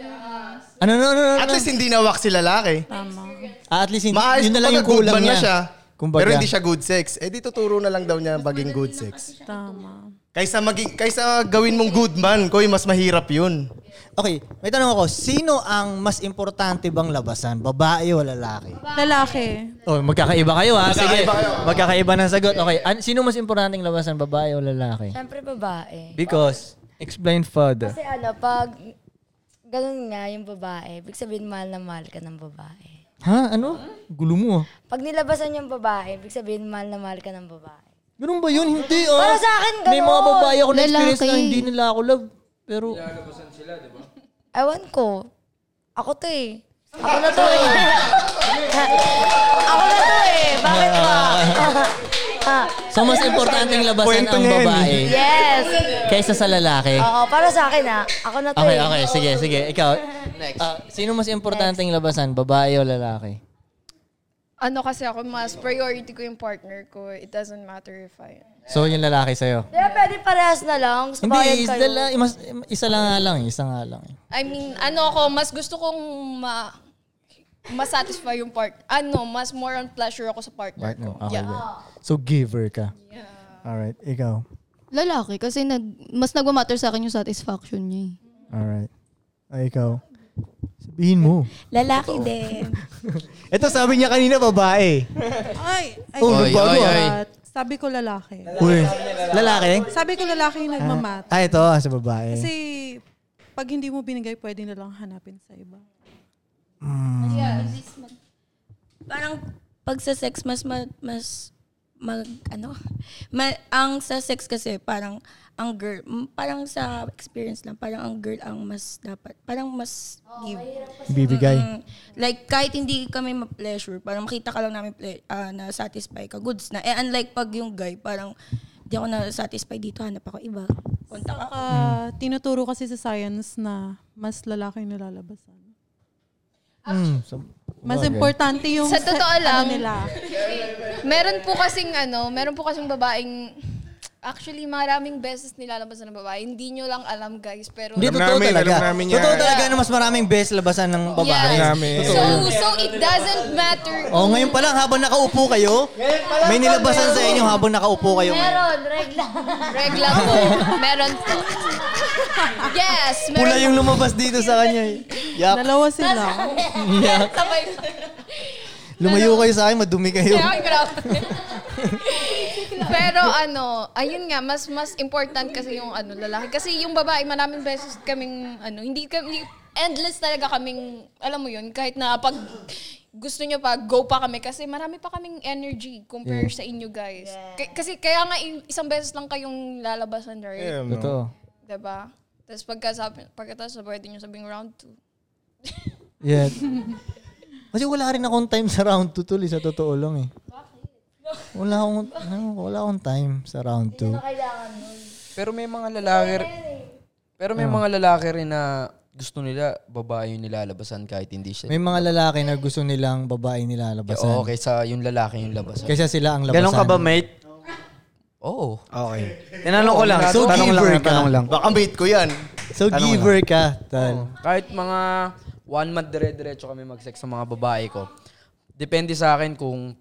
Speaker 3: Ano, ano, ano,
Speaker 1: At least hindi nawak si lalaki.
Speaker 3: Ah, at least hindi,
Speaker 1: Maayos
Speaker 3: yun na
Speaker 1: kumbaga,
Speaker 3: lang yung
Speaker 1: good
Speaker 3: kulang
Speaker 1: ban na
Speaker 3: niya.
Speaker 1: siya.
Speaker 3: Kumbaga.
Speaker 1: Pero hindi siya good sex. Eh di tuturo na lang daw niya maging good sex.
Speaker 9: Tama.
Speaker 1: Kaysa maging kaysa gawin mong good man, koy mas mahirap 'yun.
Speaker 3: Okay, may tanong ako, sino ang mas importante bang labasan? Babae o lalaki?
Speaker 9: Lalaki.
Speaker 3: Oh, magkakaiba kayo ha. Sige,
Speaker 9: Magkakaiba kayo.
Speaker 3: magkakaiba ng sagot. Okay, an- sino mas importanteng labasan, babae o lalaki?
Speaker 4: Siyempre babae.
Speaker 3: Because, explain further.
Speaker 4: Kasi ano, pag ganun nga yung babae, ibig sabihin mahal na mahal ka ng babae.
Speaker 3: Ha? Ano? Gulo mo ah.
Speaker 4: Pag nilabasan yung babae, ibig sabihin mahal na mahal ka ng babae.
Speaker 3: Ganun ba yun? Hindi ah.
Speaker 4: Para sa akin,
Speaker 3: May mga
Speaker 4: ganun.
Speaker 3: babae ako na experience na
Speaker 4: Lalaki.
Speaker 3: hindi nila ako love. Pero,
Speaker 4: Ewan ko. Ako to eh. Ako na to eh. ako na to eh. Bakit ba?
Speaker 3: so mas importanteng labasan
Speaker 4: Kwento
Speaker 3: ang
Speaker 4: niya yun.
Speaker 3: babae
Speaker 4: Yes.
Speaker 3: kaysa sa lalaki.
Speaker 4: Oo, para sa akin ah. Ako na to
Speaker 3: Okay,
Speaker 4: eh.
Speaker 3: okay. Sige, sige. Ikaw. Next. Ah, sino mas importanteng labasan, babae o lalaki?
Speaker 11: Ano kasi ako, mas priority ko yung partner ko. It doesn't matter if I...
Speaker 3: So, yung lalaki sa'yo.
Speaker 4: Kaya pwede parehas na lang. Gusto
Speaker 3: Hindi,
Speaker 4: Hindi,
Speaker 3: is
Speaker 4: kayo.
Speaker 3: dala- mas, isa lang nga lang. eh, Isa nga lang. eh.
Speaker 11: I mean, ano ako, mas gusto kong ma masatisfy yung part. Ano, mas more on pleasure ako sa partner.
Speaker 3: Partner.
Speaker 11: ko.
Speaker 3: Okay,
Speaker 11: Yeah.
Speaker 3: good. So, giver ka. Alright, ikaw.
Speaker 14: Lalaki kasi nag, mas nagmamatter sa akin yung satisfaction niya eh.
Speaker 3: Alright. Ay, ikaw. Sabihin mo.
Speaker 8: Lalaki din.
Speaker 3: Ito sabi niya kanina babae.
Speaker 9: Ay, ay,
Speaker 3: Oh, Oy, nagbago oy, ah. oy.
Speaker 9: Sabi ko lalaki.
Speaker 3: Uy. Lalaki?
Speaker 9: Sabi ko lalaki yung nagmamat.
Speaker 3: Ah, ito, sa babae.
Speaker 9: Kasi pag hindi mo binigay, pwede nilang hanapin sa iba.
Speaker 3: Mm.
Speaker 8: Parang pag sa sex, mas, ma- mas, mag, ano, ma- ang sa sex kasi, parang, ang girl, m- parang sa experience lang, parang ang girl ang mas dapat, parang mas give.
Speaker 3: Bibigay.
Speaker 8: Mm-mm. Like, kahit hindi kami ma-pleasure, parang makita ka lang namin ple- ah, na satisfy ka, goods na. Eh, unlike pag yung guy, parang, di ako na-satisfy dito, hanap ako iba. Kontak ako.
Speaker 9: Ah, tinuturo kasi sa science na mas lalaki yung nilalabasan. Mas importante yung
Speaker 11: Sa totoo
Speaker 9: ano
Speaker 11: lang,
Speaker 9: nila.
Speaker 11: meron po kasing ano, meron po kasing babaeng Actually, maraming beses nilalabas ng babae. Hindi nyo lang alam, guys. Pero...
Speaker 3: Hindi, totoo talaga. Totoo talaga na mas maraming best labasan ng babae.
Speaker 11: Yes.
Speaker 3: Totoo
Speaker 11: So,
Speaker 3: yun.
Speaker 11: so, it doesn't matter.
Speaker 3: Oh, ngayon pa lang habang nakaupo kayo, may nilabasan sa inyo habang nakaupo kayo. ngayon.
Speaker 4: Meron, regla.
Speaker 11: regla po. Meron po. Yes, meron.
Speaker 3: Pula yung lumabas dito sa kanya. eh. Yak.
Speaker 9: Dalawa sila.
Speaker 3: Yak.
Speaker 11: Sabay.
Speaker 3: Lumayo kayo sa akin, madumi kayo.
Speaker 11: Kaya ang grabe. Pero ano, ayun nga, mas mas important kasi yung ano lalaki. Kasi yung babae, maraming beses kaming ano, hindi kami endless talaga kaming, alam mo yun, kahit na pag gusto nyo pa, go pa kami kasi marami pa kaming energy compare
Speaker 3: Yeah.
Speaker 11: sa inyo guys. K- kasi kaya nga in- isang beses lang kayong lalabasan, right?
Speaker 3: Totoo.
Speaker 11: Diba? Tapos pagka, sabi- pagkatapos pwede nyo sabing round two.
Speaker 3: Yeah. Kasi wala rin akong time sa round 2 tuloy, sa totoo lang eh. Wala akong, ano, wala akong time sa round 2.
Speaker 10: Pero may mga lalaki Pero may
Speaker 3: Ah.
Speaker 10: mga lalaki rin na gusto nila babae yung nilalabasan kahit hindi siya.
Speaker 3: May mga lalaki na gusto nilang babae nilalabasan.
Speaker 10: Oo, kaysa yung lalaki yung labasan.
Speaker 3: Kaysa sila ang labasan.
Speaker 6: Ganon ka ba, mate?
Speaker 10: Oo.
Speaker 6: Okay. Tinanong ko lang.
Speaker 3: So
Speaker 6: tanong lang,
Speaker 3: giver ka.
Speaker 6: tanong lang.
Speaker 1: Baka mate ko yan.
Speaker 3: So
Speaker 10: Tanong
Speaker 3: giver
Speaker 10: lang.
Speaker 3: ka, tal.
Speaker 10: Oo. Oh, Kahit mga one month dire-diretso kami mag-sex sa mga babae ko. Depende sa akin kung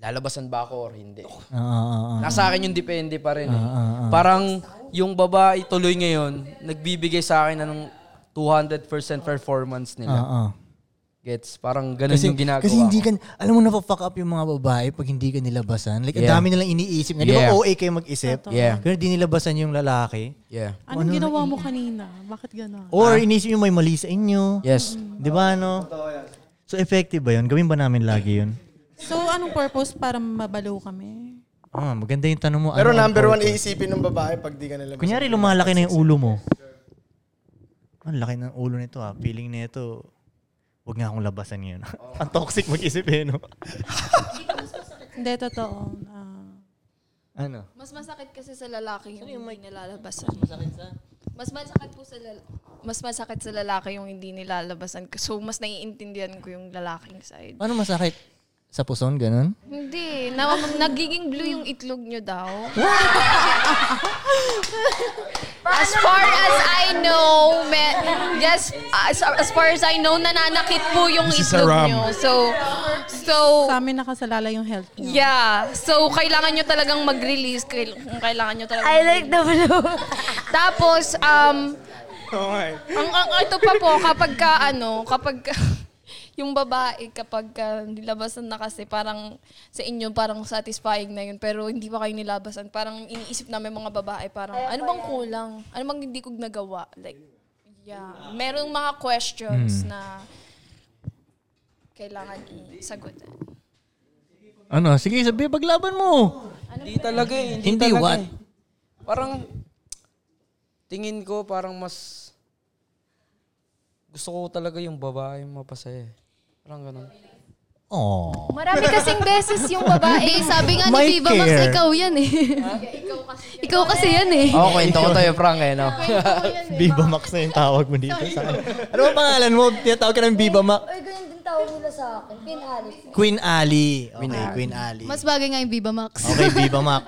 Speaker 10: lalabasan ba ako or hindi.
Speaker 3: Ah, ah, ah, ah.
Speaker 10: Nasa akin yung depende pa rin. eh.
Speaker 3: Ah, ah, ah.
Speaker 10: Parang yung babae tuloy ngayon, nagbibigay sa akin ng 200% performance nila.
Speaker 3: Ah, ah.
Speaker 10: Gets? Parang ganun
Speaker 3: kasi,
Speaker 10: yung ginagawa
Speaker 3: Kasi hindi
Speaker 10: ko.
Speaker 3: ka, alam mo, napafuck up yung mga babae pag hindi ka nilabasan. Like, ang
Speaker 10: Yeah.
Speaker 3: dami nilang iniisip. Na, Di ba
Speaker 10: Yeah.
Speaker 3: OA kayo mag-isip?
Speaker 10: Totoo. Yeah.
Speaker 3: Pero di nilabasan yung lalaki.
Speaker 10: Yeah.
Speaker 9: Anong ginawa mo kanina? Bakit gano'n?
Speaker 3: Ano Or inisip yung may mali sa inyo.
Speaker 10: Yes.
Speaker 3: Di ba, ano? So, effective ba yun? Gawin ba namin lagi yun?
Speaker 9: So, anong purpose para mabalo kami?
Speaker 3: Ah, maganda yung tanong mo.
Speaker 1: Pero
Speaker 3: Ano ang
Speaker 1: number one,
Speaker 3: purpose?
Speaker 1: iisipin ng babae pag di ka nalabasan.
Speaker 3: Kunyari, lumalaki na yung ulo mo. Ang laki ng ulo nito ah. Feeling nito, wag nga akong labasan ngayon.
Speaker 1: Oh.
Speaker 3: Ang toxic mag-isip eh, no?
Speaker 9: Hindi, totoo. Ah,
Speaker 3: ano?
Speaker 11: Mas masakit kasi sa lalaki yung, hindi nilalabasan. Mas masakit sa? Mas masakit po sa lal- mas masakit sa lalaki yung hindi nilalabasan. So mas naiintindihan ko yung lalaking side.
Speaker 3: Ano masakit? Sa Puson, ganun?
Speaker 11: Hindi. Na, nagiging blue yung itlog nyo daw. as far as I know, me, yes, as, as far as I know, nananakit po yung
Speaker 9: This is a
Speaker 11: itlog
Speaker 9: ram.
Speaker 11: nyo. So, so...
Speaker 9: Sa amin nakasalala yung health niyo.
Speaker 11: Yeah. So, kailangan nyo talagang mag-release. Kail- kung Kailangan nyo talagang
Speaker 9: I like
Speaker 11: the blue. Tapos, um, ang, ang ito pa po, kapag ka, ano, kapag ka- yung babae, kapag ka nilabasan na kasi, parang sa inyo, parang satisfying na yun, pero hindi pa kayo nilabasan. Parang iniisip namin mga babae, parang, ano bang kulang? Ano bang hindi ko nagawa? Like, yeah. Merong mga questions
Speaker 3: Hmm.
Speaker 11: na kailangan isagutin.
Speaker 3: Ano? Sige, sabi, paglaban mo.
Speaker 11: Ano
Speaker 10: Hindi talaga eh. Hindi,
Speaker 3: Hindi
Speaker 10: talaga
Speaker 3: what?
Speaker 10: eh. Parang, tingin ko parang mas, gusto ko talaga yung babae mapasaya. eh. Parang ganun.
Speaker 3: Oh.
Speaker 14: Marami kasing beses yung
Speaker 7: Eh,
Speaker 14: babae. Sabi nga
Speaker 10: My
Speaker 14: ni Viva Max,
Speaker 10: care.
Speaker 14: ikaw yan eh. ikaw kasi yan eh.
Speaker 3: Oh,
Speaker 10: Oo, kwento ko tayo, Frank, eh, no?
Speaker 3: Biba Max na yung tawag mo dito sa akin. Ano ba pangalan mo? Tinatawag ka ng Biba Max.
Speaker 4: Uy, ganyan din tawag nila sa akin. Queen Alice.
Speaker 3: Queen Ali. Okay, Queen Ali.
Speaker 14: Mas bagay nga yung Viva Max.
Speaker 3: Okay, Viva Max.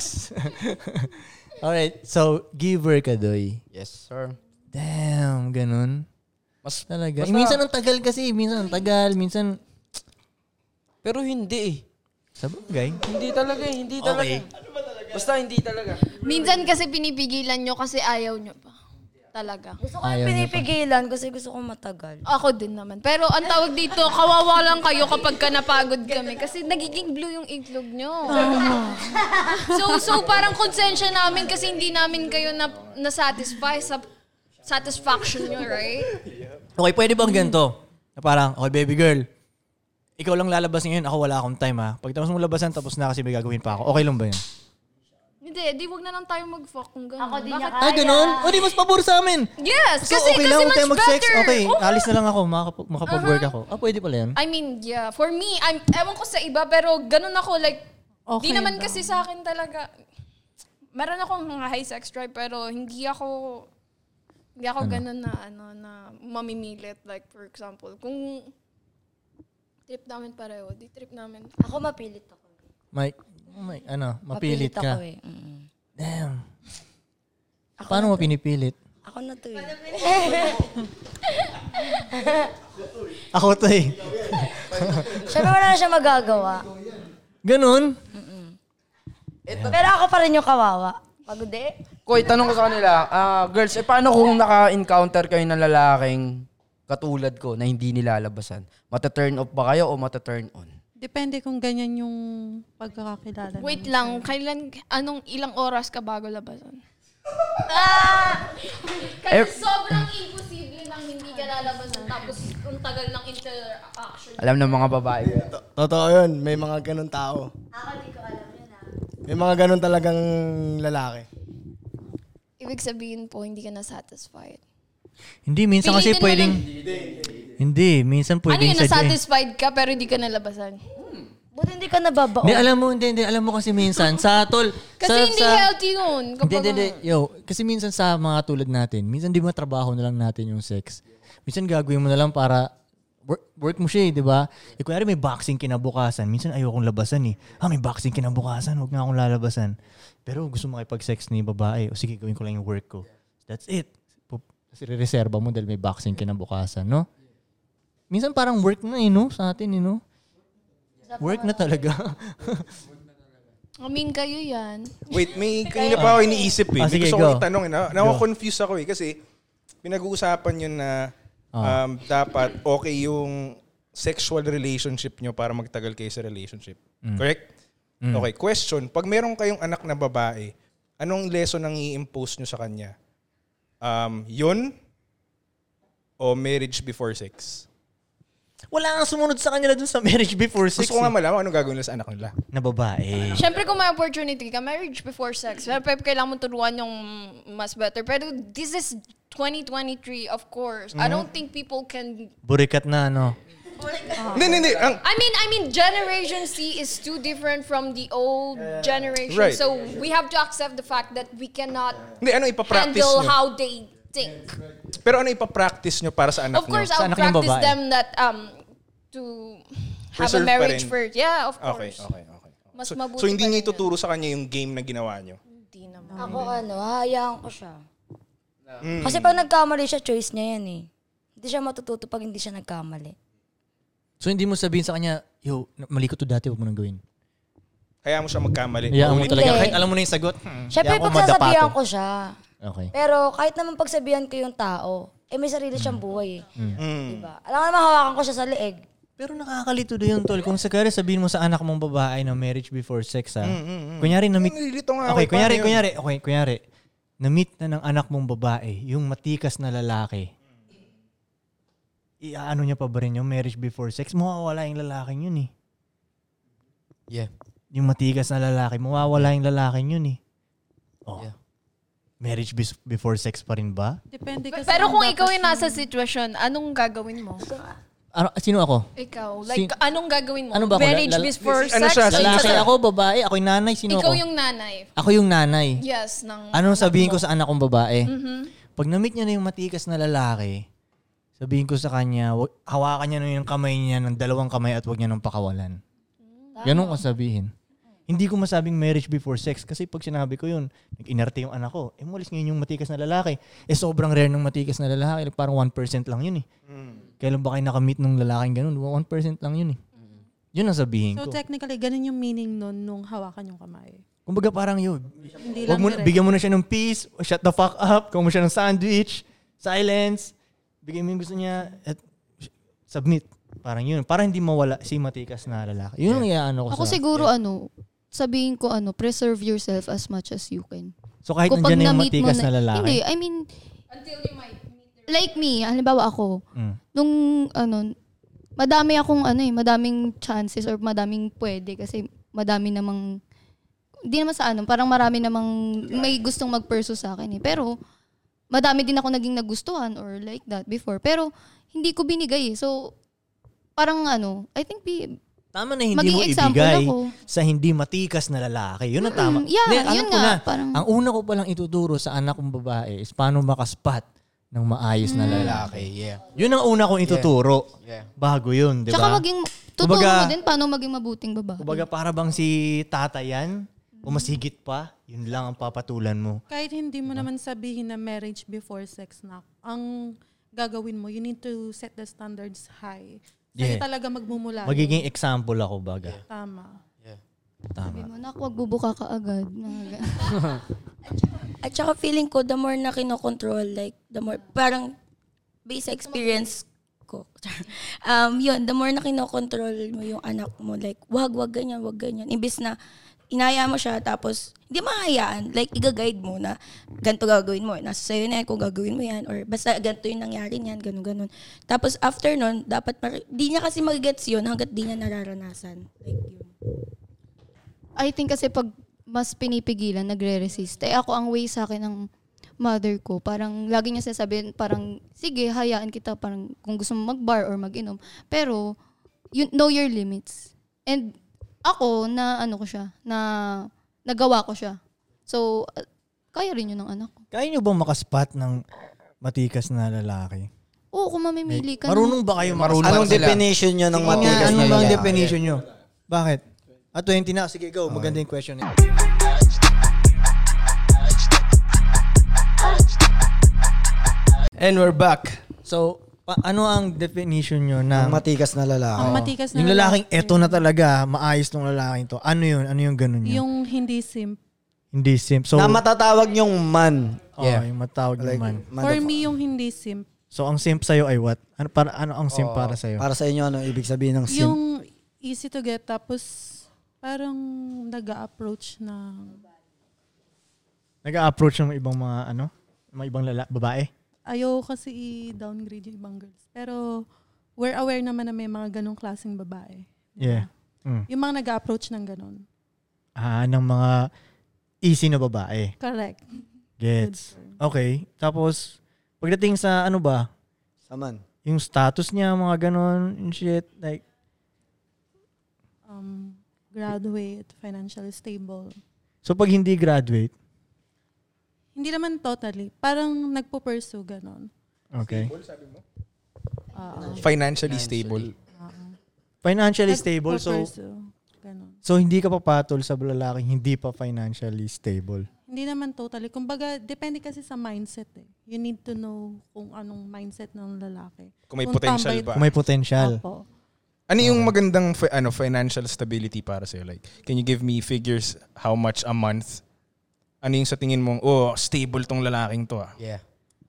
Speaker 3: Alright, so giver ka, Doy.
Speaker 10: Yes, sir.
Speaker 3: Damn, ganun.
Speaker 10: Mas,
Speaker 3: Talaga.
Speaker 10: basta-
Speaker 3: Eh, minsan ang tagal kasi, minsan ang tagal, minsan...
Speaker 10: Pero hindi eh.
Speaker 3: Sabagay.
Speaker 10: Hindi talaga eh. Hindi
Speaker 3: Okay.
Speaker 10: talaga. Basta hindi talaga.
Speaker 11: Minsan kasi pinipigilan nyo kasi ayaw nyo pa. Talaga. Gusto
Speaker 4: ko yung Ayaw nyo pa. pinipigilan kasi gusto ko matagal.
Speaker 11: Ako din naman. Pero ang tawag dito, kawawa lang kayo kapag ka napagod kami kasi nagiging blue yung itlog nyo.
Speaker 4: Ah.
Speaker 14: Tama.
Speaker 11: so, so parang konsensya namin kasi hindi namin kayo na, na-satisfy sa satisfaction nyo, right?
Speaker 3: Okay, pwede bang ganito? Na parang, okay, baby girl, ikaw lang lalabas ngayon, ako wala akong time ha. Pagtapos mo labasan, tapos na kasi may gagawin pa ako. Okay lang ba yun?
Speaker 11: Hindi, di wag na lang tayo mag-fuck kung gano'n. Ako
Speaker 4: din
Speaker 11: Bakit?
Speaker 3: Ah, ganun? O di, mas pabor sa amin.
Speaker 11: Yes,
Speaker 3: So,
Speaker 11: kasi,
Speaker 3: okay
Speaker 11: kasi
Speaker 3: lang, huwag
Speaker 11: much
Speaker 3: tayo mag-sex.
Speaker 11: better. Oh. Uh-huh.
Speaker 3: Okay,
Speaker 11: Oo.
Speaker 3: alis na lang ako, makapag- makapag-work ako. Ah, pwede pala yan.
Speaker 11: I mean, yeah. For me, I'm, ewan ko sa iba, pero ganun ako, like,
Speaker 9: Okay
Speaker 11: di naman
Speaker 9: lang.
Speaker 11: kasi sa akin talaga, meron akong mga high sex drive, pero hindi ako, hindi ako
Speaker 3: Ano?
Speaker 11: ganun na, ano, na mamimilit. Like, for example, kung trip namin pareho, di trip namin.
Speaker 4: Ako mapilit ako.
Speaker 3: Mike, Mike, ano, mapilit,
Speaker 4: Mapilit
Speaker 3: ka.
Speaker 4: ako eh, mm.
Speaker 3: Damn. Paano mo pinipilit?
Speaker 4: Ako na to eh.
Speaker 3: Ako to eh.
Speaker 4: Siyempre wala na siya magagawa.
Speaker 3: Ganun?
Speaker 4: Pero ako pa rin yung kawawa. Pagod eh.
Speaker 10: Koy, tanong ko sa kanila, ah, girls, eh paano kung naka-encounter kayo ng lalaking katulad ko na hindi nilalabasan? Mata-turn off ba kayo o mata-turn on?
Speaker 9: Depende kung ganyan yung pagkakakilala.
Speaker 11: Wait
Speaker 9: namin.
Speaker 11: lang, kailan, anong ilang oras ka bago labasan?
Speaker 10: Kasi Eh,
Speaker 11: Ah! sobrang imposible nang hindi ka lalabasan tapos ang tagal ng interaction.
Speaker 10: Alam ng mga babae.
Speaker 1: Totoo yun. May mga ganun tao.
Speaker 4: Ako di ko alam yun ah.
Speaker 1: May mga ganun talagang lalaki.
Speaker 11: Ibig sabihin po, hindi ka na-satisfied.
Speaker 3: Hindi, minsan kasi
Speaker 11: Pilitin mo
Speaker 3: pwedeng...
Speaker 11: lang.
Speaker 3: Hindi, minsan pwedeng
Speaker 11: ano yun, na-satisfied ka pero hindi ka nalabasan?
Speaker 4: Hmm. Buti hindi ka nababao.
Speaker 3: Hindi, alam mo, hindi, hindi. Alam mo kasi minsan, sa tol...
Speaker 11: Kasi
Speaker 3: sa,
Speaker 11: hindi
Speaker 3: sa,
Speaker 11: healthy yun.
Speaker 3: Hindi, hindi, hindi. Yo, kasi minsan sa mga tulad natin, minsan di ba trabaho na lang natin yung sex. Minsan gagawin mo na lang para work, work mo siya eh, di ba? Eh, kunyari may boxing kinabukasan. Minsan ayokong labasan eh. Ah, may boxing kinabukasan. Huwag na akong lalabasan. Pero gusto makipag-sex ni babae. O sige, gawin ko lang yung work ko. That's it. Pup- Tapos re-reserva mo dahil may boxing kinabukasan, no? Minsan parang work na eh, no? Sa atin eh, no? Work na talaga.
Speaker 11: I mean, kayo yan.
Speaker 13: Wait, may kanina pa ako iniisip eh.
Speaker 3: Ah,
Speaker 13: May
Speaker 3: sige,
Speaker 13: gusto
Speaker 3: go.
Speaker 13: ko itanong. eh. Na, Nako-confuse ako eh kasi pinag-uusapan yun na
Speaker 3: Ah.
Speaker 13: um, dapat okay yung sexual relationship nyo para magtagal kayo sa relationship.
Speaker 3: Mm.
Speaker 13: Correct?
Speaker 3: Mm.
Speaker 13: Okay, question. Pag meron kayong anak na babae, anong lesson ang i-impose nyo sa kanya? Um, yun o marriage before sex?
Speaker 3: Wala kang sumunod sa kanila dun sa marriage before sex. eh.
Speaker 13: Gusto ko nga malaman anong gagawin nila sa anak nila.
Speaker 3: Na babae.
Speaker 11: Siyempre kung may opportunity ka, marriage before sex. Siyempre kailangan mo turuan yung mas better. Pero this is 2023, of course. I
Speaker 3: Mhm.
Speaker 11: don't think people can...
Speaker 3: Burikat na, ano?
Speaker 13: Hindi, hindi, hindi. Ang,
Speaker 11: I mean, I mean, Generation C is too different from the old generation.
Speaker 13: Right.
Speaker 11: So we have to accept the fact that we cannot
Speaker 13: hindi, ano ipapractice
Speaker 11: handle
Speaker 13: nyo?
Speaker 11: how they think.
Speaker 13: Pero ano ipapractice nyo para sa anak
Speaker 11: Of course,
Speaker 13: nyo?
Speaker 11: I'll practice them that um to have
Speaker 13: Reserve pa
Speaker 11: a marriage
Speaker 13: rin.
Speaker 11: first. Yeah, of
Speaker 13: Okay,
Speaker 11: course.
Speaker 13: okay, okay.
Speaker 11: Mas
Speaker 13: so,
Speaker 11: mabuti
Speaker 13: so hindi
Speaker 11: pa
Speaker 13: niyo ituturo sa kanya yung game na ginawa niyo?
Speaker 4: Ako ano, hahayaan ko siya.
Speaker 13: Mm.
Speaker 4: Kasi pag nagkamali siya, choice niya yan eh. Hindi siya matututo pag hindi siya nagkamali.
Speaker 3: So hindi mo sabihin sa kanya, yo, na- mali ko to dati, huwag mo nang gawin.
Speaker 13: Kaya mo siya magkamali.
Speaker 3: Hayaan mo
Speaker 13: Ulit-
Speaker 3: talaga.
Speaker 4: Hindi.
Speaker 3: Kahit alam mo na yung sagot.
Speaker 13: Mm.
Speaker 3: Hmm,
Speaker 4: Siyempre,
Speaker 3: hayaan mo madapa
Speaker 4: pagsasabihan
Speaker 3: to.
Speaker 4: ko siya.
Speaker 3: Okay.
Speaker 4: Pero kahit naman pagsabihan ko yung tao, eh may sarili siyang buhay eh.
Speaker 3: Mm.
Speaker 4: Diba? Alam ko naman, hawakan ko siya sa leeg.
Speaker 3: Pero nakakalito doon yun, tol. Kung sakali sabihin mo sa anak mong babae na marriage before sex, ha?
Speaker 13: Mm, mm, mm.
Speaker 3: Kunyari, na
Speaker 13: Ang nalilito nga ako,
Speaker 3: Okay,
Speaker 13: eh,
Speaker 3: kunyari,
Speaker 13: paano yun?
Speaker 3: kunyari, okay, kunyari, na-meet na ng anak mong babae, yung matikas na lalaki. Iaano niya pa ba rin yung marriage before sex? Mawawala yung lalaking yun eh.
Speaker 10: Yeah.
Speaker 3: Yung matikas na lalaki, mawawala yung lalaking yun eh. Oh. Marriage bes- before sex pa rin ba?
Speaker 9: Depende kasi
Speaker 11: Pero
Speaker 9: ang
Speaker 11: kung
Speaker 9: dapat
Speaker 11: ikaw yung
Speaker 9: yung-
Speaker 11: nasa sitwasyon, anong gagawin mo?
Speaker 3: Ano, sino ako?
Speaker 11: Ikaw, like,
Speaker 3: Si-
Speaker 11: anong gagawin mo?
Speaker 3: Ano ba ako?
Speaker 11: Marriage
Speaker 3: Lala-
Speaker 11: before
Speaker 3: Ano
Speaker 11: sex?
Speaker 3: siya?
Speaker 11: Like,
Speaker 3: Lalaki
Speaker 11: sa-
Speaker 3: ako, babae, ako yung nanay, sino
Speaker 11: Ikaw
Speaker 3: ako?
Speaker 11: yung nanay.
Speaker 3: Ako yung nanay.
Speaker 11: Yes, ng...
Speaker 3: Ano sabihin ko sa anak kong babae?
Speaker 11: Mhm.
Speaker 3: Pag na-meet niya na yung matikas na lalaki, sabihin ko sa kanya, wa- hawakan niya na yung kamay niya ng dalawang kamay at huwag niya nang pakawalan.
Speaker 11: Ah.
Speaker 3: Ganun ko sabihin. Hindi ko masabing marriage before sex kasi pag sinabi ko yun, nag-inerte yung anak ko, eh mulis ngayon yung matikas na lalaki. Eh sobrang rare ng matikas na lalaki, like, parang 1% lang yun eh.
Speaker 9: Hmm.
Speaker 3: Kailan ba kayo nakamit ng lalaking ganun? 1% lang yun eh.
Speaker 11: Mm.
Speaker 3: Yun ang sabihin
Speaker 9: So
Speaker 3: ko.
Speaker 9: technically, ganun yung meaning nun nung hawakan yung kamay.
Speaker 3: Kumbaga parang yun.
Speaker 9: Hindi
Speaker 3: Wag
Speaker 9: lang
Speaker 3: mo na,
Speaker 9: direct.
Speaker 3: bigyan mo na siya ng peace, shut the fuck up, kung mo siya ng sandwich, silence, bigyan mo yung gusto niya, at sh- submit. Parang yun. Parang hindi mawala si matikas na lalaki. Yun ang iaano ko
Speaker 7: Ako
Speaker 3: sa...
Speaker 7: siguro ano, sabihin ko ano, preserve yourself as much as you can.
Speaker 3: So kahit
Speaker 7: Kung pag
Speaker 3: nandyan na yung
Speaker 7: na-meet mo
Speaker 3: matikas na lalaki?
Speaker 7: Hindi, I mean, like me, halimbawa ako,
Speaker 3: Mm.
Speaker 7: nung ano, madami akong ano eh, madaming chances or madaming pwede kasi madami namang hindi naman sa ano, parang marami namang may gustong magperso sa akin eh. Pero madami din ako naging nagustuhan or like that before. Pero hindi ko binigay eh. So parang ano, I think be,
Speaker 3: Tama na hindi
Speaker 7: maging
Speaker 3: mo
Speaker 7: example
Speaker 3: ibigay
Speaker 7: ako.
Speaker 3: sa hindi matikas na lalaki. Yun ang tama.
Speaker 7: Mm, yeah,
Speaker 3: Hindi, alam
Speaker 7: yun
Speaker 3: ko
Speaker 7: nga,
Speaker 3: na,
Speaker 7: parang-
Speaker 3: ang una ko palang ituturo sa anak kong babae is paano makaspat ng maayos na
Speaker 7: Mm.
Speaker 3: lalaki.
Speaker 10: yeah.
Speaker 3: Yun ang una kong ituturo.
Speaker 10: Yeah.
Speaker 3: Bago yun, di ba?
Speaker 7: Tsaka maging, tuturo
Speaker 3: Kumbaga-
Speaker 7: mo din paano maging mabuting babae.
Speaker 3: Kumbaga para bang si tata yan, o mas higit pa, yun lang ang papatulan mo.
Speaker 9: Kahit hindi
Speaker 3: Diba?
Speaker 9: mo naman sabihin na marriage before sex na, ang gagawin mo, you need to set the standards high. Sa'yo
Speaker 3: Yeah.
Speaker 9: talaga magmumula.
Speaker 3: Magiging example ako baga.
Speaker 9: yun. Tama.
Speaker 3: Tama.
Speaker 7: Sabi mo, nak, wag bubuka ka agad. Mga ganun.
Speaker 8: At saka feeling ko, the more na kinokontrol, like, the more, parang, based sa experience ko, um, yun, the more na kinokontrol mo yung anak mo, like, wag, wag ganyan, wag ganyan. Imbis na, inaya mo siya, tapos, hindi mahayaan, like, igaguide mo na, ganito gagawin mo, nasa sa'yo na yan, kung gagawin mo yan, or basta ganito yung nangyari niyan, ganun, ganun. Tapos, after nun, dapat, mari- di niya kasi magigets yun hanggat di niya nararanasan. Like, yun.
Speaker 7: I think kasi pag mas pinipigilan, nagre-resist. Eh ako, ang way sa akin ng mother ko, parang lagi niya sinasabi, parang sige, hayaan kita, parang kung gusto mo mag-bar or mag-inom. Pero, you know your limits. And ako, na ano ko siya, na nagawa ko siya. So, uh, kaya rin yun ng anak ko.
Speaker 3: Kaya nyo bang makaspat ng matikas na lalaki?
Speaker 7: Oo, kung mamimili ka. ng-
Speaker 3: Marunong ba kayo makaspat?
Speaker 2: Anong definition nyo ng
Speaker 3: Sige nga,
Speaker 2: matikas
Speaker 3: Ano
Speaker 2: na
Speaker 3: ba ang
Speaker 2: lalaki?
Speaker 3: definition nyo? Bakit? At 20 na, sige go, maganda yung question niya.
Speaker 15: And we're back.
Speaker 3: So, pa- ano ang definition nyo ng...
Speaker 2: Ang matikas na lalaki.
Speaker 9: Ang matikas na
Speaker 3: yung
Speaker 9: lalaki.
Speaker 3: lalaking, eto na talaga, maayos tong lalaking to. Ano yun? Ano yung ganun yun?
Speaker 9: Yung hindi simp.
Speaker 3: Hindi simp. So,
Speaker 2: na matatawag nyong man.
Speaker 3: Oh, yung matawag
Speaker 2: Like,
Speaker 3: naman.
Speaker 9: For me, yung hindi simp.
Speaker 3: So, ang simp sa'yo ay what? Ano, para, ano ang simp
Speaker 2: Oo.
Speaker 3: para sa'yo?
Speaker 2: Para sa inyo, ano ibig sabihin ng simp?
Speaker 9: Yung easy to get, tapos parang nag approach na
Speaker 3: Nag-a-approach ng ibang mga ano? Mga ibang lala, babae?
Speaker 9: ayaw kasi i-downgrade yung ibang girls. Pero we're aware naman na may mga ganong klaseng babae.
Speaker 3: Yeah. Mm.
Speaker 9: Yung mga nag-approach ng ganon.
Speaker 3: Ah, ng mga easy na babae.
Speaker 9: Correct.
Speaker 3: Gets. Okay. Tapos, pagdating sa ano ba?
Speaker 2: Saman.
Speaker 3: Yung status niya, mga ganon, and shit. Like,
Speaker 9: Um, graduate, financially stable.
Speaker 3: so pag hindi graduate,
Speaker 9: Hindi naman totally. Parang nagpo-pursue Ah, ganon.
Speaker 3: okay.
Speaker 9: Oo.
Speaker 13: Financially stable.
Speaker 3: financially stable. So,
Speaker 9: Nagpo-pursue. Ganun.
Speaker 3: so hindi ka papatol sa lalaking hindi pa financially stable.
Speaker 9: Hindi naman totally. Kumbaga, depende kasi sa mindset eh. You need to know kung anong mindset ng lalaki.
Speaker 13: Kung may potential
Speaker 9: tambay-
Speaker 13: ba? Kung may potential.
Speaker 9: Opo.
Speaker 13: Ano yung magandang fi- ano financial stability para sa'yo? Like, can you give me figures how much a month? Ano yung sa tingin mong, oh, stable tong lalaking to ah.
Speaker 10: Yeah.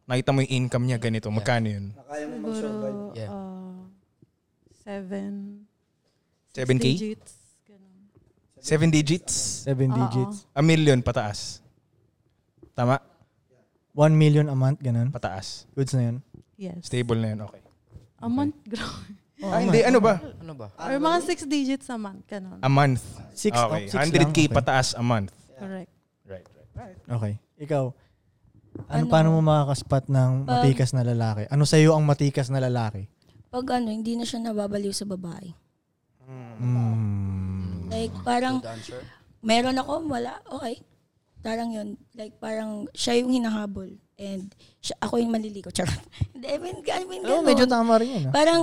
Speaker 13: Nakita mo yung income niya ganito, magkano yun?
Speaker 9: Siguro, uh, seven. six
Speaker 13: 7K?
Speaker 9: digits.
Speaker 13: Seven digits?
Speaker 3: Seven
Speaker 9: Oo. digits.
Speaker 13: A million pataas. Tama?
Speaker 3: One million a month, ganun.
Speaker 13: Pataas.
Speaker 3: Goods na yun.
Speaker 9: Yes.
Speaker 13: Stable na yun, okay.
Speaker 9: A month, grabe.
Speaker 13: Ah, hindi. Ano ba?
Speaker 10: Ano ba?
Speaker 9: Or mga six digits a month, ganun.
Speaker 13: A month. Ah,
Speaker 3: Six-
Speaker 13: okay.
Speaker 3: oh, six
Speaker 13: 100K
Speaker 3: lang, okay.
Speaker 13: pataas a month.
Speaker 9: Correct.
Speaker 13: Right, right.
Speaker 3: Okay. Ikaw, ano,
Speaker 8: Ano?
Speaker 3: paano mo makakaspat ng
Speaker 8: Pag-
Speaker 3: matikas na lalaki? Ano sa'yo ang matikas na lalaki?
Speaker 8: Pag ano, hindi na siya nababaliw sa babae.
Speaker 3: Hmm.
Speaker 8: Like
Speaker 3: Mm.
Speaker 8: parang meron ako, wala, okay. Parang yun, like parang siya yung hinahabol and siya, ako yung maliligo. Charot. Hindi, I mean, I mean,
Speaker 3: Oh,
Speaker 8: ganun.
Speaker 3: medyo tama rin yun, ah.
Speaker 8: Parang,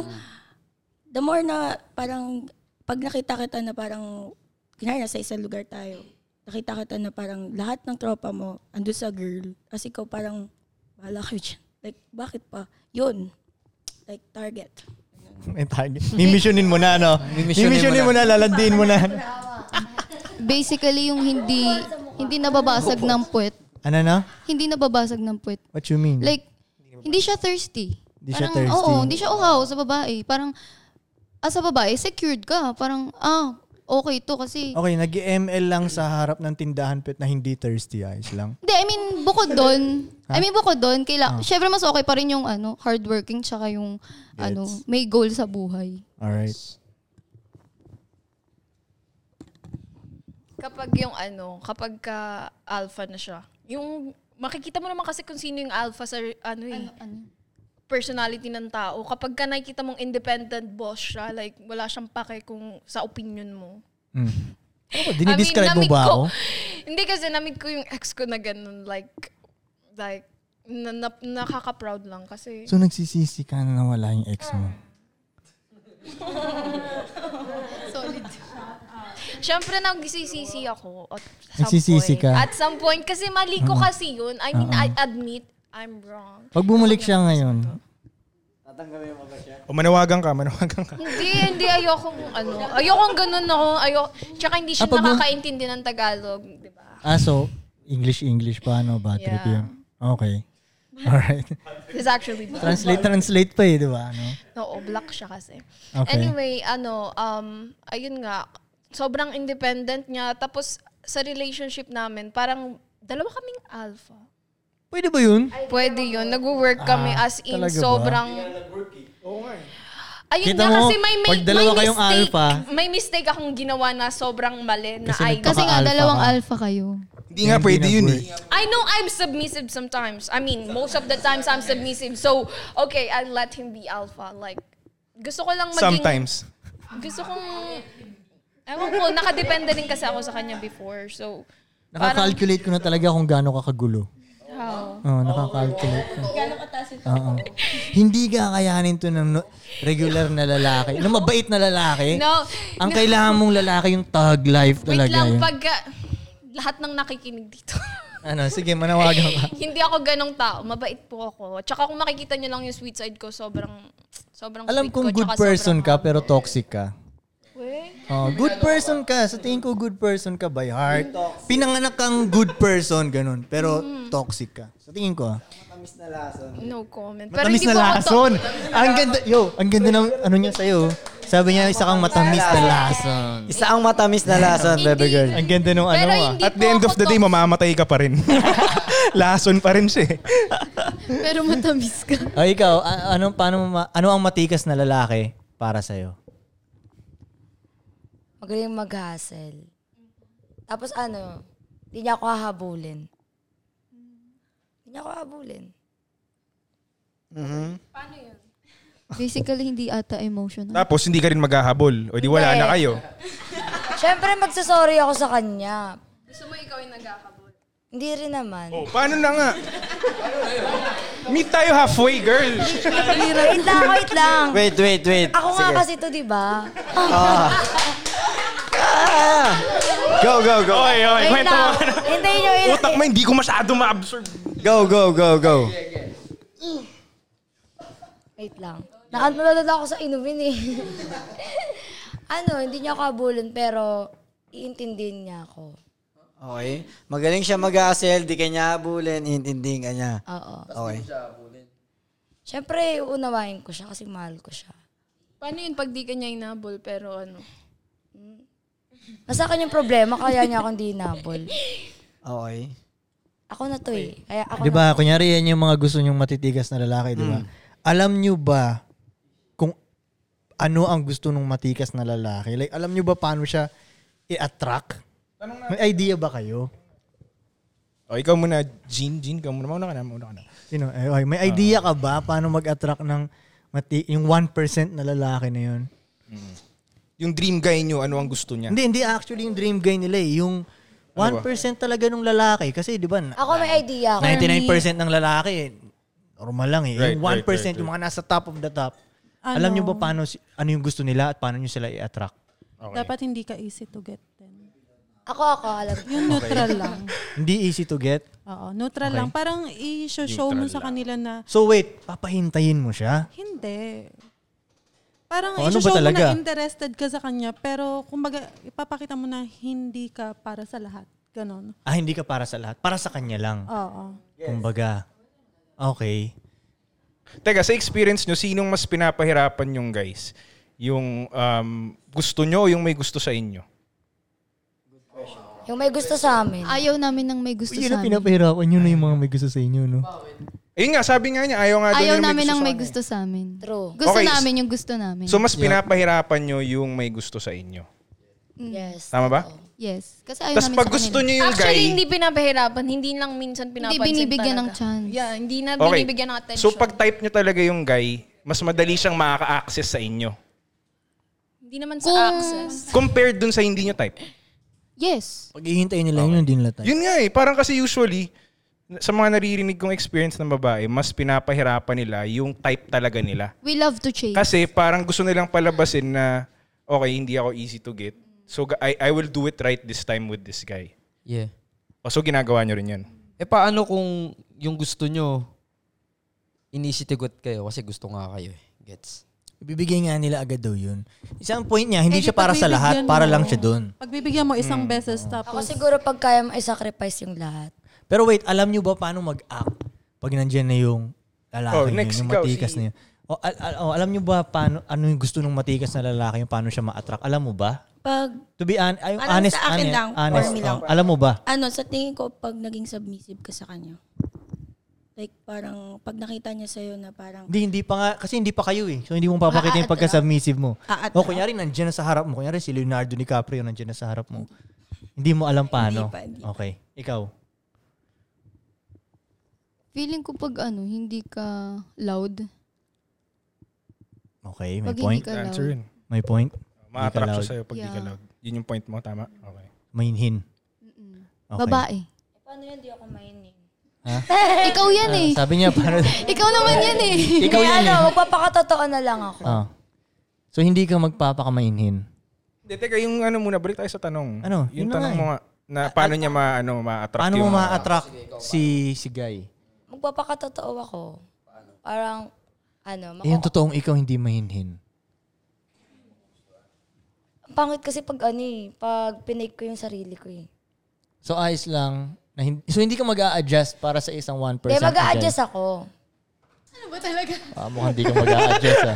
Speaker 8: the more na parang pag nakita kita na parang, kanyari sa isang lugar tayo, nakita kita na parang lahat ng tropa mo ando sa girl, kasi ikaw parang, bahala kayo dyan. Like, bakit pa? Yun. Like, target.
Speaker 3: May target. Mimisyonin mo na, no?
Speaker 10: Mimisyonin mo
Speaker 3: Mimisyonin mo na, lalandiin mo na.
Speaker 14: Basically, yung hindi hindi nababasag ng puwet.
Speaker 3: Ano na?
Speaker 14: Hindi nababasag ng puwet.
Speaker 3: What you mean?
Speaker 14: Like, hindi siya thirsty.
Speaker 3: Hmm. Hindi siya
Speaker 14: Parang,
Speaker 3: thirsty.
Speaker 14: Oo, hindi siya uhaw sa babae. Parang, ah, sa babae, secured ka. Parang, ah, okay to kasi...
Speaker 3: Okay, nag-ML lang sa harap ng tindahan pet na hindi thirsty eyes lang.
Speaker 14: Hindi, I mean, bukod doon, I
Speaker 3: Ha?
Speaker 14: mean, bukod doon, kaila,
Speaker 3: Ah.
Speaker 14: syempre mas okay pa rin yung ano, hardworking tsaka yung ano, may goal sa buhay.
Speaker 3: Alright.
Speaker 11: kapag yung ano, kapag ka alpha na siya, yung makikita mo naman kasi kung sino yung alpha sa ano eh, personality ng tao. Kapag ka nakikita mong independent boss siya, like wala siyang pake kung sa opinion mo.
Speaker 3: Mm. Ano ba,
Speaker 11: I mean,
Speaker 3: dinidescribe mo
Speaker 11: namit
Speaker 3: ba
Speaker 11: ko-
Speaker 3: ako?
Speaker 11: Hindi kasi namit ko yung ex ko na ganun, like, like, na, na, nakaka-proud lang kasi.
Speaker 3: So, nagsisisi ka na nawala yung ex mo.
Speaker 11: Solid. Siyempre, nagsisisi ako at some
Speaker 3: Nagsisisi
Speaker 11: point.
Speaker 3: ka? Uh-huh.
Speaker 11: At some point, kasi mali ko
Speaker 3: Mm.
Speaker 11: kasi yun. I mean,
Speaker 3: Oo.
Speaker 11: I admit, I'm wrong.
Speaker 3: Pag bumalik siya ngayon,
Speaker 2: Tatanggalin mo ba siya?
Speaker 13: O manawagan ka, manawagan ka.
Speaker 11: Hindi, hindi. Ayokong ano. Ayokong ganun ako. Ayok, tsaka hindi
Speaker 3: Ah,
Speaker 11: siya
Speaker 3: pag-
Speaker 11: nakakaintindi ng Tagalog. di ba?
Speaker 3: ah, so, English-English pa, no? Bad trip
Speaker 11: Yeah.
Speaker 3: yun. Okay. Alright.
Speaker 11: It's actually bad.
Speaker 3: translate, translate pa eh, di ba? Ano?
Speaker 11: Oo, black siya kasi.
Speaker 3: Okay.
Speaker 11: Anyway, ano, um, ayun nga, sobrang independent niya. Tapos, sa relationship namin, parang dalawa kaming alpha.
Speaker 3: Pwede ba yun?
Speaker 11: Pwede yun. Nag-work kami
Speaker 3: Ah,
Speaker 11: as in
Speaker 3: talaga ba?
Speaker 11: sobrang... Ayun
Speaker 3: Kita
Speaker 11: nga,
Speaker 3: mo,
Speaker 11: kasi may, may,
Speaker 3: pag dalawa
Speaker 11: may
Speaker 3: kayong
Speaker 11: mistake.
Speaker 3: alpha.
Speaker 11: May mistake akong ginawa na sobrang mali na
Speaker 3: Kasi
Speaker 11: I
Speaker 14: Kasi nga,
Speaker 3: Ah, Alpha
Speaker 14: dalawang
Speaker 3: ka.
Speaker 14: alpha kayo.
Speaker 13: Hindi nga pwede yun eh.
Speaker 11: I know I'm submissive sometimes. I mean, most of the times I'm submissive. So, okay, I'll let him be alpha. Like, gusto ko lang maging...
Speaker 13: Sometimes.
Speaker 11: Gusto kong... Ewan ko, nakadepende din kasi ako sa kanya before. So, parang...
Speaker 3: Nakakalculate ko na talaga kung gaano kakagulo.
Speaker 11: How?
Speaker 3: Oo, nakakalculate ko.
Speaker 11: Gano'ng kataas yung
Speaker 3: Oo. Hindi kakayanin to ng no- regular na lalaki. Ng mabait na lalaki.
Speaker 11: No.
Speaker 3: Ang
Speaker 11: No.
Speaker 3: kailangan mong lalaki yung thug life
Speaker 11: Wait
Speaker 3: talaga
Speaker 11: lang,
Speaker 3: yun.
Speaker 11: pag... ah, Lahat ng nakikinig dito.
Speaker 3: Ano, sige, manawagan ka.
Speaker 11: Hindi ako ganong tao. Mabait po ako. Tsaka kung makikita niyo lang yung sweet side ko, sobrang... Sobrang
Speaker 3: Alam
Speaker 11: sweet
Speaker 3: kong
Speaker 11: ko,
Speaker 3: good
Speaker 11: tsaka
Speaker 3: person
Speaker 11: sobrang-
Speaker 3: ka pero toxic ka.
Speaker 11: Weh?
Speaker 3: Oh, good person ka. Sa tingin ko good person ka by heart. Pinanganak kang good person, ganun. Pero
Speaker 11: Mm.
Speaker 3: toxic ka. Sa tingin ko ah.
Speaker 2: Matamis na lason.
Speaker 11: No comment. Pero
Speaker 3: Matamis
Speaker 11: hindi
Speaker 3: na
Speaker 11: po ako to-
Speaker 3: lason. Ang ganda, yo, ang ganda ng ano niya sa'yo. Sabi niya, isa kang matamis na lason.
Speaker 2: Isa ang matamis na lason, baby girl.
Speaker 3: Ang ganda nung
Speaker 11: Pero
Speaker 13: ano
Speaker 11: hindi
Speaker 13: ah. At the end of the day, mamamatay ka pa rin. Lason pa rin siya eh.
Speaker 14: Pero matamis ka.
Speaker 3: O Oh, ikaw, a- anong, paano, mo ma- ano ang matikas na lalaki para sa'yo?
Speaker 4: Magaling mag-hustle. Tapos ano, hindi niya ako hahabulin. Hindi niya ako hahabulin. Mm-hmm.
Speaker 11: Paano yun?
Speaker 14: Basically, hindi ata emotional.
Speaker 13: Tapos hindi ka rin maghahabol. O di wala
Speaker 4: Hindi.
Speaker 13: na kayo.
Speaker 4: Siyempre, magsasorry ako sa kanya.
Speaker 11: Gusto mo ikaw yung nagkakabot.
Speaker 4: Hindi rin naman.
Speaker 13: Oh, paano na nga? Meet tayo halfway, girl.
Speaker 4: wait lang, wait lang.
Speaker 6: Wait, wait, wait.
Speaker 4: Ako nga
Speaker 6: Sige.
Speaker 4: kasi to, di ba?
Speaker 6: Ah. Ah. Go, go, go.
Speaker 13: Oy, oy,
Speaker 4: Wait
Speaker 13: kwento
Speaker 4: lang.
Speaker 13: mo.
Speaker 4: Hintayin nyo. yun.
Speaker 13: Utak mo, hindi ko masyado ma-absorb.
Speaker 6: Go, go, go, go.
Speaker 4: Wait lang. Nakanulad ako sa inumin eh. ano, hindi niya ako abulin pero iintindihin niya ako.
Speaker 2: Okay. Magaling siya mag-hustle, di kanya abulin, iintindihin ka niya.
Speaker 4: Oo.
Speaker 2: Okay.
Speaker 4: Siyempre, uunawain ko siya kasi mahal ko siya.
Speaker 11: Paano yun pag di ka niya inabol pero ano?
Speaker 4: Nasa akin yung problema, kaya niya akong di inabol.
Speaker 2: Okay.
Speaker 4: Ako na to eh. Kaya ako
Speaker 3: Di ba,
Speaker 4: na.
Speaker 3: kunyari yan yung mga gusto nyong matitigas na lalaki, di ba?
Speaker 13: Mm.
Speaker 3: Alam nyo ba kung ano ang gusto ng matikas na lalaki? Like, alam nyo ba paano siya i-attract? May idea ba kayo?
Speaker 13: O, ikaw muna, Jean. Jean, ikaw muna. Mauna ka na, mauna ka na.
Speaker 3: Sino? Eh, okay,
Speaker 13: Ah.
Speaker 3: may idea ka ba paano mag-attract ng mati- yung 1% na lalaki na yun?
Speaker 13: Yung dream guy nyo, ano ang gusto niya? Ano
Speaker 3: Hindi, hindi actually yung dream guy nila eh. Yung 1% talaga nung lalaki. Kasi di ba, na-
Speaker 4: Ako may idea.
Speaker 3: 99% ng lalaki, eh, normal lang eh.
Speaker 6: Right,
Speaker 3: yung 1%,
Speaker 6: right, right,
Speaker 3: yung mga nasa top of the top,
Speaker 9: Ano?
Speaker 3: alam nyo ba paano, si- ano yung gusto nila at paano nyo sila i-attract?
Speaker 9: Dapat hindi ka easy to get then.
Speaker 4: Ako, ako, alam ko.
Speaker 9: Yung neutral lang.
Speaker 3: Hindi easy to get.
Speaker 9: Oo, neutral
Speaker 3: Okay.
Speaker 9: lang. Parang i-show mo
Speaker 3: Neutral
Speaker 9: sa kanila na
Speaker 3: So wait, papahintayin mo siya?
Speaker 9: Hindi. Parang
Speaker 10: Oh,
Speaker 3: O, ano ba
Speaker 9: i-show mo
Speaker 3: talaga?
Speaker 9: na interested ka sa kanya, pero kumbaga ipapakita mo na hindi ka para sa lahat. Ganon.
Speaker 3: Ah, hindi ka para sa lahat. Para sa kanya lang.
Speaker 9: Oo.
Speaker 3: Kumbaga. Okay.
Speaker 13: Teka, sa experience nyo, sinong mas pinapahirapan yung guys? Yung um, gusto nyo o yung may gusto sa inyo?
Speaker 4: Yung may gusto sa amin.
Speaker 14: Ayaw namin ng may gusto
Speaker 3: Yun
Speaker 14: sa
Speaker 3: ang
Speaker 14: amin.
Speaker 3: pinapahirapan nyo na yung mga may gusto sa inyo, no?
Speaker 13: Ayun nga, sabi nga niya, ayaw nga daw
Speaker 14: Ayaw
Speaker 13: nila
Speaker 14: namin
Speaker 13: may
Speaker 14: ng
Speaker 13: gusto
Speaker 14: may gusto sa amin.
Speaker 4: True.
Speaker 14: Gusto
Speaker 13: Okay,
Speaker 14: namin yung gusto namin.
Speaker 13: So, mas pinapahirapan nyo yung may gusto sa inyo.
Speaker 11: Mm.
Speaker 4: Yes.
Speaker 13: Tama ba?
Speaker 14: Yes. Kasi
Speaker 13: ayaw Tas namin sa pag gusto kanila. niyo yung
Speaker 11: Actually,
Speaker 13: guy-
Speaker 11: hindi pinapahirapan. Hindi lang minsan pinapansin
Speaker 14: binibigyan ng
Speaker 11: chance. Yeah, hindi na
Speaker 13: Okay.
Speaker 11: binibigyan ng attention.
Speaker 13: So, pag type nyo talaga yung guy, mas madali siyang makaka-access sa inyo.
Speaker 11: hindi naman sa access.
Speaker 13: Compared dun sa hindi nyo type.
Speaker 14: Yes.
Speaker 3: Pag hihintayin nila yun, hindi nila tayo.
Speaker 13: Yun nga eh. Parang kasi usually, sa mga naririnig kong experience ng babae, mas pinapahirapan nila yung type talaga nila.
Speaker 14: We love to change.
Speaker 13: Kasi parang gusto nilang palabasin na, okay, hindi ako easy to get. So ga- I, I will do it right this time with this guy.
Speaker 10: Yeah.
Speaker 13: O, so ginagawa nyo rin yun.
Speaker 10: Eh paano kung yung gusto nyo, inisitigot kayo kasi gusto nga kayo eh. Gets?
Speaker 3: Ibibigay nga nila agad daw yun. Isang point niya,
Speaker 9: Eh,
Speaker 3: hindi
Speaker 9: di
Speaker 3: siya para sa lahat,
Speaker 9: pagbibigyan
Speaker 3: para
Speaker 9: mo.
Speaker 3: lang siya dun.
Speaker 9: Pagbibigyan mo isang
Speaker 3: Mm.
Speaker 9: beses tapos...
Speaker 4: Hmm. Ako siguro pag kaya mo i-sacrifice yung lahat.
Speaker 3: Pero wait, alam nyo ba paano mag-act pag nandyan na yung lalaki
Speaker 13: Oh,
Speaker 3: yun,
Speaker 13: next
Speaker 3: yung
Speaker 13: ikaw,
Speaker 3: matikas
Speaker 13: si-
Speaker 3: na yun? O, al- al- o, alam nyo ba paano, ano yung gusto ng matikas na lalaki yung paano siya ma-attract? Alam mo ba?
Speaker 8: Pag
Speaker 3: To be hon- ay,
Speaker 8: Alam
Speaker 3: honest,
Speaker 8: sa akin
Speaker 3: honest,
Speaker 8: lang,
Speaker 3: honest,
Speaker 8: for me
Speaker 3: oh.
Speaker 8: lang.
Speaker 3: alam mo ba?
Speaker 8: ano, sa tingin ko, pag naging submissive ka sa kanya, like parang pag nakita niya sa'yo na parang
Speaker 3: Hindi, hindi pa nga, kasi hindi pa kayo eh. So hindi mo papakita yung
Speaker 8: Ah,
Speaker 3: pagka-submissive mo.
Speaker 8: Ah,
Speaker 3: O kunyari, nandiyan na sa harap mo. Kunyari si Leonardo DiCaprio nandiyan na sa harap mo. Hindi mo alam paano.
Speaker 14: pa, hindi
Speaker 3: Okay. Ikaw.
Speaker 14: Feeling ko pag ano, hindi ka loud.
Speaker 3: Okay, may
Speaker 14: Pag hindi
Speaker 3: point.
Speaker 14: ka loud. Answer yun.
Speaker 3: May point.
Speaker 13: Ma-attract siya
Speaker 3: Hindi
Speaker 13: sa'yo
Speaker 3: ka
Speaker 13: pag di ka
Speaker 14: Yeah.
Speaker 13: loud. Yun yung point mo, tama? Okay.
Speaker 3: loud. Mainhin. Okay.
Speaker 14: Babae.
Speaker 4: Paano yun? Di ako mainin.
Speaker 3: Ha?
Speaker 14: Ikaw yan
Speaker 3: Ah,
Speaker 14: eh.
Speaker 3: sabi niya, para...
Speaker 14: Ikaw naman yan eh.
Speaker 3: Ikaw
Speaker 4: Kaya
Speaker 3: yan
Speaker 4: ano,
Speaker 3: eh.
Speaker 4: magpapakatotoo na lang ako.
Speaker 3: Ah. So hindi ka magpapakamainhin.
Speaker 13: Hindi, teka, yung ano muna, balik tayo sa tanong.
Speaker 3: Ano? Yun
Speaker 13: Yung
Speaker 3: na
Speaker 13: tanong
Speaker 3: nga
Speaker 13: mo nga, na paano niya ma, ano, ma-attract
Speaker 3: Paano mo
Speaker 13: yung-
Speaker 3: ma-attract si, si guy?
Speaker 4: Magpapakatotoo ako. Parang, ano,
Speaker 3: Eh, yung totoong ikaw hindi mahinhin.
Speaker 4: Ang pangit kasi pag ano eh, pag pinake ko yung sarili ko eh.
Speaker 3: So ayos lang. Na hindi, so hindi ka mag adjust para sa isang 1%
Speaker 4: Kaya
Speaker 3: na guy.
Speaker 11: ah.
Speaker 4: mag-a-adjust ako.
Speaker 14: Ano ba talaga?
Speaker 3: Ah, mukhang hindi ka mag-a-adjust ah.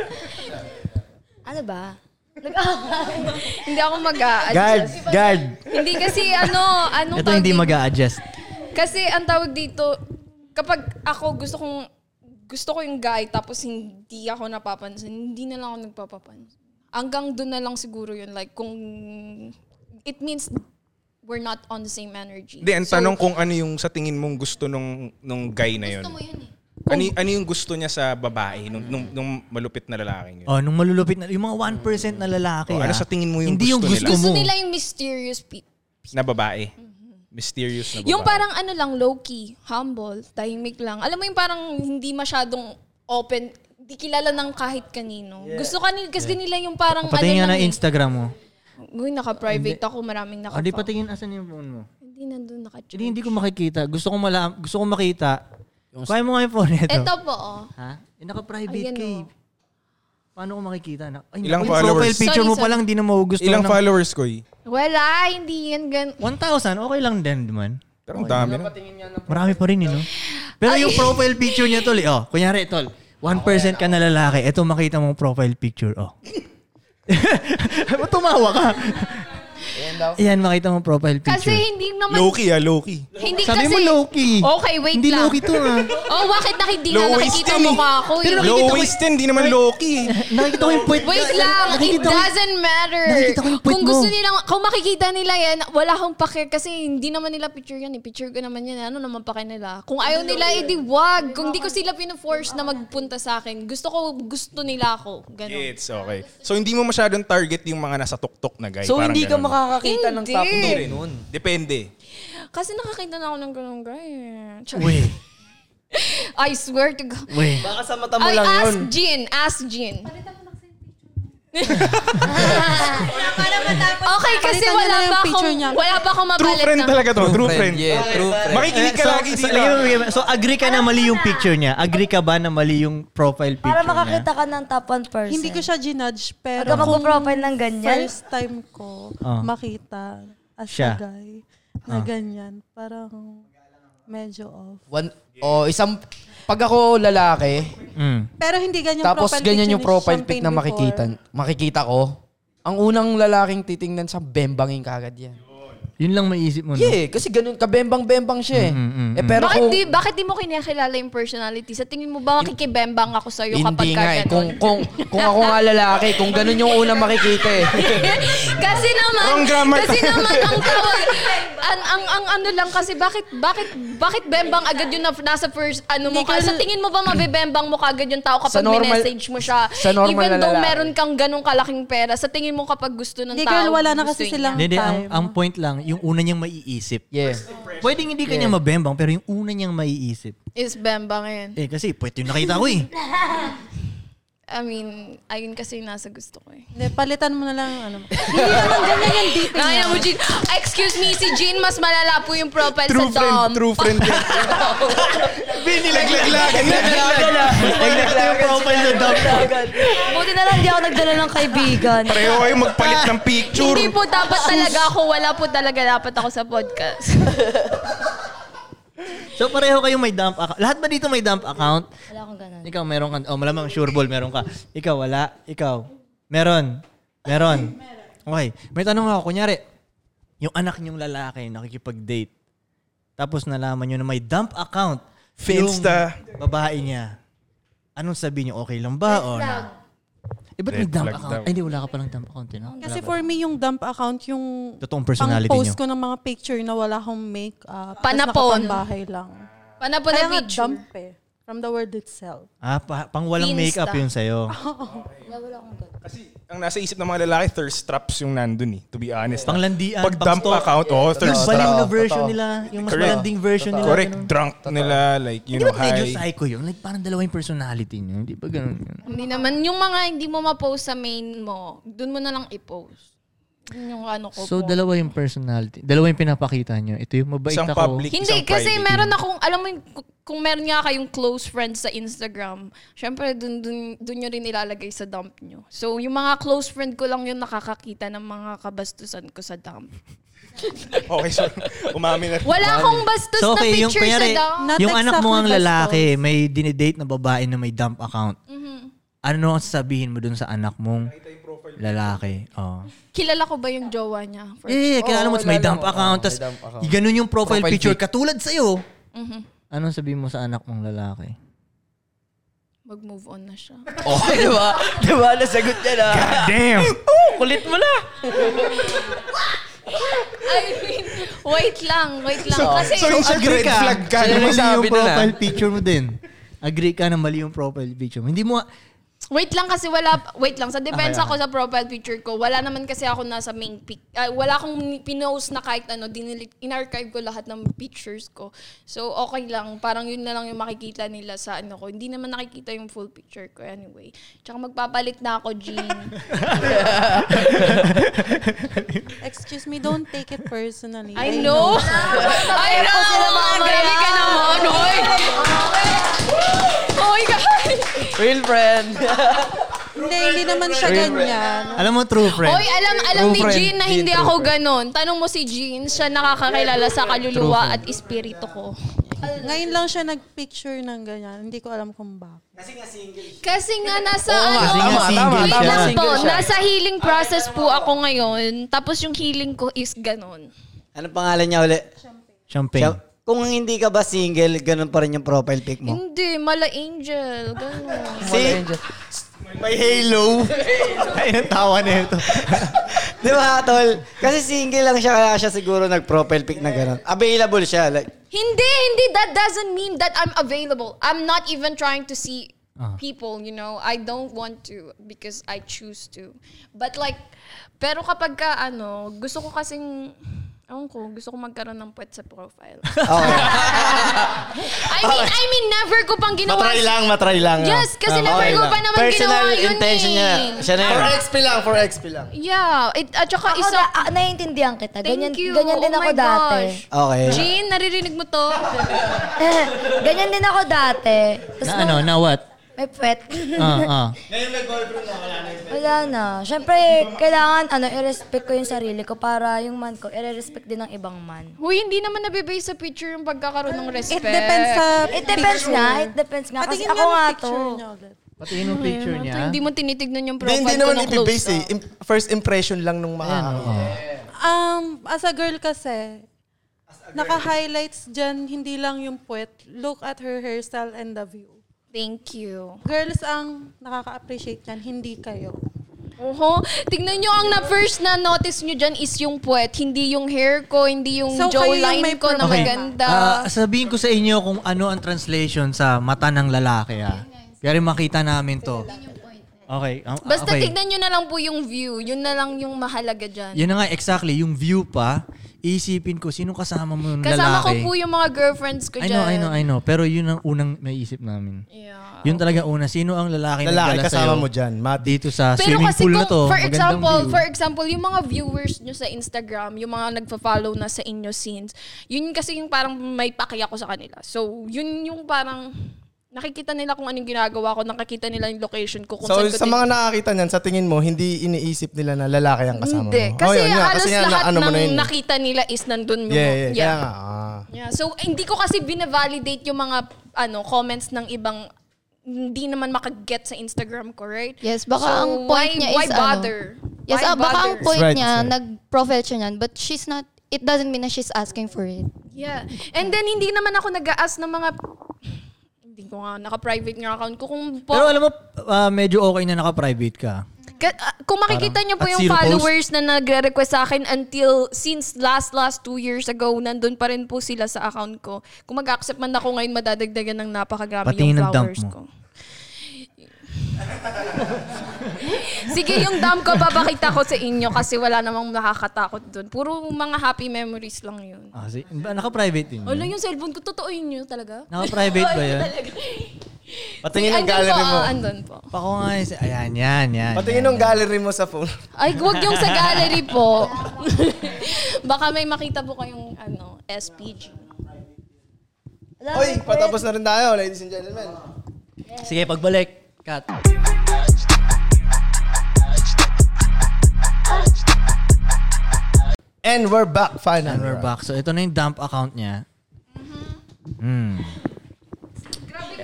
Speaker 4: ano ba?
Speaker 11: hindi ako mag-a-adjust.
Speaker 3: Guard, guard.
Speaker 11: Hindi kasi ano, anong
Speaker 3: Ito hindi mag adjust
Speaker 11: Kasi ang tawag dito, kapag ako gusto kong gusto ko yung guy tapos hindi ako napapansin, hindi na lang ako nagpapapansin. Hanggang doon na lang siguro yun. Like kung it means we're not on the same energy.
Speaker 13: Hindi, ang
Speaker 11: So,
Speaker 13: tanong kung ano yung sa tingin mong gusto nung, nung guy na yun. Gusto mo yun eh. Ano, y- ano yung gusto niya sa babae, nung, nung, nung malupit na lalaking yun?
Speaker 3: Oh, nung malulupit na, yung mga 1% na lalaki
Speaker 13: Oh, ano
Speaker 3: ah,
Speaker 13: sa tingin mo yung
Speaker 3: Hindi yung
Speaker 13: gusto
Speaker 3: gusto
Speaker 13: nila?
Speaker 11: gusto
Speaker 3: mo.
Speaker 11: nila yung mysterious people.
Speaker 13: Na babae. mysterious na babae.
Speaker 11: Yung parang ano lang, low-key, humble, tahimik lang. Alam mo yung parang hindi masyadong open, hindi kilala ng kahit kanino.
Speaker 3: Yeah.
Speaker 11: Gusto kanil, kasi
Speaker 3: Yeah.
Speaker 11: nila yung parang
Speaker 3: Patingin nga
Speaker 11: ano
Speaker 3: ng Instagram mo.
Speaker 11: Uy, naka-private ako, maraming
Speaker 3: O,
Speaker 11: naka
Speaker 3: Ah, di patingin, asan yung phone mo?
Speaker 11: Hindi, nandun naka
Speaker 3: Hindi, hindi ko makikita. Gusto ko malam, gusto ko makita. Kaya mo nga yung phone nito.
Speaker 11: Ito po, oh.
Speaker 3: Ha? Eh, naka-private
Speaker 11: Ayan,
Speaker 3: ka eh.
Speaker 11: oh.
Speaker 3: Paano ko makikita? Na, ay,
Speaker 13: Ilang
Speaker 3: naku, yung
Speaker 13: followers?
Speaker 3: Profile picture
Speaker 11: Sorry,
Speaker 3: mo pa
Speaker 11: sorry.
Speaker 3: lang, hindi na magugustuhan.
Speaker 13: Ilang
Speaker 3: ng-
Speaker 13: followers ko eh?
Speaker 11: Wala, hindi yan gan...
Speaker 3: 1,000, okay lang din naman.
Speaker 13: Pero ang dami na.
Speaker 3: Marami pa rin, eh, no? Pero yung profile picture niya, tol, eh, oh, kunyari, tol, 1% ka na lalaki, eto makita mong profile picture, oh. Ba't tumawa ka?
Speaker 10: Ayan
Speaker 3: Ayan, makita mong profile picture.
Speaker 11: Kasi hindi naman...
Speaker 13: ah, Loki.
Speaker 11: Hindi
Speaker 3: Sabi
Speaker 11: kasi...
Speaker 3: mo low-key.
Speaker 11: Okay, wait
Speaker 3: Hindi
Speaker 11: lang.
Speaker 3: low-key to, ah.
Speaker 11: oh, bakit na hindi na nakikita mo ka ako? eh?
Speaker 13: hindi naman eh. Loki.
Speaker 3: Nakikita ko yung puwet.
Speaker 11: Wait lang, it
Speaker 3: Nakikita ko-
Speaker 11: doesn't matter.
Speaker 3: Nakikita ko yung point
Speaker 11: kung gusto
Speaker 3: mo.
Speaker 11: nilang, kung makikita nila yan, wala akong pake kasi hindi naman nila picture yan. eh. Picture ko naman yan. Ano naman pake nila? Kung ayaw nila, edi wag. Kung di ko sila pinu-force na magpunta sa akin, gusto ko, gusto nila ako. Ganun.
Speaker 13: It's okay. So hindi mo masyadong target yung mga nasa tuktok na guy.
Speaker 11: So,
Speaker 13: Parang
Speaker 11: hindi ka
Speaker 13: ganun.
Speaker 11: makakakita ng Hindi. top
Speaker 13: Hindi.
Speaker 11: nun.
Speaker 13: Depende.
Speaker 11: Kasi nakakita na ako ng ganun guy. eh. Char-
Speaker 3: Uy.
Speaker 11: I swear to God.
Speaker 3: Uy.
Speaker 2: Baka sa
Speaker 11: I
Speaker 2: mata mo lang yun.
Speaker 11: ask Jin. Ask Jin. okay,
Speaker 16: Palitan
Speaker 11: kasi
Speaker 16: niya
Speaker 11: wala
Speaker 16: na yung
Speaker 11: pa akong,
Speaker 16: picture niya.
Speaker 11: wala pa akong mapalit
Speaker 13: True friend
Speaker 11: ng-
Speaker 13: talaga to. True friend.
Speaker 10: Yeah, true friend.
Speaker 13: Makikinig ka
Speaker 3: Eh, so-
Speaker 13: lagi
Speaker 3: so,
Speaker 13: dito.
Speaker 3: lagyan mo, lagyan mo. So, agree ka na mali yung picture niya? Agree ka ba na mali yung profile picture
Speaker 4: Para
Speaker 3: niya?
Speaker 4: makakita ka ng top 1%.
Speaker 9: Hindi ko siya ginudge, pero
Speaker 4: Aga magpo-profile ng ganyan?
Speaker 9: first time ko
Speaker 3: Ah.
Speaker 9: makita as
Speaker 10: Siya.
Speaker 9: a guy na
Speaker 10: Ah.
Speaker 9: ganyan, parang medyo off.
Speaker 10: One, oh, isang, pag ako lalaki,
Speaker 9: Pero hindi ganyan
Speaker 10: tapos
Speaker 9: profile
Speaker 10: ganyan
Speaker 9: picture
Speaker 10: yung
Speaker 9: ni
Speaker 10: profile pic
Speaker 9: Champagne
Speaker 10: na
Speaker 9: before.
Speaker 10: makikita, makikita ko, ang unang lalaking titingnan sa bembangin kagad yan.
Speaker 3: Yun lang maiisip mo, no?
Speaker 10: Yeah, kasi ganun, kabembang-bembang siya eh.
Speaker 3: Mm, mm, mm,
Speaker 10: eh pero
Speaker 11: bakit
Speaker 10: kung,
Speaker 11: di bakit di mo kinakilala yung personality? Sa tingin mo ba makikibembang ako sa iyo
Speaker 10: hindi
Speaker 11: kapag ka
Speaker 10: nga eh.
Speaker 11: ganun?
Speaker 10: Kung, kung, kung ako nga lalaki, kung ganun yung unang makikita eh.
Speaker 11: kasi naman
Speaker 10: Wrong grammar
Speaker 11: kasi
Speaker 10: tayo.
Speaker 11: naman ang tawag ang, ang ang ano lang kasi bakit bakit bakit bembang agad yun na nasa first ano mo
Speaker 10: Hindi
Speaker 11: ka
Speaker 10: ka-
Speaker 11: sa tingin mo ba mabebembang mo kagad yung tao
Speaker 10: Sa
Speaker 11: kapag
Speaker 10: normal-
Speaker 11: minessage mo siya
Speaker 10: sa normal
Speaker 11: even
Speaker 10: na
Speaker 11: though
Speaker 10: lalaki.
Speaker 11: meron kang ganong kalaking pera sa tingin mo kapag gusto ng
Speaker 9: Hindi,
Speaker 11: tao
Speaker 9: girl, wala na
Speaker 11: gusto
Speaker 9: kasi
Speaker 11: niya.
Speaker 9: silang
Speaker 3: Hindi, hindi. Ang, ang point lang, yung una niyang maiisip.
Speaker 10: Yeah.
Speaker 3: Pwedeng hindi kanya
Speaker 11: Yeah.
Speaker 3: mabembang, pero yung una niyang maiisip.
Speaker 11: is bembang yan
Speaker 3: Eh, kasi pwede yung nakita ko eh.
Speaker 11: I mean, ayun kasi yung nasa gusto ko eh.
Speaker 9: Hindi, palitan mo na lang ano.
Speaker 11: Hindi naman ganyan yung dito
Speaker 9: niya.
Speaker 11: mo, Jean. Ah, Excuse me, si Jean, mas malala po yung profile
Speaker 13: True
Speaker 11: sa
Speaker 13: friend.
Speaker 11: Dom.
Speaker 13: True friend. Binilaglagan.
Speaker 3: Pag nakita yung profile sa dog.
Speaker 4: Buti na lang di ako nagdala ng kaibigan.
Speaker 13: Pareho kayo magpalit ng picture.
Speaker 11: Hindi po dapat talaga ako, wala po talaga dapat ako sa podcast.
Speaker 3: So pareho kayong may dump account. Lahat ba dito may dump account?
Speaker 4: Wala akong ganun.
Speaker 3: Ikaw meron ka. Oh, malamang sure ball meron ka. Ikaw wala. Ikaw. Meron. Meron. Okay. May tanong ako. Kunyari, yung anak niyong lalaki nakikipag-date. Tapos nalaman niyo na may dump account.
Speaker 13: Finsta.
Speaker 3: Yung babae niya. Anong sabihin niyo? Okay lang ba? Or
Speaker 9: flag.
Speaker 3: Eh, ba't may
Speaker 9: Red
Speaker 3: dump
Speaker 9: flag
Speaker 3: account?
Speaker 9: daw.
Speaker 3: Ay, hindi, wala ka palang dump account. Eh, no?
Speaker 9: Kasi
Speaker 3: Wala pa.
Speaker 9: for me, yung dump account, yung
Speaker 3: Totoong personality
Speaker 9: pang-post
Speaker 3: niyo.
Speaker 9: ko ng mga picture na wala akong makeup.
Speaker 11: Panapon.
Speaker 9: Tapos bahay lang.
Speaker 11: Panapon na
Speaker 9: Kaya nga
Speaker 11: picture.
Speaker 9: dump eh. From the word itself.
Speaker 3: Ah, pa- pang walang
Speaker 9: Finsta.
Speaker 3: makeup yun sa'yo.
Speaker 13: Ang nasa isip ng mga lalaki, thirst traps yung nandun eh, to be honest.
Speaker 3: Panglandian,
Speaker 13: Pag
Speaker 3: pang
Speaker 13: dump
Speaker 3: stalk.
Speaker 13: account, oh, thirst
Speaker 3: Yung
Speaker 13: trap.
Speaker 3: baliw na version nila, yung mas
Speaker 13: Correct.
Speaker 3: malanding version nila.
Speaker 13: Correct.
Speaker 3: ganun.
Speaker 13: Drunk nila, like, you
Speaker 3: Hindi
Speaker 13: know,
Speaker 3: ba medyo
Speaker 13: high.
Speaker 3: psycho yun? Like, parang dalawa yung personality niyo. Hindi ba ganun yun?
Speaker 11: hindi naman, yung mga hindi mo ma-post sa main mo, dun mo na lang i-post. Yun yung ano ko
Speaker 3: So,
Speaker 11: po.
Speaker 3: dalawa yung personality. Dalawa yung pinapakita niyo. Ito yung mabait
Speaker 13: Isang
Speaker 3: ako.
Speaker 13: public,
Speaker 11: Hindi, kasi meron akong, alam mo, yung- kung- kung meron nga kayong close friends sa Instagram, syempre dun, dun, dun nyo rin ilalagay sa dump nyo. So, yung mga close friend ko lang yung nakakakita ng mga kabastusan ko sa dump.
Speaker 13: Okay, so, umami na.
Speaker 11: Wala akong bastos
Speaker 3: So, okay,
Speaker 11: na
Speaker 3: yung,
Speaker 11: picture
Speaker 3: kunyari,
Speaker 11: sa dump.
Speaker 3: yung anak mo ang lalaki, may dinidate na babae na may dump account. Ano ang sasabihin mo dun sa anak mong lalaki? Oh.
Speaker 11: Kilala ko ba yung jowa niya? First?
Speaker 3: Eh, kilala mo,
Speaker 11: Oo,
Speaker 3: may
Speaker 11: kilala
Speaker 3: dump
Speaker 11: ko.
Speaker 3: account.
Speaker 10: Oo,
Speaker 3: Tapos,
Speaker 10: may dump account.
Speaker 3: ganun yung profile,
Speaker 10: Profile
Speaker 3: picture,
Speaker 10: pic.
Speaker 3: katulad sa'yo.
Speaker 11: Mhm.
Speaker 3: Anong sabihin mo sa anak mong lalaki?
Speaker 11: Mag-move on na siya.
Speaker 10: Oh, di ba? Di ba? Nasagot niya na. God
Speaker 3: damn!
Speaker 10: Oh, kulit mo na.
Speaker 11: I mean, wait lang, wait lang.
Speaker 3: So,
Speaker 11: Kasi,
Speaker 3: so yung agree ka,
Speaker 10: ka,
Speaker 3: na
Speaker 10: nung
Speaker 3: mali
Speaker 10: sabi
Speaker 3: yung
Speaker 10: nila.
Speaker 3: profile picture mo din. Agree ka na mali yung profile picture mo. Hindi mo,
Speaker 11: Wait lang kasi wala, wait lang, sa
Speaker 3: Ah,
Speaker 11: depensa
Speaker 16: Okay,
Speaker 11: ko sa profile picture ko, wala naman kasi ako nasa main pic, ah, wala akong pinost na kahit ano, dinilit, in-archive ko lahat ng pictures ko. So, okay lang, parang yun na lang yung makikita nila sa ano ko. Hindi naman nakikita yung full picture ko anyway. Tsaka magpapalit na ako, Jean.
Speaker 9: Excuse me, don't take it personally.
Speaker 11: I know. I know. Grabe ka naman. Hoy. Oh my God.
Speaker 10: Real friend.
Speaker 9: Hindi, hindi naman siya
Speaker 10: Real friend.
Speaker 9: ganyan.
Speaker 3: Alam mo, true friend.
Speaker 11: Oy, alam alam
Speaker 3: True
Speaker 11: ni
Speaker 3: friend.
Speaker 11: Jean na
Speaker 3: Jean,
Speaker 11: hindi
Speaker 3: true
Speaker 11: ako
Speaker 3: friend.
Speaker 11: ganun. Tanong mo si Jean, siya nakakakilala sa kaluluwa at espiritu ko.
Speaker 9: Ngayon lang siya nagpicture ng ganyan. Hindi ko alam kung bakit. Kasi nga single
Speaker 11: Kasi nga nasa
Speaker 9: Oo nga,
Speaker 11: ano,
Speaker 9: tama, tama,
Speaker 11: wait
Speaker 9: tama.
Speaker 11: lang po,
Speaker 9: Single siya.
Speaker 11: nasa healing process po ako ngayon. Tapos yung healing ko is ganun.
Speaker 2: Ano pangalan niya uli?
Speaker 3: Champagne.
Speaker 2: Siya- Kung hindi ka ba single, ganun pa rin yung profile pic mo.
Speaker 11: Hindi, mala angel. Ganun.
Speaker 2: See? May halo. Ay, ang tawa na ito. Di ba, tol? Kasi single lang siya, kaya siya siguro nag-profile pic na gano'n. Available siya. Like,
Speaker 11: Hindi, hindi. That doesn't mean that I'm available. I'm not even trying to see
Speaker 2: Ah.
Speaker 11: people, you know. I don't want to because I choose to. But like, pero kapag ka, ano, gusto ko kasing, ewan ko, gusto ko magkaroon ng puwet sa profile. I mean, I mean, never ko pang ginawa.
Speaker 1: Matry lang, matry lang.
Speaker 11: Yes, kasi
Speaker 1: Ah,
Speaker 11: never
Speaker 1: okay
Speaker 11: ko
Speaker 1: lang.
Speaker 11: pa naman
Speaker 1: Personal
Speaker 11: ginawa yun
Speaker 1: intention
Speaker 11: eh.
Speaker 1: niya. Siya na yun.
Speaker 11: For
Speaker 1: XP lang, for XP lang.
Speaker 11: Yeah. It, at saka isa...
Speaker 4: Na, ah, naiintindihan kita.
Speaker 11: Thank
Speaker 4: Ganyan,
Speaker 11: you.
Speaker 4: ganyan din
Speaker 11: Oh
Speaker 4: ako
Speaker 11: my
Speaker 4: dati.
Speaker 11: gosh.
Speaker 2: Okay.
Speaker 11: Jean, naririnig mo to?
Speaker 4: ganyan din ako dati. Tapos
Speaker 3: Na ano, na what?
Speaker 4: may pwet.
Speaker 3: Ah, ah.
Speaker 2: Ngayon may boyfriend na wala na.
Speaker 4: Wala na. Siyempre, kailangan ano, i-respect ko yung sarili ko para yung man ko, i-respect din ng ibang man.
Speaker 11: Huy, hindi naman nabibase sa picture yung pagkakaroon ng respect.
Speaker 4: It depends nga. It depends nga. Kasi ako nga to.
Speaker 3: Pati yung picture
Speaker 11: Ito, Ano hindi mo tinitignan yung
Speaker 1: Hindi,
Speaker 11: profile
Speaker 1: hindi
Speaker 11: ko
Speaker 1: naman
Speaker 11: ng close.
Speaker 1: ibibase eh. Im- First impression lang nung mga...
Speaker 3: oh.
Speaker 9: Um, as a girl kasi, naka-highlights dyan, hindi lang yung puwet. Look at her hairstyle and the view.
Speaker 11: Thank you.
Speaker 9: Girls ang nakaka-appreciate yan, hindi kayo.
Speaker 11: Oho. Tignan nyo, ang na-first na notice nyo dyan is yung puwet, hindi yung hair ko, hindi yung
Speaker 9: So, kayo yung
Speaker 11: jawline
Speaker 9: may
Speaker 11: ko
Speaker 9: problema.
Speaker 11: na maganda.
Speaker 3: Ah, sabihin ko sa inyo kung ano ang translation sa mata ng lalaki. Ah. Pero makita namin to. Okay. ah, ah,
Speaker 11: Basta
Speaker 3: okay.
Speaker 11: tignan nyo na lang po yung view. Yun na lang yung mahalaga dyan.
Speaker 3: Yun na nga, exactly. Yung view pa, iisipin ko, sino kasama mo yung
Speaker 11: Kasama ko
Speaker 3: lalaki?
Speaker 11: po yung mga girlfriends ko
Speaker 3: I
Speaker 11: dyan.
Speaker 3: know, I know, I know. Pero yun ang unang maiisip namin.
Speaker 11: Yeah.
Speaker 3: Yun talaga una. Sino ang lalaki,
Speaker 1: Lalaki
Speaker 3: na
Speaker 1: kasama mo
Speaker 3: dyan? Dito sa
Speaker 11: Pero
Speaker 3: Ah, swimming
Speaker 11: kasi
Speaker 3: pool
Speaker 11: kung,
Speaker 3: na to.
Speaker 11: for
Speaker 3: Magandang
Speaker 11: example,
Speaker 3: view.
Speaker 11: for example, yung mga viewers nyo sa Instagram, yung mga nagpa-follow na sa inyo scenes, yun kasi yung parang may paki ako sa kanila. So, yun yung parang nakikita nila kung anong ginagawa ko, nakikita nila yung location ko, kung
Speaker 1: So,
Speaker 11: saan ko
Speaker 1: sa mga nakakita niyan, sa tingin mo, hindi iniisip nila na lalaki ang kasama
Speaker 11: Hindi.
Speaker 1: mo? Oh,
Speaker 11: Kasi
Speaker 1: Ano, yun nga,
Speaker 11: halos
Speaker 1: nga,
Speaker 11: lahat
Speaker 1: ano mo na
Speaker 11: ng
Speaker 1: yun.
Speaker 11: nakita nila is nandun mo.
Speaker 1: Yeah, yeah, kaya nga. ah.
Speaker 11: Yeah. So, eh, hindi ko kasi binavalidate yung mga ano comments ng ibang hindi naman makaget sa Instagram ko, right?
Speaker 7: Yes, baka
Speaker 11: So,
Speaker 7: ang point
Speaker 11: why-
Speaker 7: niya
Speaker 11: why
Speaker 7: is
Speaker 11: bother?
Speaker 7: ano. Yes,
Speaker 11: Why
Speaker 7: ah, baka ang
Speaker 11: bother?
Speaker 7: point
Speaker 11: That's right,
Speaker 7: niya,
Speaker 11: that's right.
Speaker 7: nag-profile siya niyan, but she's not, it doesn't mean na she's asking for it.
Speaker 11: Yeah. And then, hindi naman ako nag ask ng mga... Hindi ko nga, naka-private nga account ko. Kung, po,
Speaker 3: Pero alam mo, ah, medyo okay na naka-private ka.
Speaker 11: Ka- ah, kung makikita
Speaker 3: Parang-
Speaker 11: niyo po
Speaker 3: at
Speaker 11: yung
Speaker 3: zero post?
Speaker 11: followers na nagre-request sa akin until since last last two years ago, nandun pa rin po sila sa account ko. Kung mag-accept man ako ngayon, madadagdagan ng napakagrami
Speaker 3: Pati
Speaker 11: yung
Speaker 3: ng dump
Speaker 11: followers
Speaker 3: mo.
Speaker 11: ko. Sige, yung dump ko, papakita ko sa inyo kasi wala namang nakakatakot dun. Puro mga happy memories lang yun.
Speaker 3: Ah, si- ba, naka-private din.
Speaker 11: Ano yung cellphone ko? Totoo yun yun talaga?
Speaker 3: Naka-private ba yun?
Speaker 11: Talaga.
Speaker 1: Patingin
Speaker 11: Sige,
Speaker 1: ng
Speaker 11: andun
Speaker 1: gallery
Speaker 11: po,
Speaker 1: mo.
Speaker 11: ah, andun po.
Speaker 3: Pako nga yun. Ayan, yan, yan.
Speaker 1: Patingin ng gallery mo sa phone.
Speaker 11: Ay, huwag yung sa gallery po. Baka may makita po kayong ano, SPG.
Speaker 1: Oy, patapos na rin tayo, ladies and gentlemen.
Speaker 3: Sige, pagbalik. Cut.
Speaker 1: And we're back, finally.
Speaker 3: And we're back. So, ito na yung dump account niya. Mm.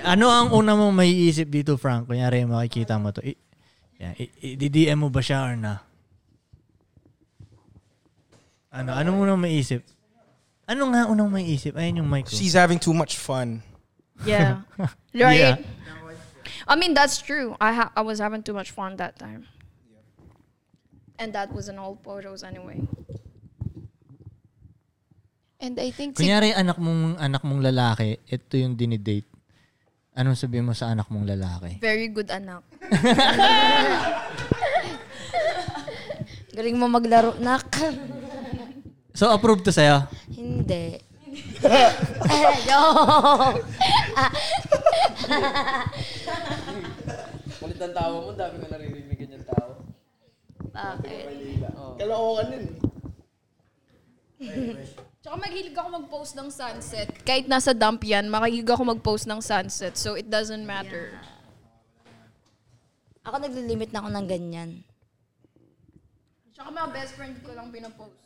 Speaker 3: Ano ang una mong maiisip dito, Frank? Kunyari, makikita mo to. I- yeah, i- i- i-DM mo ba siya or na? Ano? Ano muna maiisip? Ano nga unang maiisip? Ayun yung mic ko.
Speaker 13: She's having too much fun.
Speaker 11: Yeah.
Speaker 13: Yeah.
Speaker 11: Right? I mean, that's true. I ha- I was having too much fun that time. And that was an old photos anyway.
Speaker 7: And I think, si-
Speaker 3: Kunyari, anak mong, anak mong lalaki, ito yung dinidate. Anong sabihin mo sa anak mong lalaki?
Speaker 11: Very good anak.
Speaker 4: Galing mo maglaro, nak.
Speaker 3: So, approved to sa'yo?
Speaker 4: Hindi. Eh, joke. Ah.
Speaker 10: Kulit ng tawa mo, dami ko naririnig ganyan tao.
Speaker 4: Bakit?
Speaker 1: Kalokohan yun.
Speaker 11: Tsaka maghilig ako mag-post ng sunset. Kahit nasa dump yan, makilig ako mag-post ng sunset. So it doesn't matter.
Speaker 4: Ako naglilimit na ako ng ganyan.
Speaker 11: Tsaka mga best friend ko lang pinapost.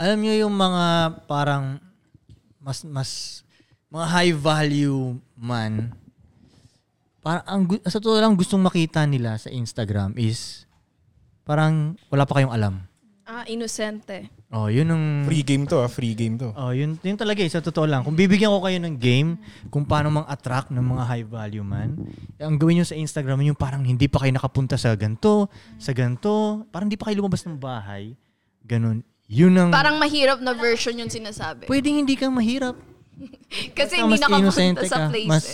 Speaker 3: Alam nyo yung mga parang mas mas mga high value man. Parang ang gu- sa totoo lang gustong makita nila sa Instagram is parang wala pa kayong alam.
Speaker 11: Ah, inosente.
Speaker 3: Oh, yun ang
Speaker 13: Free game to, ah. free game to.
Speaker 3: Oh, yun yun talaga eh, sa totoo lang. Kung bibigyan ko kayo ng game kung paano mang attract ng mga high value man, ang gawin niyo sa Instagram yung parang hindi pa kayo nakapunta sa ganto, sa ganto, parang hindi pa kayo lumabas ng bahay. Ganun. Yun ang
Speaker 11: Parang mahirap na version yung sinasabi.
Speaker 3: Pwedeng hindi kang mahirap.
Speaker 11: Kasi
Speaker 3: Basta
Speaker 11: hindi
Speaker 3: Ah, mas
Speaker 11: nakapunta
Speaker 3: inosente
Speaker 11: sa
Speaker 3: ka.
Speaker 11: places.
Speaker 3: Mas,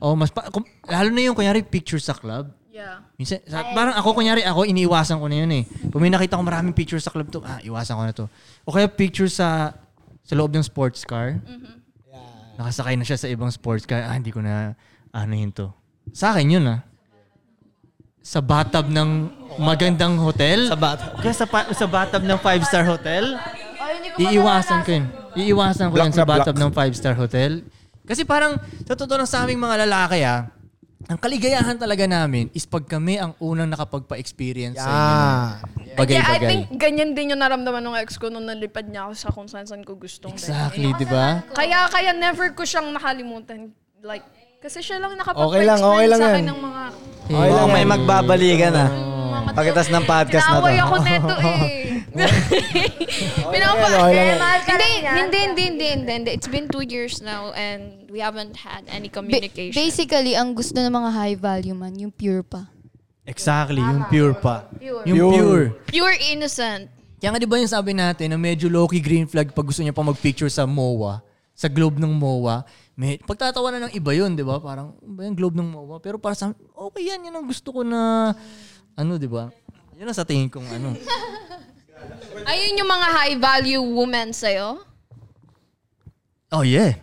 Speaker 3: oh, mas pa, kung- lalo na yung kunyari picture sa club.
Speaker 11: Yeah.
Speaker 3: Minsan, sa- parang ako kunyari ako iniiwasan ko na yun eh. Pag may nakita ko maraming picture sa club to, ah, iwasan ko na to. O kaya picture sa sa loob ng sports car. Nakasakay na siya sa ibang sports car. Ah, hindi ko na ano yun to. Sa akin yun ah. Sa bathtub ng magandang hotel. Sa bathtub. Kaya sa, pa- sa bathtub ng five-star hotel. Iiwasan ko yun. Iiwasan ko
Speaker 13: Black
Speaker 3: yun sa
Speaker 13: na black.
Speaker 3: bathtub ng five-star hotel. Kasi parang, sa totoo lang sa aming mga lalaki ah, ang kaligayahan talaga namin is pag kami ang unang nakapagpa-experience sa inyo. ng
Speaker 11: Yeah, I
Speaker 3: Bagay-bagay.
Speaker 11: think ganyan din yung naramdaman ng ex ko nung nalipad niya ako sa kung saan-saan ko gustong
Speaker 3: Exactly, di ba?
Speaker 11: dalhin. Kaya, kaya never ko siyang nakalimutan. Like, kasi siya lang
Speaker 2: Okay lang,
Speaker 11: nakapag-experience
Speaker 2: okay lang
Speaker 11: sa akin
Speaker 2: yan.
Speaker 11: ng mga...
Speaker 2: Okay lang may magbabalikan ah. Pagkatas ng podcast na to.
Speaker 11: Inaaway ako neto eh. Pinapa-
Speaker 2: lang, okay lang yan.
Speaker 11: hindi, hindi, hindi, hindi, hindi, hindi. It's been two years now and we haven't had any
Speaker 14: Ba-
Speaker 11: communication.
Speaker 14: basically, ang gusto ng mga high value man, yung pure pa.
Speaker 3: Exactly, yung pure pa.
Speaker 11: Pure.
Speaker 3: Yung pure.
Speaker 11: Pure innocent.
Speaker 3: Kaya nga di ba yung sabi natin na medyo low-key green flag pag gusto niya pa mag-picture sa MOA, sa globe ng MOA, may, pagtatawanan ng iba yun, di ba? Parang, "Ano ba yung globe ng MOA? Pero para sa okay yan, yan ang gusto ko na, ano, di ba? Yun ang sa tingin kong ano.
Speaker 11: Ayun yung mga high value women sa'yo?
Speaker 3: Oh yeah.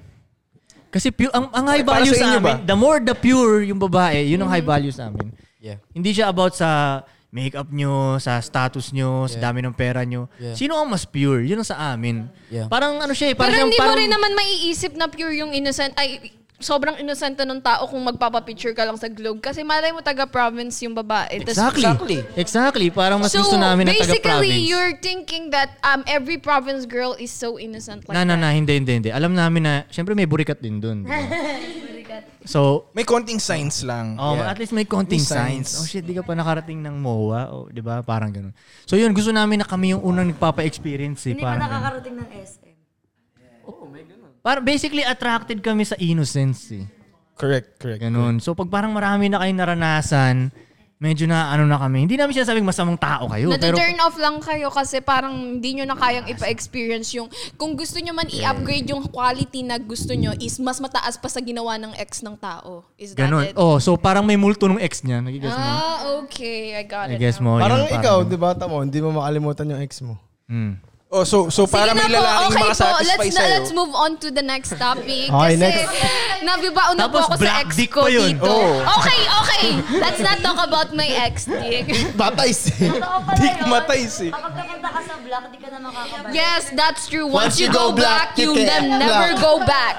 Speaker 3: Kasi pure, ang, ang high
Speaker 6: Para
Speaker 3: value
Speaker 6: sa
Speaker 3: sa,
Speaker 6: inyo ba?
Speaker 3: amin, the more the pure yung babae, yun ang high
Speaker 6: Mhm.
Speaker 3: value sa amin.
Speaker 10: Yeah.
Speaker 3: Hindi siya about sa makeup nyo, sa status nyo, sa
Speaker 6: Yeah.
Speaker 3: dami ng pera nyo.
Speaker 6: Yeah.
Speaker 3: Sino ang mas pure? Yun ang sa amin.
Speaker 10: Yeah.
Speaker 3: Parang ano siya eh, parang
Speaker 11: Pero
Speaker 3: siyang-
Speaker 11: hindi
Speaker 3: parang,
Speaker 11: mo rin naman maiisip na pure yung innocent. Ay, sobrang innocent nung tao kung magpapapicture ka lang sa globe. Kasi malay mo taga-province yung babae. Tas-
Speaker 3: Exactly. Exactly. Parang mas gusto namin ng
Speaker 11: basically,
Speaker 3: taga-province.
Speaker 11: you're thinking that um every province girl is so innocent like
Speaker 3: Na, na,
Speaker 11: that.
Speaker 3: na, hindi, hindi, hindi. Alam namin na, syempre may burikat din dun. So,
Speaker 13: may konting signs lang.
Speaker 3: Oh,
Speaker 13: Yeah.
Speaker 3: at least may konting
Speaker 13: May signs.
Speaker 3: signs. Oh shit, di ka pa nakarating ng MOA, oh, 'di ba? Parang ganoon. So 'yun, gusto namin na kami yung unang nagpapa-experience eh,
Speaker 4: Hindi pa
Speaker 3: parang. ganun.
Speaker 4: nakakarating ng SM.
Speaker 10: Oo, may ganun.
Speaker 3: Parang basically attracted kami sa innocence. Eh.
Speaker 13: Correct, correct.
Speaker 3: Ganun. So pag parang marami na kayong naranasan, medyo na ano na kami. Hindi namin sinasabing masamang tao kayo, pero
Speaker 11: Nati-turn off lang kayo kasi parang hindi nyo na kayang ipa-experience yung kung gusto nyo man i-upgrade yung quality na gusto nyo is mas mataas pa sa ginawa ng ex ng tao. Is that
Speaker 3: ganun.
Speaker 11: it?
Speaker 3: Oh, so parang may multo nung ex niya, nagigets mo?
Speaker 11: Ah, okay. I got it.
Speaker 3: guess mo,
Speaker 1: Parang
Speaker 3: yun, parang
Speaker 1: ikaw,
Speaker 3: yun.
Speaker 1: di ba, tamo, hindi mo makalimutan yung ex mo.
Speaker 3: Mm.
Speaker 13: Oh, so so para may
Speaker 11: Sige na po,
Speaker 13: lalaking
Speaker 11: okay po.
Speaker 13: makasatisfy
Speaker 11: Let's, na,
Speaker 13: sa'yo.
Speaker 11: let's move on to the next topic.
Speaker 13: Okay,
Speaker 11: kasi
Speaker 13: next.
Speaker 11: nabibaon na po
Speaker 3: Tapos
Speaker 11: ako sa
Speaker 3: black
Speaker 11: ex
Speaker 3: dick
Speaker 11: ko
Speaker 3: pa yun. Oh.
Speaker 11: dito.
Speaker 3: Oo.
Speaker 11: Okay, okay. Let's not talk about my ex, dick.
Speaker 1: Batay si. Dick matay si.
Speaker 4: Kapag napunta ka sa block, di ka na makakabalik.
Speaker 11: Yes, that's true. Once, you, go, black, you
Speaker 1: can
Speaker 11: then
Speaker 1: black.
Speaker 11: never go back.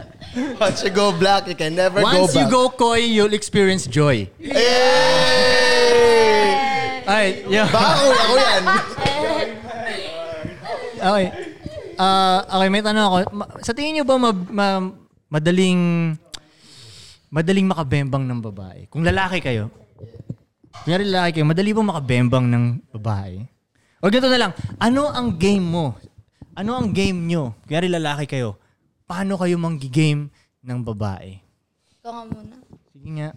Speaker 1: Once you go black, you can never go back.
Speaker 3: Once you go coy, you'll experience joy. Ay, yeah.
Speaker 1: Baka ako- ako yan.
Speaker 4: Eh,
Speaker 3: okay. Ah, okay, may tanong ako. Ma- Sa tingin niyo ba ma- ma- madaling madaling makabembang ng babae? Kung lalaki kayo, kunyari lalaki kayo, madali ba makabembang ng babae? O ganito na lang, ano ang game mo? Ano ang game nyo? Kunyari lalaki kayo, paano kayo manggigame ng babae?
Speaker 4: Ikaw nga muna.
Speaker 3: Sige nga.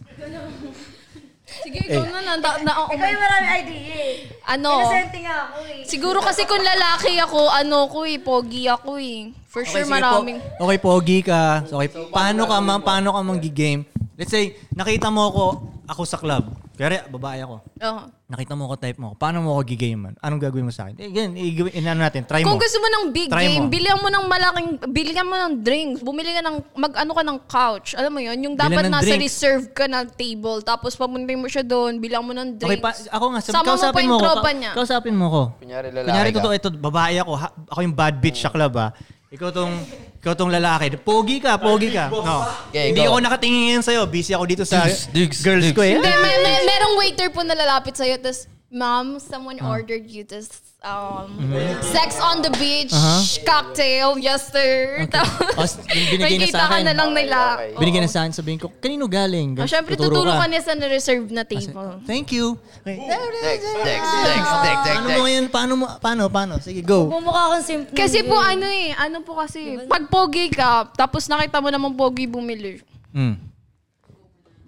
Speaker 11: Sige, ikaw
Speaker 3: Eh.
Speaker 11: na na. na, na oh
Speaker 4: Ikaw
Speaker 11: my-
Speaker 4: yung marami idea eh.
Speaker 11: Ano?
Speaker 4: Innocent nga ako eh.
Speaker 11: Siguro kasi kung lalaki ako, ano ko eh, pogi ako eh. For
Speaker 3: Okay, sige
Speaker 11: sure
Speaker 3: po.
Speaker 11: maraming.
Speaker 3: Okay, pogi ka. So, okay, paano ka, ma- paano ka manggigame? Let's say, nakita mo ako, ako sa club, kaya babae ako.
Speaker 11: Oo.
Speaker 3: Nakita mo ako, type mo ako. Paano mo ako gigaman? Anong gagawin mo sa akin? Eh, ganyan, i- inano natin, try mo.
Speaker 11: Kung gusto mo ng big
Speaker 3: Try
Speaker 11: game,
Speaker 3: mo.
Speaker 11: bilihan mo ng malaking, bilihan mo ng drinks, bumili ka ng, mag-ano ka ng couch. Alam mo yon yung
Speaker 3: Bilan
Speaker 11: dapat
Speaker 3: ng
Speaker 11: nasa
Speaker 3: drinks.
Speaker 11: reserve ka na table, tapos papuntahin mo siya doon, bilang mo ng
Speaker 3: Okay,
Speaker 11: drinks.
Speaker 3: pa, ako nga, sabi,
Speaker 11: Sama mo
Speaker 3: kausapin
Speaker 11: pa
Speaker 3: mo,
Speaker 11: yung
Speaker 3: ako.
Speaker 11: tropa
Speaker 3: ka-
Speaker 11: niya.
Speaker 3: Kausapin mo ko.
Speaker 10: Kunyari lalaki
Speaker 3: Kunyari,
Speaker 10: ka.
Speaker 3: totoo, ito, babae ako. Ha- ako yung bad bitch sa club, ha? Ikaw tong, ikaw tong lalaki. Pogi ka, pogi ka. No.
Speaker 10: Okay,
Speaker 3: Hindi
Speaker 10: go.
Speaker 3: ako nakatingin ngayon sa'yo. Busy ako dito sa girls ko, eh.
Speaker 11: Hindi, may, may, merong waiter po na lalapit sa'yo, tapos, Ma'am, someone
Speaker 3: Ah.
Speaker 11: ordered you this um,
Speaker 3: Mhm.
Speaker 11: sex on the beach
Speaker 3: Aha.
Speaker 11: cocktail, yes sir. Tapos,
Speaker 3: Tapos, Uh-huh. binigay niya sa
Speaker 11: nakikita ka
Speaker 3: akin.
Speaker 11: na lang nila.
Speaker 3: Binigyan na sa akin, sabihin ko, kanino galing?
Speaker 11: Oh, syempre,
Speaker 3: Tuturo Ah,
Speaker 11: tuturo ka niya sa na-reserve na table.
Speaker 3: Thank you. Okay.
Speaker 10: Next, next,
Speaker 11: next, next,
Speaker 3: Paano mo ngayon? Paano mo? Paano? Paano? Sige, go.
Speaker 4: Mumukha kang simp.
Speaker 11: Kasi po
Speaker 4: nun, girl.
Speaker 11: ano eh, ano po kasi, pag pogi ka, tapos nakita mo naman pogi bumili.
Speaker 10: Hmm.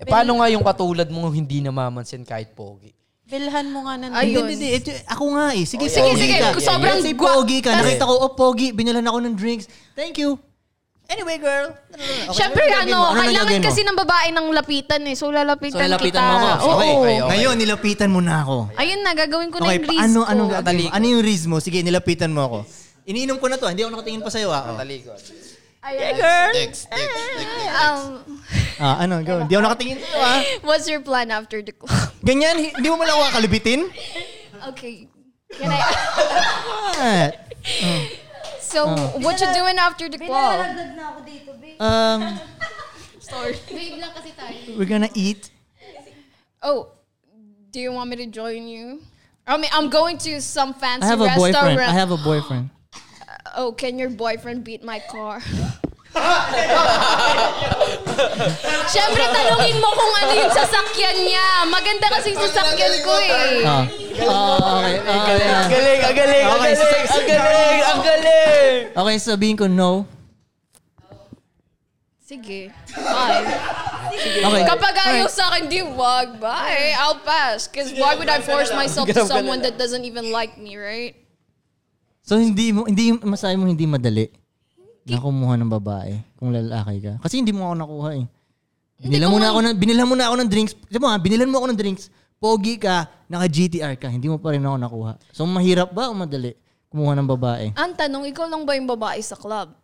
Speaker 10: Eh, paano nga yung katulad mo hindi namamansin kahit pogi?
Speaker 9: Bilhan mo nga ng
Speaker 3: Ayun.
Speaker 9: drinks.
Speaker 3: Hindi, hindi, hindi. Ako nga eh. Sige,
Speaker 10: Oh,
Speaker 3: sige,
Speaker 10: yeah,
Speaker 3: sige.
Speaker 10: yeah,
Speaker 3: Kung
Speaker 10: yeah,
Speaker 3: Sobrang
Speaker 10: yeah.
Speaker 3: Let's say pogi ka.
Speaker 10: Yeah.
Speaker 3: Nakita ko, oh, pogi. Binilhan ako ng drinks. Thank you. Anyway, girl. Okay,
Speaker 11: Siyempre,
Speaker 3: anong gagawin mo?
Speaker 11: ano,
Speaker 3: Anong
Speaker 11: kailangan
Speaker 3: gagawin mo?
Speaker 11: kasi ng babae ng lapitan eh. So, lalapitan,
Speaker 3: So, lalapitan
Speaker 11: kita.
Speaker 3: mo ako.
Speaker 11: Oo.
Speaker 3: okay, Ngayon, nilapitan mo na ako.
Speaker 11: Ayun na, gagawin ko na
Speaker 3: Okay,
Speaker 11: yung
Speaker 3: pa-
Speaker 11: risk
Speaker 3: ano,
Speaker 11: ko.
Speaker 3: anong gagawin mo? Ano yung risk mo? Sige, nilapitan mo ako. Iniinom ko na to. Hindi ako nakatingin pa sa'yo. Ah, oh.
Speaker 11: Ayun.
Speaker 3: Yeah, girl.
Speaker 10: Next, next,
Speaker 11: Um,
Speaker 3: ah ano, go. Hindi ako nakatingin sa'yo ah.
Speaker 11: what's your plan after the club?
Speaker 3: Ganyan, hi- hindi mo man ako kakalibitin?
Speaker 11: Okay. Can I...
Speaker 3: What? Oh.
Speaker 11: So,
Speaker 3: Oh.
Speaker 11: what you doing after the club?
Speaker 4: Binalagdag na ako dito, babe.
Speaker 3: Um,
Speaker 11: Sorry.
Speaker 4: Babe lang kasi tayo.
Speaker 3: we're gonna eat.
Speaker 11: Oh, do you want me to join you? I mean, I'm going to some
Speaker 3: I
Speaker 11: fancy
Speaker 3: have a
Speaker 11: restaurant.
Speaker 3: boyfriend. I have a boyfriend.
Speaker 11: Oh, can your boyfriend beat my car? Siyempre, tanungin mo kung ano yung sasakyan niya. Maganda kasi yung sasakyan ko eh.
Speaker 3: Ah. Ah, okay. Ah, yeah.
Speaker 10: galing, ang galing, ang
Speaker 3: Okay,
Speaker 10: galing,
Speaker 3: so-
Speaker 10: ang galing, ang galing!
Speaker 3: Okay, sabihin ko no.
Speaker 11: Sige. Bye.
Speaker 3: Okay.
Speaker 11: Kapag ayaw
Speaker 3: Alright.
Speaker 11: sa akin, di wag. Bye. I'll pass. Because why would I force myself to
Speaker 3: Ganun ka na
Speaker 11: someone that doesn't even like me, right?
Speaker 3: So hindi mo hindi masaya mo hindi madali na kumuha ng babae kung lalaki ka. Kasi hindi mo ako nakuha eh. Binila mo na ako ng binila mo na ako ng drinks. Di mo ha, binilan mo ako ng drinks. Pogi ka, naka GTR ka, hindi mo pa rin ako nakuha. So mahirap ba o madali kumuha ng babae?
Speaker 11: Ang tanong, ikaw lang ba yung babae sa club?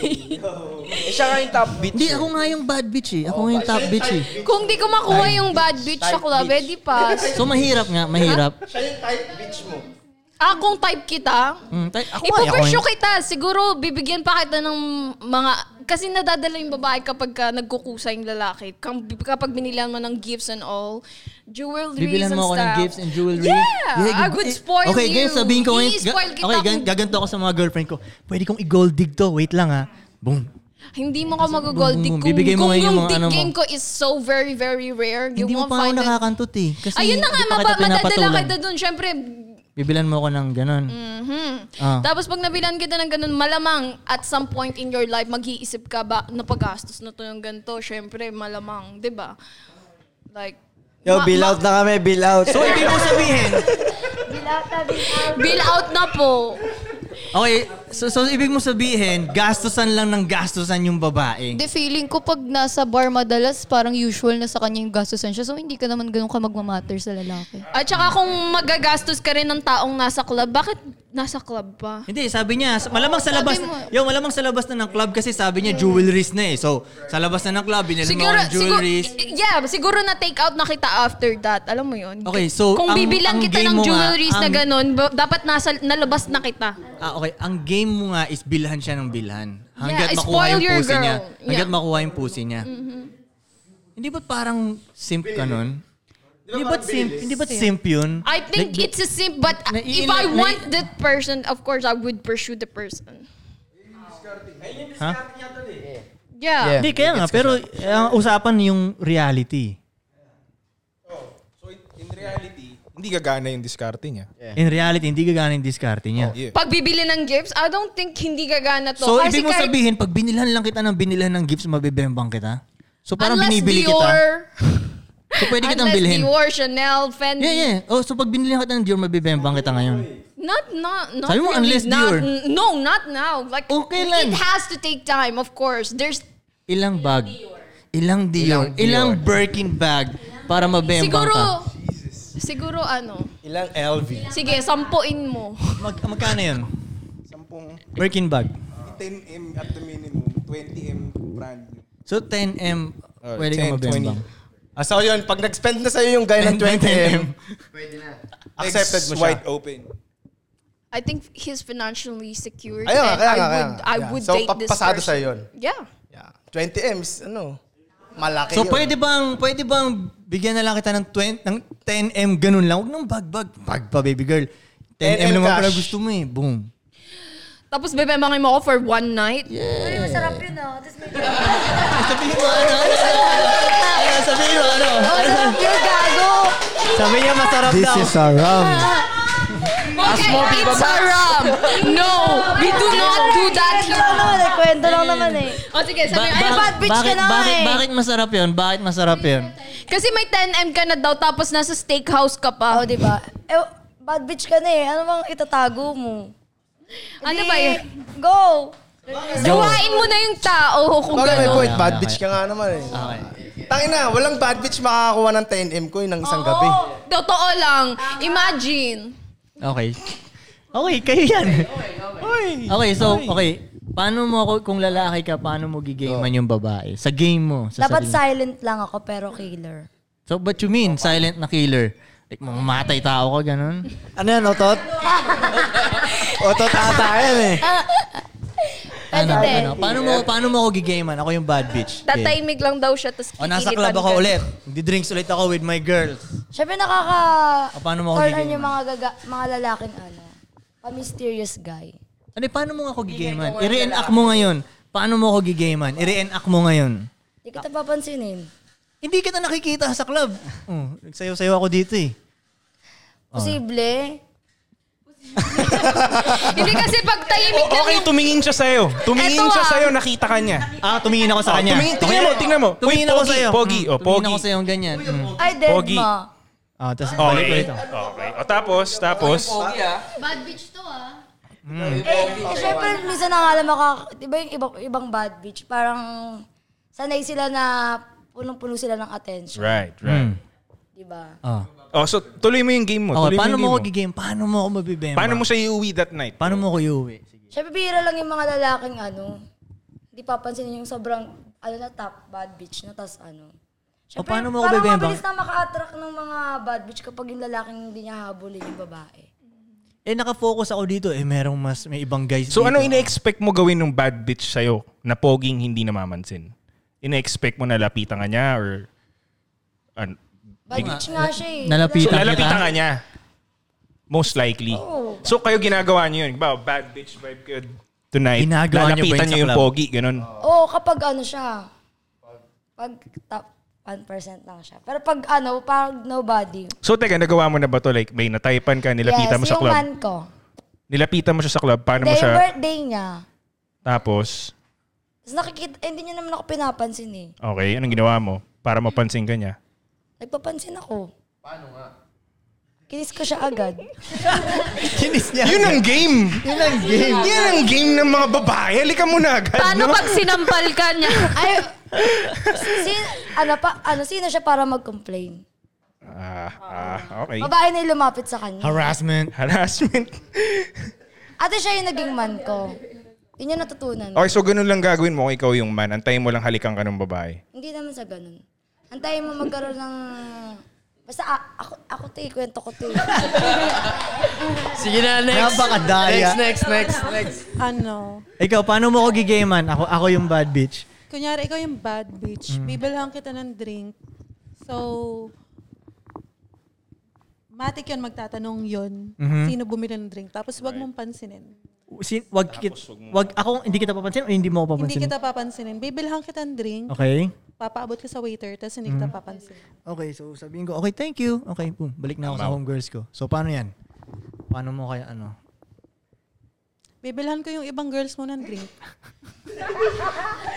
Speaker 10: Eh, Oh, siya nga yung top bitch.
Speaker 3: Hindi, ako nga yung bad bitch eh. Ako nga yung top bitch eh.
Speaker 11: Kung di ko makuha yung bad bitch sa
Speaker 3: Type
Speaker 11: club, eh, di pass.
Speaker 3: So mahirap nga, mahirap.
Speaker 1: Siya yung type bitch mo.
Speaker 11: Ah, kung type kita,
Speaker 3: Mm, tay- ako nga, ako
Speaker 11: Ipupursyo
Speaker 3: yung-
Speaker 11: kita. Siguro, bibigyan pa kita ng mga... Kasi nadadala yung babae kapag ka nagkukusa yung lalaki. Kam- Kapag binilihan mo ng gifts and all. Jewelries
Speaker 3: Bibilan
Speaker 11: and
Speaker 3: mo ako ng
Speaker 11: stuff.
Speaker 3: gifts and jewelry.
Speaker 11: Yeah! I
Speaker 3: gag-
Speaker 11: would spoil
Speaker 3: okay,
Speaker 11: you.
Speaker 3: Okay, sabihin ko ngayon.
Speaker 11: I-spoil kita
Speaker 3: okay, gan-
Speaker 11: kung-
Speaker 3: gaganto ako sa mga girlfriend ko. Pwede kong i-gold dig to. Wait lang ha. Boom.
Speaker 11: Hindi mo ka mag-gold dig.
Speaker 3: boom,
Speaker 11: Kung,
Speaker 3: bibigay mo
Speaker 11: kung
Speaker 3: ngayon yung
Speaker 11: yung
Speaker 3: mga
Speaker 11: dig
Speaker 3: ano mo.
Speaker 11: game ko is so very, very rare, you
Speaker 3: Hindi mo
Speaker 11: won't
Speaker 3: pa ako
Speaker 11: find it.
Speaker 3: nakakantot eh. Kasi
Speaker 11: Ayun na nga,
Speaker 3: hindi pa
Speaker 11: mapa-
Speaker 3: kita
Speaker 11: madadala
Speaker 3: pinapatulan.
Speaker 11: kita dun. Siyempre,
Speaker 3: Bibilan mo ako ng ganun.
Speaker 11: mhm.
Speaker 3: Ah.
Speaker 11: Tapos pag nabilan kita ng ganun, malamang at some point in your life, mag-iisip ka ba, napagastos na to yung ganito. Siyempre, malamang, di ba? Like,
Speaker 2: Yo,
Speaker 11: ma-
Speaker 2: bill out na kami, bill out.
Speaker 3: So, ibig mo sabihin?
Speaker 4: Bill out na, bill out.
Speaker 11: Bill out na po.
Speaker 3: Okay, so, so ibig mo sabihin, gastusan lang ng gastusan yung babae.
Speaker 14: Hindi, feeling ko pag nasa bar madalas, parang usual na sa kanya yung gastusan siya. So, hindi ka naman ganun ka magmamatter sa lalaki.
Speaker 11: At saka kung magagastos ka rin ng taong nasa club, bakit nasa club pa?
Speaker 3: Hindi, sabi niya, sa- malamang sa
Speaker 11: Sabi
Speaker 3: labas,
Speaker 11: mo.
Speaker 3: yung malamang sa labas na ng club kasi sabi niya jewelries na eh. So, sa labas na ng club, binili mo ako ng
Speaker 11: siguro,
Speaker 3: jewelries.
Speaker 11: yeah, siguro na take out na kita after that. Alam mo yun?
Speaker 3: Okay, so
Speaker 11: Kung
Speaker 3: ang-
Speaker 11: bibilang
Speaker 3: ang
Speaker 11: kita
Speaker 3: game
Speaker 11: ng
Speaker 3: mo nga, um,
Speaker 11: jewelries na
Speaker 3: ang-
Speaker 11: ganun, ba- dapat nasa, nalabas na kita.
Speaker 3: Ah, okay. Ang game mo nga is bilhan siya ng bilhan. Hanggat
Speaker 11: Yeah,
Speaker 3: makuha
Speaker 11: spoil
Speaker 3: yung
Speaker 11: your
Speaker 3: pussy
Speaker 11: girl.
Speaker 3: niya.
Speaker 11: Yeah.
Speaker 3: Hanggat makuha yung pussy niya.
Speaker 11: Mm-hmm.
Speaker 3: Hindi ba't parang simp ka nun? Hindi ba't simp, hindi ba't simp yun?
Speaker 11: I think
Speaker 3: Like,
Speaker 11: it's a simp, but uh,
Speaker 3: Naiinis-
Speaker 11: if I
Speaker 3: nai-
Speaker 11: want that person, of course, I would pursue the person.
Speaker 3: Ha?
Speaker 11: Yeah.
Speaker 3: Hindi, kaya nga. Pero eh, ang usapan yung reality.
Speaker 13: Hindi gagana yung diskarte niya.
Speaker 3: In reality, hindi gagana yung diskarte niya.
Speaker 11: Pag bibili ng gifts, I don't think hindi gagana to.
Speaker 3: So,
Speaker 11: Kasi
Speaker 3: ibig mo
Speaker 11: kahit-
Speaker 3: sabihin, pag binilhan lang kita ng binilhan ng gifts, mabibembang kita? So, parang
Speaker 11: unless
Speaker 3: binibili kita.
Speaker 11: Dior,
Speaker 3: So, pwede kitang
Speaker 11: unless
Speaker 3: bilhin.
Speaker 11: Dior, Chanel, Fendi.
Speaker 3: Yeah, yeah. Oh, so pag binilhan kita ng Dior, mabibembang kita ngayon.
Speaker 11: Not, not, not
Speaker 3: Sabi mo,
Speaker 11: really.
Speaker 3: unless
Speaker 11: Not-
Speaker 3: Dior.
Speaker 11: n- No, not now. Like, it has to take time, of course. There's
Speaker 3: Ilang bag? Ilang Dior,
Speaker 17: Ilang
Speaker 3: ilang,
Speaker 17: Dior.
Speaker 3: Birkin bag para mabembang
Speaker 11: Siguro,
Speaker 3: ka.
Speaker 11: siguro ano,
Speaker 3: Ilang LV.
Speaker 11: sige, sampuin mo.
Speaker 3: Mag, magkano yun? Birkin bag.
Speaker 1: 10M at the minimum, 20M brand.
Speaker 3: So 10M, pwede
Speaker 1: 10,
Speaker 3: ka mabembang.
Speaker 1: Oh, Ah, so yun, pag nag-spend na sa'yo yung guy ng 20M,
Speaker 10: Pwede na.
Speaker 1: accepted mo siya.
Speaker 10: wide
Speaker 1: open.
Speaker 11: I think he's financially secured
Speaker 1: Ayun nga,
Speaker 11: and
Speaker 1: kaya
Speaker 11: I
Speaker 1: nga, kaya
Speaker 11: would,
Speaker 1: nga.
Speaker 11: I
Speaker 1: Yeah.
Speaker 11: would
Speaker 1: So,
Speaker 11: date this
Speaker 1: papasado
Speaker 11: person.
Speaker 1: sa'yo yun?
Speaker 11: Yeah.
Speaker 1: 20M is ano, malaki
Speaker 3: So
Speaker 1: yun.
Speaker 3: pwede bang, pwede bang bigyan na lang kita ng, 20, ng 10M ganun lang? Huwag nang bag-bag. Bag pa, baby girl. 10M,
Speaker 11: 10M
Speaker 3: naman
Speaker 11: cash.
Speaker 3: pala gusto mo eh. Boom.
Speaker 11: Tapos bebemangin mo ako for one night.
Speaker 3: Yeah.
Speaker 4: Ay, masarap yun ah. Tapos may...
Speaker 3: Sabihin mo ano? Ano? Sabihin mo ano?
Speaker 4: Oh, Masarap yun, gago.
Speaker 3: Sabi niya masarap
Speaker 18: This
Speaker 3: daw.
Speaker 18: is a rum.
Speaker 11: Okay, it's a rum. No, we do not do that here.
Speaker 4: Ano naman eh, kwento lang naman eh.
Speaker 11: O sige, sabi, ay, bad bitch
Speaker 3: bakit,
Speaker 11: ka na nga
Speaker 3: bakit,
Speaker 11: eh.
Speaker 3: bakit masarap yun? Bakit masarap yun?
Speaker 11: Kasi may 10M ka na daw, tapos nasa steakhouse ka pa.
Speaker 4: Oo, di ba? Eh, bad bitch ka na eh. Ano bang itatago mo?
Speaker 11: Ano
Speaker 4: Di,
Speaker 11: ba yun?
Speaker 4: Go!
Speaker 11: Gawain mo na yung tao kung
Speaker 1: Baka may
Speaker 11: gano'n.
Speaker 1: point, bad bitch ka nga naman eh. Tangina, walang bad bitch makakakuha ng 10M ko yun ng isang gabi.
Speaker 11: Totoo lang. Imagine.
Speaker 3: Okay. Okay, kayo yan. Okay, so, okay. Paano mo ako, kung lalaki ka, paano mo gigaman
Speaker 18: Oh.
Speaker 3: yung babae? Sa game mo. Sa sarili
Speaker 4: Dapat
Speaker 3: mo.
Speaker 4: silent lang ako pero killer.
Speaker 3: So, what you mean, silent na killer? Like, mamamatay tao ka, ganun?
Speaker 18: Ano yan, otot? otot ata yan eh.
Speaker 11: Ah,
Speaker 3: Ano,
Speaker 11: Pwede din.
Speaker 3: ano? Paano mo, paano mo ako gigaman? Ako yung bad bitch. Okay.
Speaker 11: Tatahimik lang daw siya, tapos
Speaker 3: O, nasa
Speaker 11: kikilipan
Speaker 3: club ako
Speaker 11: ka.
Speaker 3: ulit. Di-drinks ulit ako with my girls.
Speaker 4: Siyempre nakaka...
Speaker 3: O, paano mo ako
Speaker 4: turn on
Speaker 3: gigaman?
Speaker 4: yung mga, gaga- mga lalaking ano. Pa-mysterious guy.
Speaker 3: Ano, paano mo ako gigaman? I-reenact mo ngayon. Paano mo ako gigaman? I-reenact mo ngayon.
Speaker 4: Hindi kita papansinin.
Speaker 3: Hindi kita nakikita sa club.
Speaker 18: Mm,
Speaker 3: Oh, nagsayaw-sayaw ako dito eh. Oh.
Speaker 4: Posible.
Speaker 11: Hindi kasi pag tahimik lang
Speaker 13: Okay, tumingin siya sa'yo. Tumingin
Speaker 11: Eto
Speaker 13: siya
Speaker 11: ah.
Speaker 13: sa'yo, nakita ka niya. Oh,
Speaker 3: Ah, tumingin ako sa kanya.
Speaker 13: Tumingin, tingnan mo, tingnan mo.
Speaker 3: Tumingin
Speaker 13: Wait,
Speaker 3: ako
Speaker 13: pogi,
Speaker 3: sa'yo.
Speaker 13: Pogi,
Speaker 3: Mm,
Speaker 13: o,
Speaker 3: tumingin
Speaker 13: pogi.
Speaker 3: ako sa'yo, ganyan. Mm.
Speaker 4: Ay, dead
Speaker 13: Pogi. Oh,
Speaker 4: mo.
Speaker 3: Ah, tapos balik
Speaker 13: Okay.
Speaker 3: ulit.
Speaker 13: Okay. O tapos, tapos.
Speaker 7: Bad bitch to ah.
Speaker 3: Mm.
Speaker 4: Eh, syempre, minsan na nga lang maka... Di ba yung ibang, ibang bad bitch? Parang sanay sila na punong-puno sila ng attention.
Speaker 13: Right, right.
Speaker 4: Di ba?
Speaker 3: Mm. Ah.
Speaker 13: Oh, so tuloy mo yung game mo.
Speaker 3: Okay,
Speaker 13: tuloy mo
Speaker 3: paano
Speaker 13: yung
Speaker 3: mo ako
Speaker 13: game
Speaker 3: gigame? Paano mo ako mabibemba?
Speaker 13: Paano mo siya iuwi that night?
Speaker 3: Paano mo ako iuwi?
Speaker 4: Siyempre, bihira lang yung mga lalaking ano. Hindi papansinin yung sobrang, ano na, top bad bitch na, tas ano. Siyempre,
Speaker 3: paano mo ako
Speaker 4: parang
Speaker 3: bebembang?
Speaker 4: mabilis na maka-attract ng mga bad bitch kapag yung lalaking hindi niya habulin yung babae.
Speaker 3: Eh, nakafocus ako dito. Eh, merong mas, may ibang guys dito.
Speaker 13: So ano ina-expect mo gawin ng bad bitch sa'yo na poging hindi namamansin? Ina-expect mo na lapitan ka niya or... An,
Speaker 4: Bad bitch nga siya eh.
Speaker 13: so,
Speaker 4: Wala-
Speaker 13: lalapitan ka niya. Most likely.
Speaker 4: Oo.
Speaker 13: So kayo ginagawa niyo yun. Ba, bad bitch vibe kayo tonight.
Speaker 3: Ginagawa niyo ba yun
Speaker 13: lalapitan
Speaker 3: sa
Speaker 13: niyo yung
Speaker 3: club?
Speaker 13: pogi, ganun.
Speaker 4: Oo, kapag ano siya. Pag top 1% lang siya. Pero pag ano, pag nobody.
Speaker 13: So teka, nagawa mo na ba to? Like, may nataypan ka, nilapitan
Speaker 4: yes,
Speaker 13: mo sa
Speaker 4: yung
Speaker 13: club.
Speaker 4: man ko.
Speaker 13: Nilapitan mo siya sa club, paano
Speaker 4: Hindi,
Speaker 13: mo
Speaker 4: yung
Speaker 13: siya...
Speaker 4: birthday niya.
Speaker 13: Tapos,
Speaker 4: Tapos nakikita, eh, hindi niya naman ako pinapansin eh.
Speaker 13: okay, anong ginawa mo para mapansin ka niya?
Speaker 4: Nagpapansin ako. Paano nga? Kinis ko siya agad.
Speaker 3: Kinis niya.
Speaker 13: Yun ang game!
Speaker 3: Yun ang game.
Speaker 13: Yan ang game ng mga babae. Halika mo na agad.
Speaker 11: Paano
Speaker 13: no?
Speaker 11: pag sinampal ka niya?
Speaker 4: Ay, sin, ano, pa, ano, sino siya para mag-complain?
Speaker 13: Ah, ah, okay.
Speaker 4: Babae na yung lumapit sa kanya.
Speaker 3: Harassment.
Speaker 13: Harassment.
Speaker 4: Ate siya yung naging man ko. Yun yung natutunan. ko.
Speaker 13: Okay, so ganun lang gagawin mo kung ikaw yung man. Antayin mo lang halikan ka ng babae.
Speaker 4: Hindi naman sa ganun. Antayin mo magkaroon ng... Basta a- ako, ako to eh, kwento ko to eh.
Speaker 10: Sige na,
Speaker 3: next. Napakadaya.
Speaker 10: Next, next, next, next.
Speaker 9: Ano,
Speaker 3: Ikaw, paano mo ako gigaman? Ako, ako yung bad bitch.
Speaker 9: kunyari ikaw yung bad bitch,
Speaker 3: Mm.
Speaker 9: bibilhan kita ng drink. So, matik yun, magtatanong yun.
Speaker 3: Mhm.
Speaker 9: Sino bumili ng drink. Tapos wag mong pansinin.
Speaker 3: Sin, wag, kit, wag, ako, hindi kita papansin o hindi mo ako
Speaker 9: Hindi
Speaker 3: papansin?
Speaker 9: kita papansinin. Bibilhan kita ng drink.
Speaker 3: Okay.
Speaker 9: Papaabot ka sa waiter, tapos hindi
Speaker 3: Mm.
Speaker 9: kita papansinin.
Speaker 3: Okay, so sabihin ko, okay, thank you. Okay, boom. Balik na ako sa
Speaker 13: Tama.
Speaker 3: homegirls ko. So, paano yan? Paano mo kaya ano?
Speaker 9: Bibilhan ko yung ibang girls mo ng drink.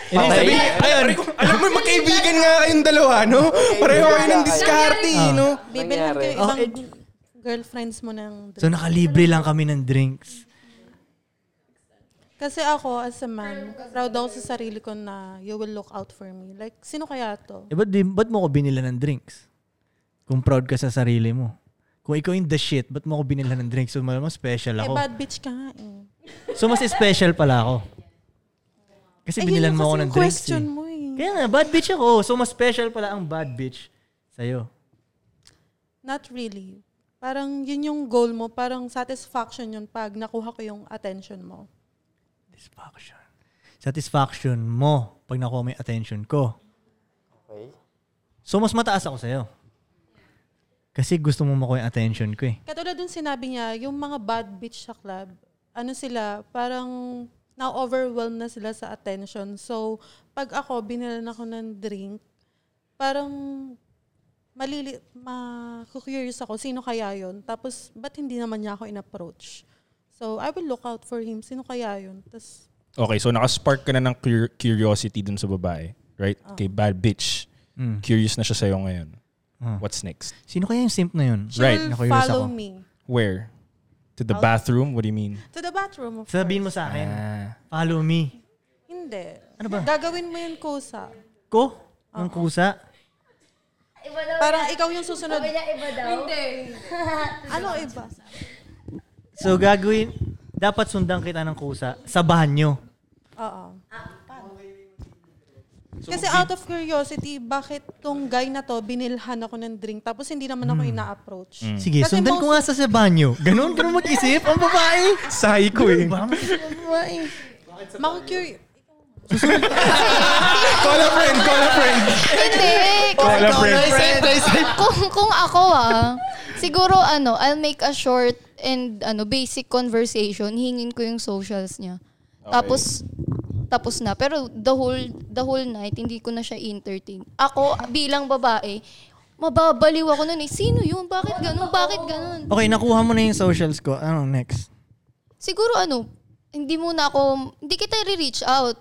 Speaker 3: Hindi, sabi niya, ayun.
Speaker 13: Alam mo, magkaibigan nga kayong dalawa, no? Pareho kayo ng diskarte,
Speaker 9: Ah.
Speaker 13: eh, no?
Speaker 9: Bibilhan ko yung
Speaker 3: Oh,
Speaker 9: ibang
Speaker 3: eh,
Speaker 9: girlfriends mo ng drink.
Speaker 3: So, nakalibre lang kami ng drinks.
Speaker 9: Kasi ako, as a man, proud ako sa sarili ko na you will look out for me. Like, sino kaya to?
Speaker 3: Eh, ba't, di- ba't mo ko binila ng drinks? Kung proud ka sa sarili mo. Kung ikaw yung the shit, ba't mo ko binila ng drinks? So, malamang special
Speaker 9: Eh,
Speaker 3: ako.
Speaker 9: bad bitch ka nga eh.
Speaker 3: So, mas special pala ako. Kasi
Speaker 9: Ayun
Speaker 3: binilan
Speaker 9: yung
Speaker 3: mo ako
Speaker 9: Eh, kasi
Speaker 3: ng
Speaker 9: yung
Speaker 3: drinks.
Speaker 9: question
Speaker 3: eh.
Speaker 9: mo eh.
Speaker 3: Kaya nga, bad bitch ako. So, mas special pala ang bad bitch sa'yo.
Speaker 9: Not really. Parang yun yung goal mo, parang satisfaction yun pag nakuha ko yung attention mo.
Speaker 3: Satisfaction mo pag nakuha mo yung attention ko.
Speaker 19: Okay.
Speaker 3: So, mas mataas ako sa'yo. Kasi gusto mo makuha yung attention ko eh.
Speaker 9: Katulad dun sinabi niya, yung mga bad bitch sa club, ano sila, parang na-overwhelm na sila sa attention. So, pag ako, binilan ako ng drink, parang malili, ma-curious ako, sino kaya yon Tapos, ba't hindi naman niya ako in-approach? So, I will look out for him. Sino kaya yun? Tapos,
Speaker 13: Okay, so nakaspark ka na ng cur- curiosity dun sa babae. Right?
Speaker 9: Ah.
Speaker 13: Okay, bad bitch.
Speaker 3: Mm.
Speaker 13: Curious na siya sa'yo ngayon.
Speaker 3: Ah.
Speaker 13: What's next?
Speaker 3: Sino kaya yung simp na yun?
Speaker 9: She'll
Speaker 3: Na-curious
Speaker 9: follow
Speaker 3: ako.
Speaker 9: me.
Speaker 13: Where? To the
Speaker 9: Out.
Speaker 13: bathroom? What do you mean?
Speaker 9: To the bathroom, of
Speaker 3: Sabihin mo
Speaker 9: course.
Speaker 3: sa akin, follow me.
Speaker 9: Hindi.
Speaker 3: Ano ba?
Speaker 9: Gagawin mo yun, Kosa.
Speaker 3: Ko? Ang kusa?
Speaker 9: Parang ikaw yung susunod.
Speaker 4: Sabi niya iba daw.
Speaker 9: Hindi. ano iba?
Speaker 3: So gagawin, dapat sundan kita ng kusa sa banyo.
Speaker 9: Oo.
Speaker 4: Ah,
Speaker 9: Kasi out of curiosity, bakit tong guy na to, binilhan ako ng drink, tapos hindi naman ako
Speaker 3: Hmm.
Speaker 9: ina-approach.
Speaker 3: Sige,
Speaker 9: Kasi
Speaker 3: sundan ko nga sa sa banyo. Ganun, ganun mag-isip ang babae.
Speaker 13: Psycho eh.
Speaker 9: Makucurious.
Speaker 13: Call a friend, call a friend.
Speaker 7: Hindi.
Speaker 13: Call a friend.
Speaker 7: kung, kung ako ah, siguro ano, I'll make a short and ano basic conversation. Hingin ko yung socials niya. Tapos tapos na. Pero the whole the whole night hindi ko na siya entertain. Ako bilang babae, mababaliw ako noon eh. Sino yun? Bakit ganun? Bakit ganun?
Speaker 3: Okay, nakuha mo na yung socials ko. Ano next?
Speaker 7: Siguro ano, hindi muna ako, hindi kita re-reach out.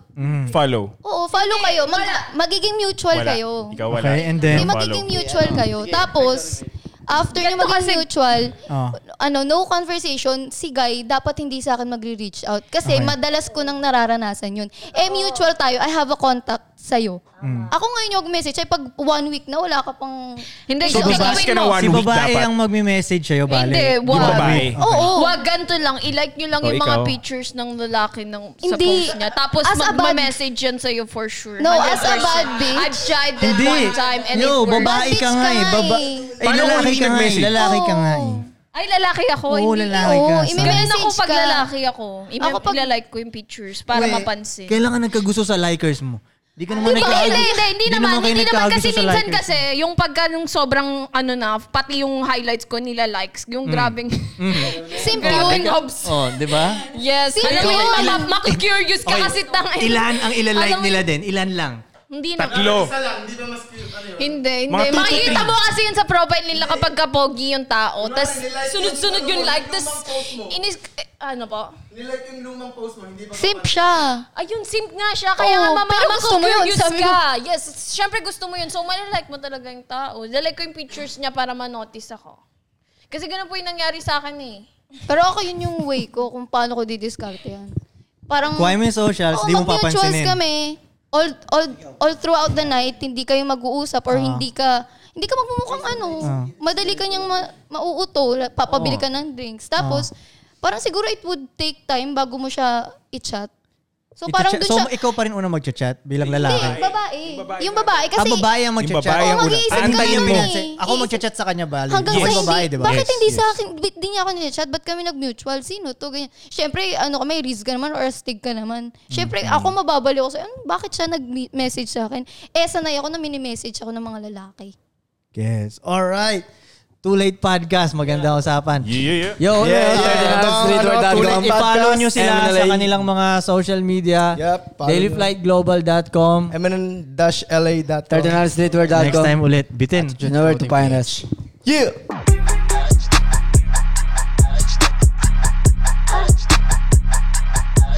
Speaker 13: Follow.
Speaker 7: Oo, follow kayo. Mag- magiging mutual
Speaker 13: Wala.
Speaker 7: kayo.
Speaker 13: Ikaw wala.
Speaker 3: Okay, and then-
Speaker 7: Hindi,
Speaker 13: Follow.
Speaker 7: magiging mutual kayo. Tapos, after nyo maging mutual,
Speaker 3: Oh.
Speaker 7: ano, no conversation, si guy, dapat hindi sa akin magre-reach out. Kasi
Speaker 3: Okay.
Speaker 7: madalas ko nang nararanasan yun. Eh, mutual tayo. I have a contact sa'yo.
Speaker 3: Mm.
Speaker 7: Ako ngayon yung message, ay pag one week na, wala ka pang...
Speaker 11: Hindi,
Speaker 7: reach
Speaker 11: so
Speaker 7: out.
Speaker 11: gagawin
Speaker 3: si
Speaker 11: mo.
Speaker 3: babae ang magme-message sa'yo, bale.
Speaker 11: Hindi,
Speaker 3: Yung
Speaker 11: wag.
Speaker 3: babae.
Speaker 11: Oo. Wag ganito lang. I-like nyo lang
Speaker 3: Oh,
Speaker 11: yung mga
Speaker 3: ikaw.
Speaker 11: pictures ng lalaki ng, sa
Speaker 7: Hindi.
Speaker 11: post niya. Tapos
Speaker 7: As a bad-
Speaker 11: magma-message yan sa'yo for sure.
Speaker 7: No, as a
Speaker 11: 100%.
Speaker 7: bad bitch.
Speaker 11: I've tried that
Speaker 3: Hindi.
Speaker 11: one time and
Speaker 3: Yo,
Speaker 11: it worked.
Speaker 3: babae ka nga eh. Baba eh,
Speaker 11: Paano kung
Speaker 3: lalaki ka
Speaker 11: hindi
Speaker 3: nga eh.
Speaker 11: nag-message?
Speaker 3: Lalaki ka nga
Speaker 11: Oh,
Speaker 3: eh.
Speaker 11: Ay, lalaki ako.
Speaker 3: Oo,
Speaker 11: hindi.
Speaker 3: lalaki ka. Oo, i-message
Speaker 11: Ganun ako pag
Speaker 7: ka.
Speaker 11: lalaki ako. I-
Speaker 7: Ako pag-
Speaker 11: Ilalike ko yung pictures para
Speaker 3: Weh,
Speaker 11: mapansin.
Speaker 3: Kailan ka nagkagusto sa likers mo? Hindi ka naman
Speaker 11: Hindi,
Speaker 3: nagkakagusto.
Speaker 11: hindi, hindi, hindi naman,
Speaker 3: kayo
Speaker 11: hindi naman kasi
Speaker 3: nagkakagusto sa
Speaker 11: minsan
Speaker 3: likers.
Speaker 11: kasi yung pagka nung sobrang ano na, pati yung highlights ko nila likes, yung
Speaker 3: Mm.
Speaker 11: grabing,
Speaker 3: Mm.
Speaker 7: Simp
Speaker 11: grabing
Speaker 7: yun.
Speaker 11: obs.
Speaker 3: Oh, di ba?
Speaker 11: Yes,
Speaker 3: Sino
Speaker 11: alam mo
Speaker 3: yun?
Speaker 11: yun,
Speaker 3: Ilan-
Speaker 11: ma- makikurious ka
Speaker 3: Okay.
Speaker 11: kasi tang
Speaker 3: Ilan ang ilalike
Speaker 11: Alam mo-
Speaker 3: nila din? Ilan lang?
Speaker 11: Hindi na.
Speaker 3: Tatlo.
Speaker 11: Ano Hindi, hindi.
Speaker 3: Mga two to
Speaker 11: Makikita
Speaker 3: three.
Speaker 11: mo kasi yun sa profile nila kapag kapogi yung tao. Tapos sunod-sunod yung like. Tapos inis... eh, Ano po?
Speaker 10: Nilike yung lumang post mo, hindi ba?
Speaker 7: Simp siya.
Speaker 11: Ayun, simp nga siya. Kaya
Speaker 7: Oo,
Speaker 11: nga, mama,
Speaker 7: pero gusto mo yun,
Speaker 11: makukurious
Speaker 7: sabi
Speaker 11: ka.
Speaker 7: mo.
Speaker 11: Yes, syempre gusto mo yun. So, malalike mo talaga yung tao. Lalike ko yung pictures niya para manotice ako. Kasi ganun po yung nangyari sa akin eh.
Speaker 7: Pero ako yun yung way ko kung paano ko didiscard yan. Parang...
Speaker 3: Kuha mo yung socials,
Speaker 7: Oo,
Speaker 3: di mo
Speaker 7: mag-mutuals
Speaker 3: papansinin.
Speaker 7: kami. All, all, all throughout the night, hindi kayo mag-uusap or
Speaker 3: Ah.
Speaker 7: hindi ka... Hindi ka magmumukhang ano.
Speaker 3: Ah.
Speaker 7: Madali ka niyang ma- mauuto. la- Papabili
Speaker 3: Oo. Ah.
Speaker 7: ka ng drinks. Tapos, parang siguro it would take time bago mo siya i-chat. So parang
Speaker 3: Ita-chat- so,
Speaker 7: dun siya...
Speaker 3: ikaw pa rin unang mag-chat bilang
Speaker 7: Hindi,
Speaker 3: lalaki.
Speaker 7: babae. Yung babae. Kasi,
Speaker 3: ah, babae ang
Speaker 13: Yung
Speaker 3: mag-chat.
Speaker 13: babae ang
Speaker 7: Oo, una. mag-iisip
Speaker 3: Aantayin
Speaker 7: ka
Speaker 3: mo yan.
Speaker 7: nun eh.
Speaker 3: Sige, Ako mag-chat sa kanya, bali.
Speaker 7: Hanggang
Speaker 3: Yes.
Speaker 7: sa hindi,
Speaker 3: babae, di ba?
Speaker 7: bakit hindi sa akin, Ba't di niya ako ni-chat? Ba't kami nag-mutual? Sino to? Ganyan. Siyempre, ano ka, may risk ka naman or astig ka naman. Siyempre,
Speaker 3: Mm-hmm.
Speaker 7: ako mababaliw ako sa, ano, bakit siya nag-message sa akin? Eh, sanay ako na mini-message ako ng mga lalaki.
Speaker 3: Yes. All right. Too Late Podcast. Maganda usapan.
Speaker 20: Yeah, yeah,
Speaker 3: Yo,
Speaker 2: Yeah,
Speaker 3: yeah,
Speaker 2: yeah,
Speaker 3: yeah.
Speaker 2: yeah. Streetwear.com
Speaker 3: Too Late. I-follow nyo sila
Speaker 2: MNLA.
Speaker 3: sa kanilang mga social media. Yep.
Speaker 2: follow nyo.
Speaker 3: Dailyflightglobal.com
Speaker 10: MNN-LA.com
Speaker 2: Cardinalstreetwear.com.
Speaker 3: Next time ulit, bitin.
Speaker 2: You know where to find us.
Speaker 10: Yeah!